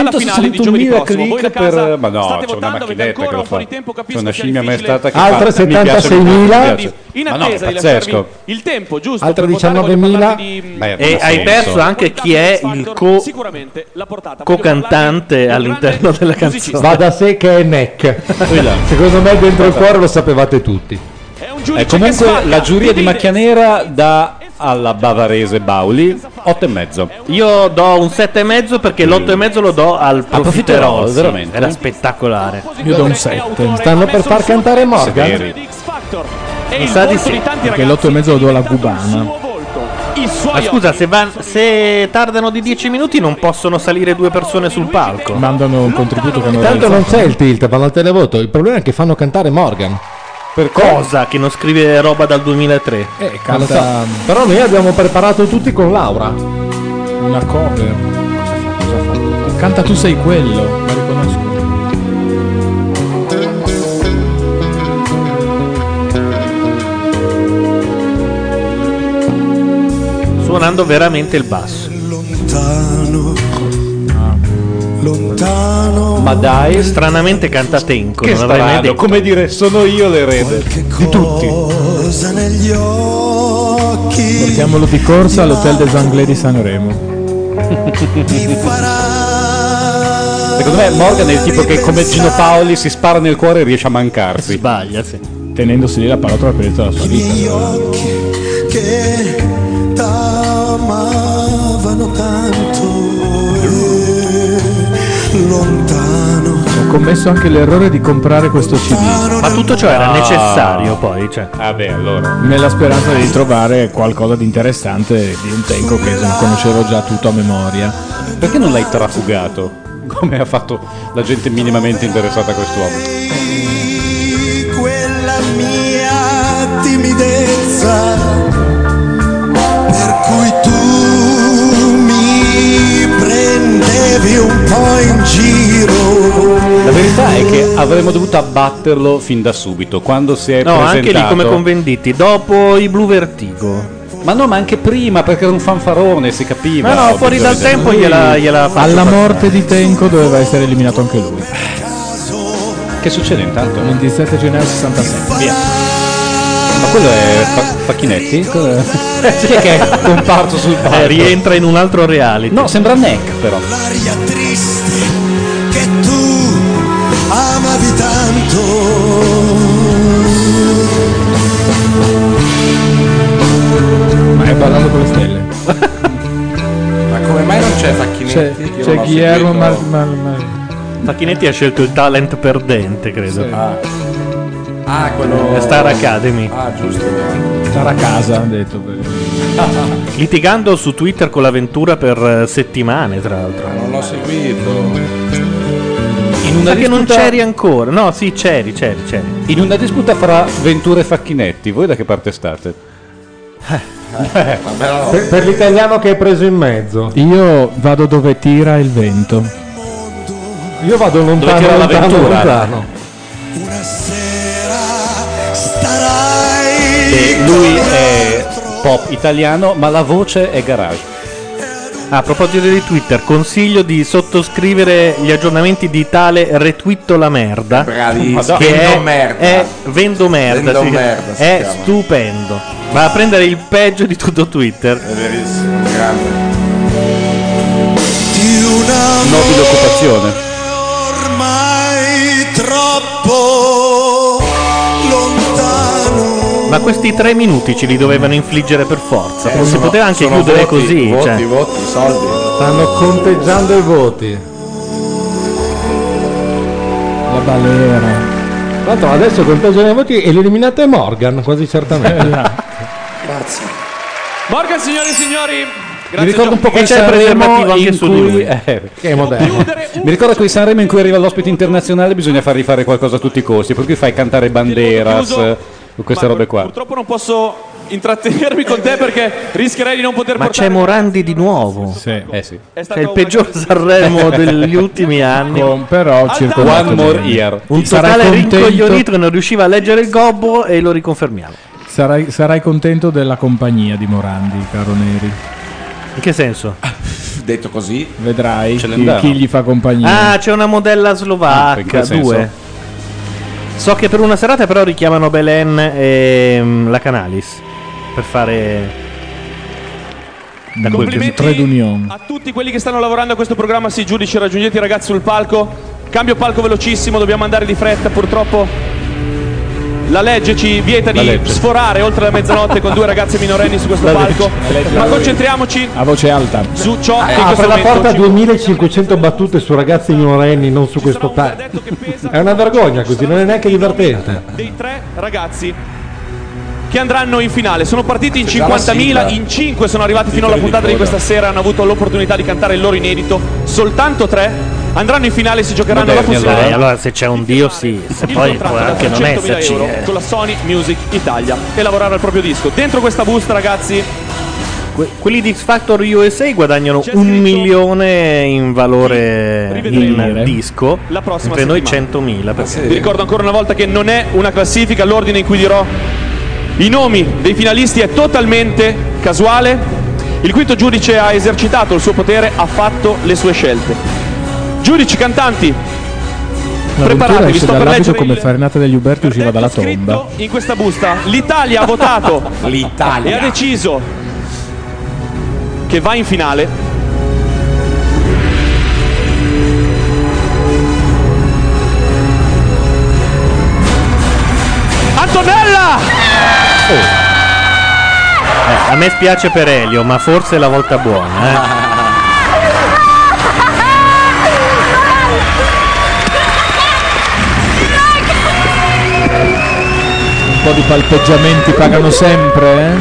[SPEAKER 61] alla finale di giovedì
[SPEAKER 1] 161.000
[SPEAKER 61] prossimo. Voi da
[SPEAKER 1] click
[SPEAKER 61] casa
[SPEAKER 1] per. Ma no,
[SPEAKER 61] state
[SPEAKER 1] c'è una macchinetta che lo fa. C'è una
[SPEAKER 61] sia
[SPEAKER 1] scimmia maestrata che
[SPEAKER 60] Altre
[SPEAKER 1] fa, mi piace, mi piace, mi piace.
[SPEAKER 61] In
[SPEAKER 1] Ma no, è
[SPEAKER 61] attesa di
[SPEAKER 1] pazzesco.
[SPEAKER 61] lasciarvi il tempo giusto
[SPEAKER 60] Altre
[SPEAKER 61] per votare, voglio parlarvi di-
[SPEAKER 60] 19.000.
[SPEAKER 61] Beh,
[SPEAKER 2] E
[SPEAKER 61] non ha
[SPEAKER 2] hai
[SPEAKER 61] senso.
[SPEAKER 2] perso anche chi è il co- co-cantante all'interno della canzone.
[SPEAKER 60] Va da sé che è Neck. Secondo me dentro il cuore lo sapevate tutti. Eh,
[SPEAKER 1] E comunque la giuria di macchia nera dà alla bavarese Bauli 8 e mezzo.
[SPEAKER 2] Io do un 7 e mezzo
[SPEAKER 60] Mm.
[SPEAKER 2] perché l'8 e mezzo lo do al
[SPEAKER 1] Profiterol,
[SPEAKER 2] profiterol. sì.
[SPEAKER 1] veramente.
[SPEAKER 2] Era spettacolare.
[SPEAKER 3] Io do un 7.
[SPEAKER 60] Stanno per far cantare Morgan.
[SPEAKER 2] Severi.
[SPEAKER 61] Mi
[SPEAKER 3] sa di
[SPEAKER 2] sì.
[SPEAKER 3] Perché l'8 e mezzo lo do alla Gubana.
[SPEAKER 2] Ma scusa, se, van- se tardano di 10 minuti non possono salire due persone sul palco.
[SPEAKER 3] Mandano un contributo che hanno
[SPEAKER 60] Tanto non
[SPEAKER 3] realizzato.
[SPEAKER 60] c'è il tilt, vanno al televoto. Il problema è che fanno cantare Morgan.
[SPEAKER 2] Per cosa? Che non scrive roba dal 2003.
[SPEAKER 3] Eh,
[SPEAKER 60] Non lo
[SPEAKER 3] canta
[SPEAKER 60] so. Però noi abbiamo preparato tutti con Laura.
[SPEAKER 3] una cover. Cosa fa? Cosa fa? Canta tu sei quello. La riconosco.
[SPEAKER 2] Suonando veramente il basso.
[SPEAKER 10] Lontano.
[SPEAKER 2] Ma dai. Stranamente canta Tenco.
[SPEAKER 1] Che
[SPEAKER 2] non avrei mai
[SPEAKER 1] strano,
[SPEAKER 2] detto.
[SPEAKER 1] come dire, sono io l'erede di tutti.
[SPEAKER 10] Cosa negli occhi
[SPEAKER 3] Portiamolo di corsa all'Hotel des Anglais di Sanremo.
[SPEAKER 1] Secondo me Morgan è il tipo che come Gino Paoli si spara nel cuore e riesce a mancarsi.
[SPEAKER 2] Sbaglia, sì.
[SPEAKER 3] Tenendosi lì la pallottola per il resto della sua vita.
[SPEAKER 10] che t'amavano tanto e lontano
[SPEAKER 3] Ho commesso anche l'errore di comprare questo CD.
[SPEAKER 2] Ma tutto ciò era
[SPEAKER 3] Ah.
[SPEAKER 2] necessario poi. Cioè.
[SPEAKER 1] Vabbè, allora.
[SPEAKER 3] Nella speranza di trovare qualcosa di interessante di un tempo che non conoscevo già tutto a memoria.
[SPEAKER 1] Perché non l'hai trafugato? Come ha fatto la gente minimamente interessata a quest'uomo?
[SPEAKER 10] quella mia timidezza per cui tu mi prendevi un po' in giro
[SPEAKER 3] La verità è che avremmo dovuto abbatterlo fin da subito, quando si è
[SPEAKER 2] No,
[SPEAKER 3] presentato.
[SPEAKER 2] anche lì come con Venditti, dopo i Blu Vertigo.
[SPEAKER 3] Ma no, ma anche prima, perché era un fanfarone, si capiva.
[SPEAKER 2] Ma no,
[SPEAKER 3] Ho
[SPEAKER 2] fuori dal
[SPEAKER 3] bisogno di-
[SPEAKER 2] tempo gliela, gliela faccio
[SPEAKER 62] Alla
[SPEAKER 2] passare.
[SPEAKER 62] morte di Tenco doveva essere eliminato anche lui.
[SPEAKER 3] Che succede intanto?
[SPEAKER 62] 27 gennaio 66.
[SPEAKER 3] Via. Ma quello è Fa- Facchinetti? Cos'è? Chi è che è comparso sul palco?
[SPEAKER 2] Eh, rientra in un altro reality.
[SPEAKER 3] No, sembra Neck però.
[SPEAKER 14] l'aria triste che tu amavi tanto.
[SPEAKER 62] Ma è parlando con le stelle.
[SPEAKER 4] Ma come mai non c'è Facchinetti?
[SPEAKER 62] C'è,
[SPEAKER 4] Io
[SPEAKER 62] c'è
[SPEAKER 4] non ho
[SPEAKER 62] Guillermo
[SPEAKER 4] seguito.
[SPEAKER 62] Mar- Mar- Mar-
[SPEAKER 2] Facchinetti ha scelto il talent perdente, credo.
[SPEAKER 62] Sì.
[SPEAKER 4] Ah, quello.
[SPEAKER 2] Eh, Star Academy.
[SPEAKER 4] Ah, giusto.
[SPEAKER 62] Stare a casa, hanno detto.
[SPEAKER 2] Litigando su Twitter con l'avventura per eh, settimane, tra l'altro.
[SPEAKER 4] Non l'ho seguito. Eh,
[SPEAKER 2] In
[SPEAKER 3] una
[SPEAKER 2] che non
[SPEAKER 3] disputa-
[SPEAKER 2] c'eri ancora. No, sì, c'eri, c'eri, c'eri.
[SPEAKER 3] In una disputa fra Ventura e Facchinetti, voi da che parte state?
[SPEAKER 59] Per, per l'italiano che hai preso in mezzo.
[SPEAKER 62] Io vado dove tira il vento.
[SPEAKER 59] Io vado
[SPEAKER 62] Dove
[SPEAKER 59] lontano,
[SPEAKER 62] tira
[SPEAKER 59] lontano,
[SPEAKER 62] l'avventura?
[SPEAKER 59] lontano.
[SPEAKER 3] E lui è pop italiano, ma la voce è garage.
[SPEAKER 2] A proposito di Twitter, consiglio di sottoscrivere gli aggiornamenti di tale Retwitto la merda.
[SPEAKER 4] Bravissimo.
[SPEAKER 2] che
[SPEAKER 4] Vendo
[SPEAKER 2] è,
[SPEAKER 4] merda.
[SPEAKER 2] È vendo merda.
[SPEAKER 4] Vendo
[SPEAKER 2] sì.
[SPEAKER 4] merda si
[SPEAKER 2] è
[SPEAKER 4] chiama.
[SPEAKER 2] stupendo. Va a prendere il peggio di tutto Twitter. È
[SPEAKER 4] verissimo, grande.
[SPEAKER 3] Noti d'occupazione.
[SPEAKER 14] Ormai troppo lontano.
[SPEAKER 2] Ma questi tre minuti ce li dovevano infliggere per forza.
[SPEAKER 59] Eh,
[SPEAKER 2] si
[SPEAKER 59] sono-
[SPEAKER 2] poteva anche
[SPEAKER 59] sono
[SPEAKER 2] chiudere
[SPEAKER 59] voti,
[SPEAKER 2] così.
[SPEAKER 59] voti,
[SPEAKER 2] cioè.
[SPEAKER 4] voti, soldi.
[SPEAKER 59] Stanno conteggiando i voti.
[SPEAKER 62] La balera.
[SPEAKER 59] Tra l'altro adesso conteggiano i voti e l'eliminato è Morgan, quasi certamente.
[SPEAKER 1] Grazie. Morgan, signori e signori.
[SPEAKER 59] Mi
[SPEAKER 1] Grazie.
[SPEAKER 59] ricordo
[SPEAKER 1] Gio-
[SPEAKER 59] un po'
[SPEAKER 3] E
[SPEAKER 59] quel
[SPEAKER 3] c'è il
[SPEAKER 59] Sanremo
[SPEAKER 3] preservativo anche
[SPEAKER 59] in
[SPEAKER 3] su
[SPEAKER 59] cui-
[SPEAKER 3] di lui.
[SPEAKER 59] eh, che è moderno.
[SPEAKER 3] Mi ricordo quei Sanremo in cui arriva l'ospite internazionale, bisogna far rifare qualcosa a tutti i costi, per cui fai cantare banderas,
[SPEAKER 1] Chiuso.
[SPEAKER 3] eh, queste robe qua.
[SPEAKER 1] Purtroppo non posso intrattenermi con te perché rischierei di non poter
[SPEAKER 2] Ma c'è
[SPEAKER 1] portare
[SPEAKER 2] Morandi di nuovo. Eh, È il peggior Sanremo degli ultimi anni.
[SPEAKER 62] Con però circolato
[SPEAKER 2] One more
[SPEAKER 62] bene.
[SPEAKER 2] year. Un
[SPEAKER 62] Sarai
[SPEAKER 2] totale
[SPEAKER 62] contento-
[SPEAKER 2] rincoglionito che non riusciva a leggere il gobbo e lo riconfermiamo.
[SPEAKER 62] Sarai, sarai contento della compagnia di Morandi, caro Neri.
[SPEAKER 2] In che senso?
[SPEAKER 4] Detto così,
[SPEAKER 62] vedrai
[SPEAKER 2] ne
[SPEAKER 62] chi,
[SPEAKER 2] andava.
[SPEAKER 62] chi gli fa compagnia.
[SPEAKER 2] Ah, c'è una modella
[SPEAKER 62] In che
[SPEAKER 2] slovacca,
[SPEAKER 62] senso?
[SPEAKER 2] due. So che per una serata però richiamano Belen e mm, la Canalis per fare da quel che
[SPEAKER 1] Complimenti a tutti quelli che stanno lavorando a questo programma. Sì, giudici, raggiungete i ragazzi sul palco. Cambio palco velocissimo, dobbiamo andare di fretta. Purtroppo la legge ci vieta di sforare oltre la mezzanotte con due ragazze minorenni su questo
[SPEAKER 2] La legge.
[SPEAKER 1] palco.
[SPEAKER 2] La legge.
[SPEAKER 1] Ma concentriamoci
[SPEAKER 62] A voce alta.
[SPEAKER 1] su ciò che in questo
[SPEAKER 59] Ah, Apre la
[SPEAKER 1] momento
[SPEAKER 59] porta a
[SPEAKER 1] ci-
[SPEAKER 59] 2500 battute su ragazzi minorenni, non su questo palco. È una vergogna così, non è neanche divertente.
[SPEAKER 1] dei tre ragazzi che andranno in finale. Sono partiti in
[SPEAKER 4] C'è già la
[SPEAKER 1] 50.000,
[SPEAKER 4] sigla.
[SPEAKER 1] in 5 sono arrivati fino alla
[SPEAKER 4] Titoli di
[SPEAKER 1] puntata di
[SPEAKER 4] coda.
[SPEAKER 1] questa
[SPEAKER 2] eh.
[SPEAKER 1] sera, hanno avuto l'opportunità di cantare il loro inedito, soltanto tre andranno in finale e si giocheranno la
[SPEAKER 2] allora.
[SPEAKER 1] funzione.
[SPEAKER 2] Eh, allora se c'è un dio sì, se
[SPEAKER 1] Il
[SPEAKER 2] poi può
[SPEAKER 1] contratto da
[SPEAKER 2] anche non
[SPEAKER 1] 300.000
[SPEAKER 2] esserci.
[SPEAKER 1] euro
[SPEAKER 2] eh.
[SPEAKER 1] con la Sony Music Italia e lavorare al proprio disco. Dentro questa busta, ragazzi,
[SPEAKER 2] Que- quelli di X Factor USA guadagnano un milione in valore in
[SPEAKER 1] rivedremo
[SPEAKER 2] disco,
[SPEAKER 1] la prossima
[SPEAKER 2] mentre noi
[SPEAKER 1] settimana.
[SPEAKER 2] 100.000. perché-
[SPEAKER 1] vi ricordo ancora una volta che non è una classifica, l'ordine in cui dirò i nomi dei finalisti è totalmente casuale. Il quinto giudice ha esercitato il suo potere, ha fatto le sue scelte. Giudici cantanti,
[SPEAKER 62] L'avventura
[SPEAKER 1] preparatevi,
[SPEAKER 62] esce
[SPEAKER 1] sto per
[SPEAKER 62] dall'abito
[SPEAKER 1] leggere
[SPEAKER 62] come
[SPEAKER 1] il-
[SPEAKER 62] Farinata degli Uberti usciva dalla tomba.
[SPEAKER 1] in questa busta l'Italia ha votato e ha deciso che va in finale Antonella
[SPEAKER 2] Eh, a me spiace per Elio, ma forse è la volta buona. eh.
[SPEAKER 62] Un po' di palpeggiamenti pagano sempre, eh?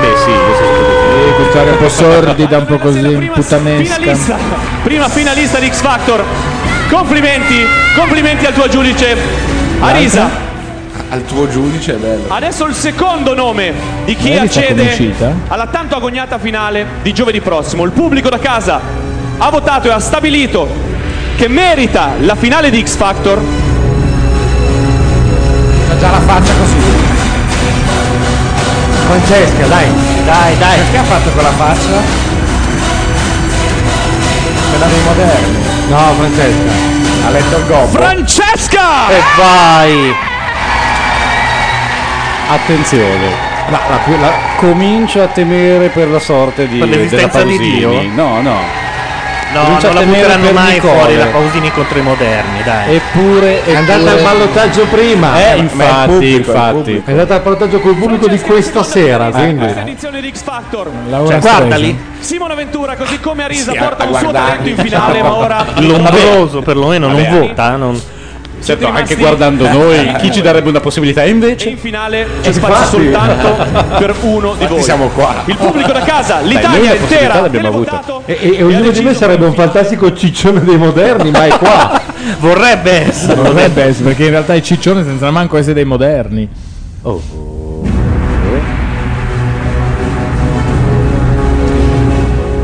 [SPEAKER 3] Beh sì,
[SPEAKER 62] Sì, Quest'aria un po' sordida, un po' così,
[SPEAKER 1] finalista
[SPEAKER 62] putanesca.
[SPEAKER 1] prima finalista di X Factor complimenti complimenti al tuo giudice Arisa
[SPEAKER 4] Al tuo giudice è bello.
[SPEAKER 1] Adesso il secondo nome di chi
[SPEAKER 4] Lei mi fa come
[SPEAKER 1] accede
[SPEAKER 4] uscita?
[SPEAKER 1] alla tanto agognata finale di giovedì prossimo. Il pubblico da casa ha votato e ha stabilito che merita la finale di X Factor.
[SPEAKER 4] C'ha già la faccia così. Francesca, dai, dai, dai. Perché ha fatto quella faccia? Quella dei moderni. No, Francesca. Ha letto il gobbo.
[SPEAKER 1] Francesca!
[SPEAKER 2] E vai! Attenzione.
[SPEAKER 63] Ma la, la, comincio a temere per la sorte di,
[SPEAKER 2] Per l'esistenza
[SPEAKER 63] della
[SPEAKER 2] di
[SPEAKER 63] Pausini.
[SPEAKER 2] Dio?
[SPEAKER 63] No, no.
[SPEAKER 2] No,
[SPEAKER 63] Comincio a
[SPEAKER 2] non la
[SPEAKER 63] temere
[SPEAKER 2] butteranno
[SPEAKER 63] per
[SPEAKER 2] mai
[SPEAKER 63] Nicole.
[SPEAKER 2] fuori la Pausini contro i moderni, dai.
[SPEAKER 63] Eppure,
[SPEAKER 3] È andata al ballottaggio prima.
[SPEAKER 2] Eh, infatti,
[SPEAKER 3] Ma è il pubblico,
[SPEAKER 2] infatti.
[SPEAKER 3] è il pubblico. È andata al ballottaggio col pubblico di questa sera, quindi.
[SPEAKER 1] Edizione di X Factor.
[SPEAKER 3] Cioè, guardali.
[SPEAKER 1] Simona Ventura, così come Arisa,
[SPEAKER 2] Sì,
[SPEAKER 1] porta
[SPEAKER 2] a
[SPEAKER 1] un suo
[SPEAKER 2] guardare,
[SPEAKER 1] talento in finale, ma ora
[SPEAKER 2] L'ombroso perlomeno non
[SPEAKER 1] Vabbè.
[SPEAKER 2] vota. Non... Eh.
[SPEAKER 1] Certo,
[SPEAKER 9] anche guardando noi, chi ci darebbe una possibilità? E invece,
[SPEAKER 1] in finale c'è spazio
[SPEAKER 9] Infatti.
[SPEAKER 1] soltanto per uno di
[SPEAKER 9] Infatti
[SPEAKER 1] voi.
[SPEAKER 9] siamo
[SPEAKER 1] qua. Il pubblico da casa, l'Italia intera.
[SPEAKER 3] E, e- e ognuno di noi sarebbe un fantastico ciccione dei moderni, ma è qua.
[SPEAKER 2] Vorrebbe essere.
[SPEAKER 64] Dovrebbe essere, perché in realtà è ciccione senza manco essere dei moderni.
[SPEAKER 2] Oh.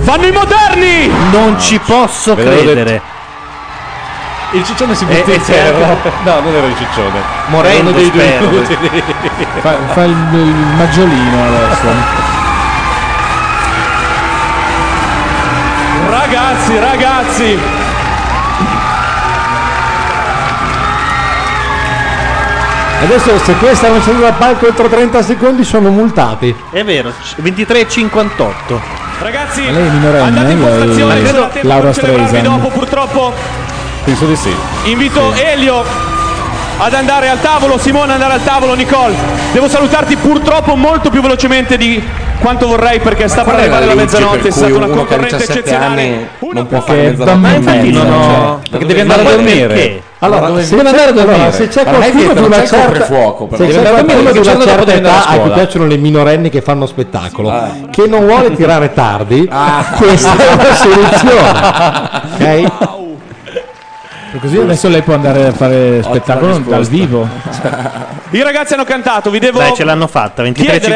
[SPEAKER 1] Vanno i moderni!
[SPEAKER 2] Non ci posso
[SPEAKER 9] Ve l'avevo
[SPEAKER 2] credere.
[SPEAKER 9] il ciccione si
[SPEAKER 2] E-
[SPEAKER 9] butta
[SPEAKER 2] e
[SPEAKER 9] in
[SPEAKER 2] c'è
[SPEAKER 9] terra.
[SPEAKER 2] anche-
[SPEAKER 9] No, non era il ciccione.
[SPEAKER 2] Eh, certo.
[SPEAKER 9] Era
[SPEAKER 2] Morendo,
[SPEAKER 9] uno dei due
[SPEAKER 2] spero.
[SPEAKER 9] inutili.
[SPEAKER 64] Fa, fa il, il maggiolino adesso.
[SPEAKER 1] Ragazzi, ragazzi.
[SPEAKER 3] Adesso se questa non sale dal palco entro 30 secondi sono multati.
[SPEAKER 2] È vero, c- 23,58.
[SPEAKER 1] Ragazzi,
[SPEAKER 3] lei è minorenne,
[SPEAKER 1] andate in
[SPEAKER 3] eh, la-
[SPEAKER 1] postazione,
[SPEAKER 3] la-
[SPEAKER 1] ci sarà tempo
[SPEAKER 3] Laura
[SPEAKER 1] per celebrarvi
[SPEAKER 3] Streisand.
[SPEAKER 1] dopo, purtroppo
[SPEAKER 9] Penso di sì.
[SPEAKER 1] Invito Elio ad andare al tavolo, Simone ad andare al tavolo, Nicole. Devo salutarti purtroppo molto più velocemente di quanto vorrei perché sta per
[SPEAKER 4] Qual è
[SPEAKER 1] arrivare la
[SPEAKER 4] legge
[SPEAKER 1] mezzanotte,
[SPEAKER 4] per
[SPEAKER 1] è stata
[SPEAKER 4] cui
[SPEAKER 1] una
[SPEAKER 4] uno che ha
[SPEAKER 1] concorrente
[SPEAKER 4] 17
[SPEAKER 1] eccezionale.
[SPEAKER 4] anni non può
[SPEAKER 1] Perché
[SPEAKER 4] fare mezzanotte?
[SPEAKER 1] dammi
[SPEAKER 3] infatti non ho-
[SPEAKER 4] Cioè,
[SPEAKER 3] perché devi andare
[SPEAKER 4] ma
[SPEAKER 3] a
[SPEAKER 4] perché?
[SPEAKER 3] dormire. Allora,
[SPEAKER 4] dove-
[SPEAKER 3] se devi andare a dormire,
[SPEAKER 4] allora,
[SPEAKER 3] se c'è
[SPEAKER 4] ma non è
[SPEAKER 3] qualcuno
[SPEAKER 4] che
[SPEAKER 3] di
[SPEAKER 4] non
[SPEAKER 3] una
[SPEAKER 4] c'è il
[SPEAKER 3] certa-
[SPEAKER 4] coprifuoco, però.
[SPEAKER 3] Se c'è
[SPEAKER 4] Devi andare a
[SPEAKER 3] qualcuno
[SPEAKER 4] dormire
[SPEAKER 3] di
[SPEAKER 4] il
[SPEAKER 3] una
[SPEAKER 4] giorno dopo
[SPEAKER 3] certa
[SPEAKER 4] devi andare a
[SPEAKER 3] età a cui
[SPEAKER 4] scuola.
[SPEAKER 3] piacciono le minorenni che fanno spettacolo, che non vuole tirare tardi,
[SPEAKER 14] Ah.
[SPEAKER 3] questa è una soluzione. ok?
[SPEAKER 64] Così adesso lei può andare a fare spettacolo dal vivo.
[SPEAKER 1] I ragazzi hanno cantato, vi devo
[SPEAKER 2] Dai, ce l'hanno fatta.
[SPEAKER 1] chiedere adesso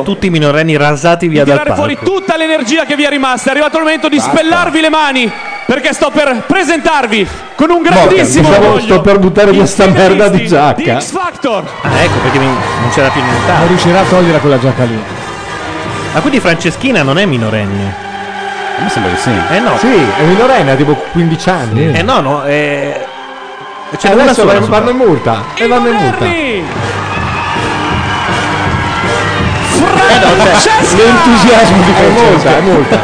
[SPEAKER 2] 23,59. Tutti i minorenni rasati
[SPEAKER 1] di
[SPEAKER 2] via dal
[SPEAKER 1] tirare
[SPEAKER 2] palco.
[SPEAKER 1] fuori tutta l'energia che vi è rimasta. È arrivato il momento di spellarvi le mani perché sto per presentarvi con un grandissimo
[SPEAKER 3] Morgan, stavo-
[SPEAKER 1] orgoglio
[SPEAKER 3] sto per buttare via sta merda di giacca.
[SPEAKER 1] X Factor.
[SPEAKER 2] Ah, ecco perché mi- non c'era più niente.
[SPEAKER 64] Non riuscirà a togliere quella giacca lì.
[SPEAKER 2] Ma quindi Franceschina non è minorenne?
[SPEAKER 9] Mi sembra di sì.
[SPEAKER 2] Eh no.
[SPEAKER 3] Sì, è minorenne, ha tipo 15 anni.
[SPEAKER 2] Eh no, no, eh...
[SPEAKER 4] Cioè,
[SPEAKER 3] E
[SPEAKER 2] una
[SPEAKER 3] adesso
[SPEAKER 2] sola
[SPEAKER 3] vanno-
[SPEAKER 2] sola.
[SPEAKER 3] vanno in multa. E vanno in multa.
[SPEAKER 13] Eh,
[SPEAKER 3] Eh
[SPEAKER 13] cioè,
[SPEAKER 3] cioè, L'entusiasmo di Francesca. È multa.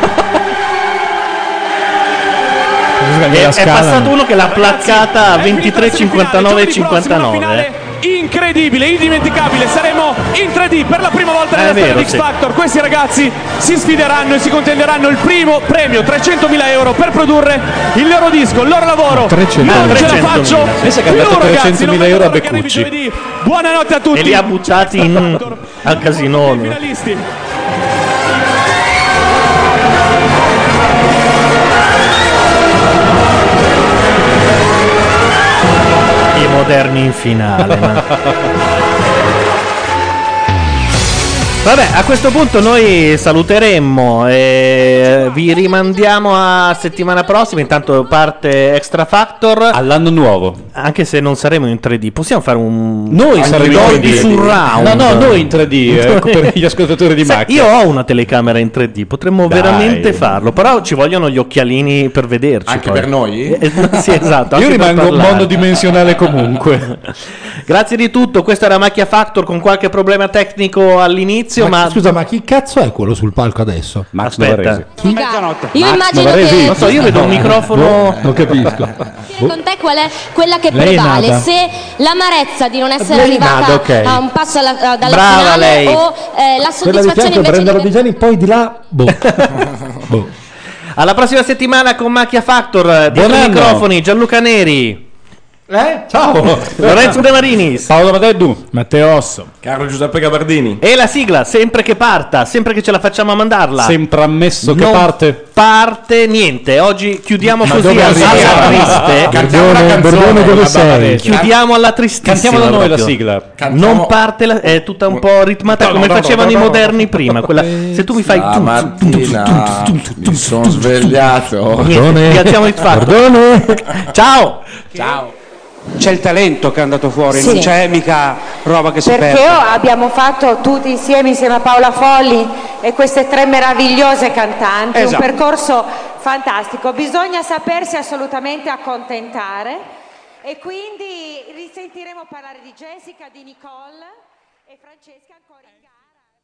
[SPEAKER 2] È,
[SPEAKER 1] la
[SPEAKER 2] è
[SPEAKER 1] scala.
[SPEAKER 2] passato uno che l'ha placcata a
[SPEAKER 1] Prossima
[SPEAKER 2] 23,59,59.
[SPEAKER 1] finale incredibile, indimenticabile. Saremo in 3D per la prima volta
[SPEAKER 2] Eh,
[SPEAKER 1] nella
[SPEAKER 2] è
[SPEAKER 1] storia
[SPEAKER 2] vero,
[SPEAKER 1] di X
[SPEAKER 2] sì.
[SPEAKER 1] Factor. Questi ragazzi si sfideranno e si contenderanno il primo premio, 300.000 euro, per produrre il loro disco, il loro lavoro.
[SPEAKER 63] 300.000.
[SPEAKER 1] Non ce la
[SPEAKER 2] 300.000.
[SPEAKER 1] faccio.
[SPEAKER 2] Pensa che ha
[SPEAKER 1] più,
[SPEAKER 2] dato
[SPEAKER 1] ragazzi, non
[SPEAKER 2] 300.000
[SPEAKER 1] vedo
[SPEAKER 2] euro a
[SPEAKER 1] l'ora che arrivi
[SPEAKER 2] Beccucci.
[SPEAKER 1] giovedì. Buonanotte a tutti.
[SPEAKER 2] E li ha bucciati in un... al casinone.
[SPEAKER 1] finalisti.
[SPEAKER 2] I moderni in finale. ma- Vabbè, a questo punto noi saluteremmo e vi rimandiamo a settimana prossima. Intanto parte Extra Factor.
[SPEAKER 9] All'anno nuovo.
[SPEAKER 2] Anche se non saremo in 3D, possiamo fare un.
[SPEAKER 9] Noi
[SPEAKER 2] un
[SPEAKER 9] saremo in
[SPEAKER 2] ricordi
[SPEAKER 9] 3D.
[SPEAKER 2] sul round.
[SPEAKER 9] No, no, noi in 3D, ecco, per gli ascoltatori di
[SPEAKER 2] Sai,
[SPEAKER 9] macchina.
[SPEAKER 2] Io ho una telecamera in 3D, potremmo
[SPEAKER 9] Dai.
[SPEAKER 2] veramente farlo. Però ci vogliono gli occhialini per vederci.
[SPEAKER 9] Anche
[SPEAKER 2] poi.
[SPEAKER 9] per noi?
[SPEAKER 2] Eh, sì, esatto.
[SPEAKER 9] Io
[SPEAKER 2] anche per
[SPEAKER 9] rimango
[SPEAKER 2] parlare.
[SPEAKER 9] monodimensionale comunque.
[SPEAKER 2] Grazie di tutto, questa era Macchia Factor con qualche problema tecnico all'inizio, ma...
[SPEAKER 65] Scusa, ma chi cazzo è quello sul palco adesso?
[SPEAKER 9] Max
[SPEAKER 2] Aspetta.
[SPEAKER 16] Io immagino che ecco.
[SPEAKER 2] Non so, io vedo un
[SPEAKER 13] Boh,
[SPEAKER 2] microfono...
[SPEAKER 3] Non capisco.
[SPEAKER 16] con te qual è quella che
[SPEAKER 3] Oh. Lei è
[SPEAKER 16] prevale,
[SPEAKER 3] nata.
[SPEAKER 16] se l'amarezza di non essere
[SPEAKER 3] Lei è
[SPEAKER 16] arrivata
[SPEAKER 3] nata, ok.
[SPEAKER 16] a un passo alla, eh, dalla
[SPEAKER 3] Brava
[SPEAKER 16] finale
[SPEAKER 3] lei.
[SPEAKER 16] o eh, la
[SPEAKER 3] Quella di
[SPEAKER 16] soddisfazione
[SPEAKER 3] fianco
[SPEAKER 16] invece
[SPEAKER 3] prende
[SPEAKER 16] di
[SPEAKER 3] la Bigiani, poi di là. Boh.
[SPEAKER 2] Alla prossima settimana con Macchia Factor, eh, dietro
[SPEAKER 3] Buon
[SPEAKER 2] i
[SPEAKER 3] anno.
[SPEAKER 2] microfoni, Gianluca Neri,
[SPEAKER 3] Eh? Ciao.
[SPEAKER 2] Lorenzo De Marinis,
[SPEAKER 64] Paolo Madeddu, Matteo Osso.
[SPEAKER 4] Caro Giuseppe Gabardini.
[SPEAKER 2] E la sigla, sempre che parta, sempre che ce la facciamo a mandarla.
[SPEAKER 3] Sempre ammesso che
[SPEAKER 2] Non
[SPEAKER 3] parte.
[SPEAKER 2] Parte niente. Oggi chiudiamo
[SPEAKER 3] Ma
[SPEAKER 2] così
[SPEAKER 3] dove
[SPEAKER 2] alla
[SPEAKER 3] arriviamo?
[SPEAKER 2] triste.
[SPEAKER 3] Cantiamo una Bordone, canzone, Bordone, dove la sei? Barbarella.
[SPEAKER 2] Chiudiamo alla tristissima.
[SPEAKER 3] Cantiamola noi la
[SPEAKER 2] proprio.
[SPEAKER 3] sigla.
[SPEAKER 2] Non parte la- è tutta un po' ritmata
[SPEAKER 4] No,
[SPEAKER 2] come
[SPEAKER 4] no, no,
[SPEAKER 2] facevano
[SPEAKER 4] no,
[SPEAKER 2] i
[SPEAKER 4] no,
[SPEAKER 2] moderni prima, quella se tu mi fai tu,
[SPEAKER 4] Stamattina mi sono svegliato.
[SPEAKER 2] Niente, piazziamo il fatto. Ciao.
[SPEAKER 13] Ciao. C'è il talento che è andato fuori,
[SPEAKER 11] Sì.
[SPEAKER 13] non c'è mica roba che si
[SPEAKER 11] Perché
[SPEAKER 13] perde.
[SPEAKER 11] oh, abbiamo fatto tutti insieme, insieme a Paola Folli e queste tre meravigliose cantanti,
[SPEAKER 13] Esatto.
[SPEAKER 11] un percorso fantastico. Bisogna sapersi assolutamente accontentare e quindi risentiremo parlare di Jessica, di Nicole e Francesca ancora in gara.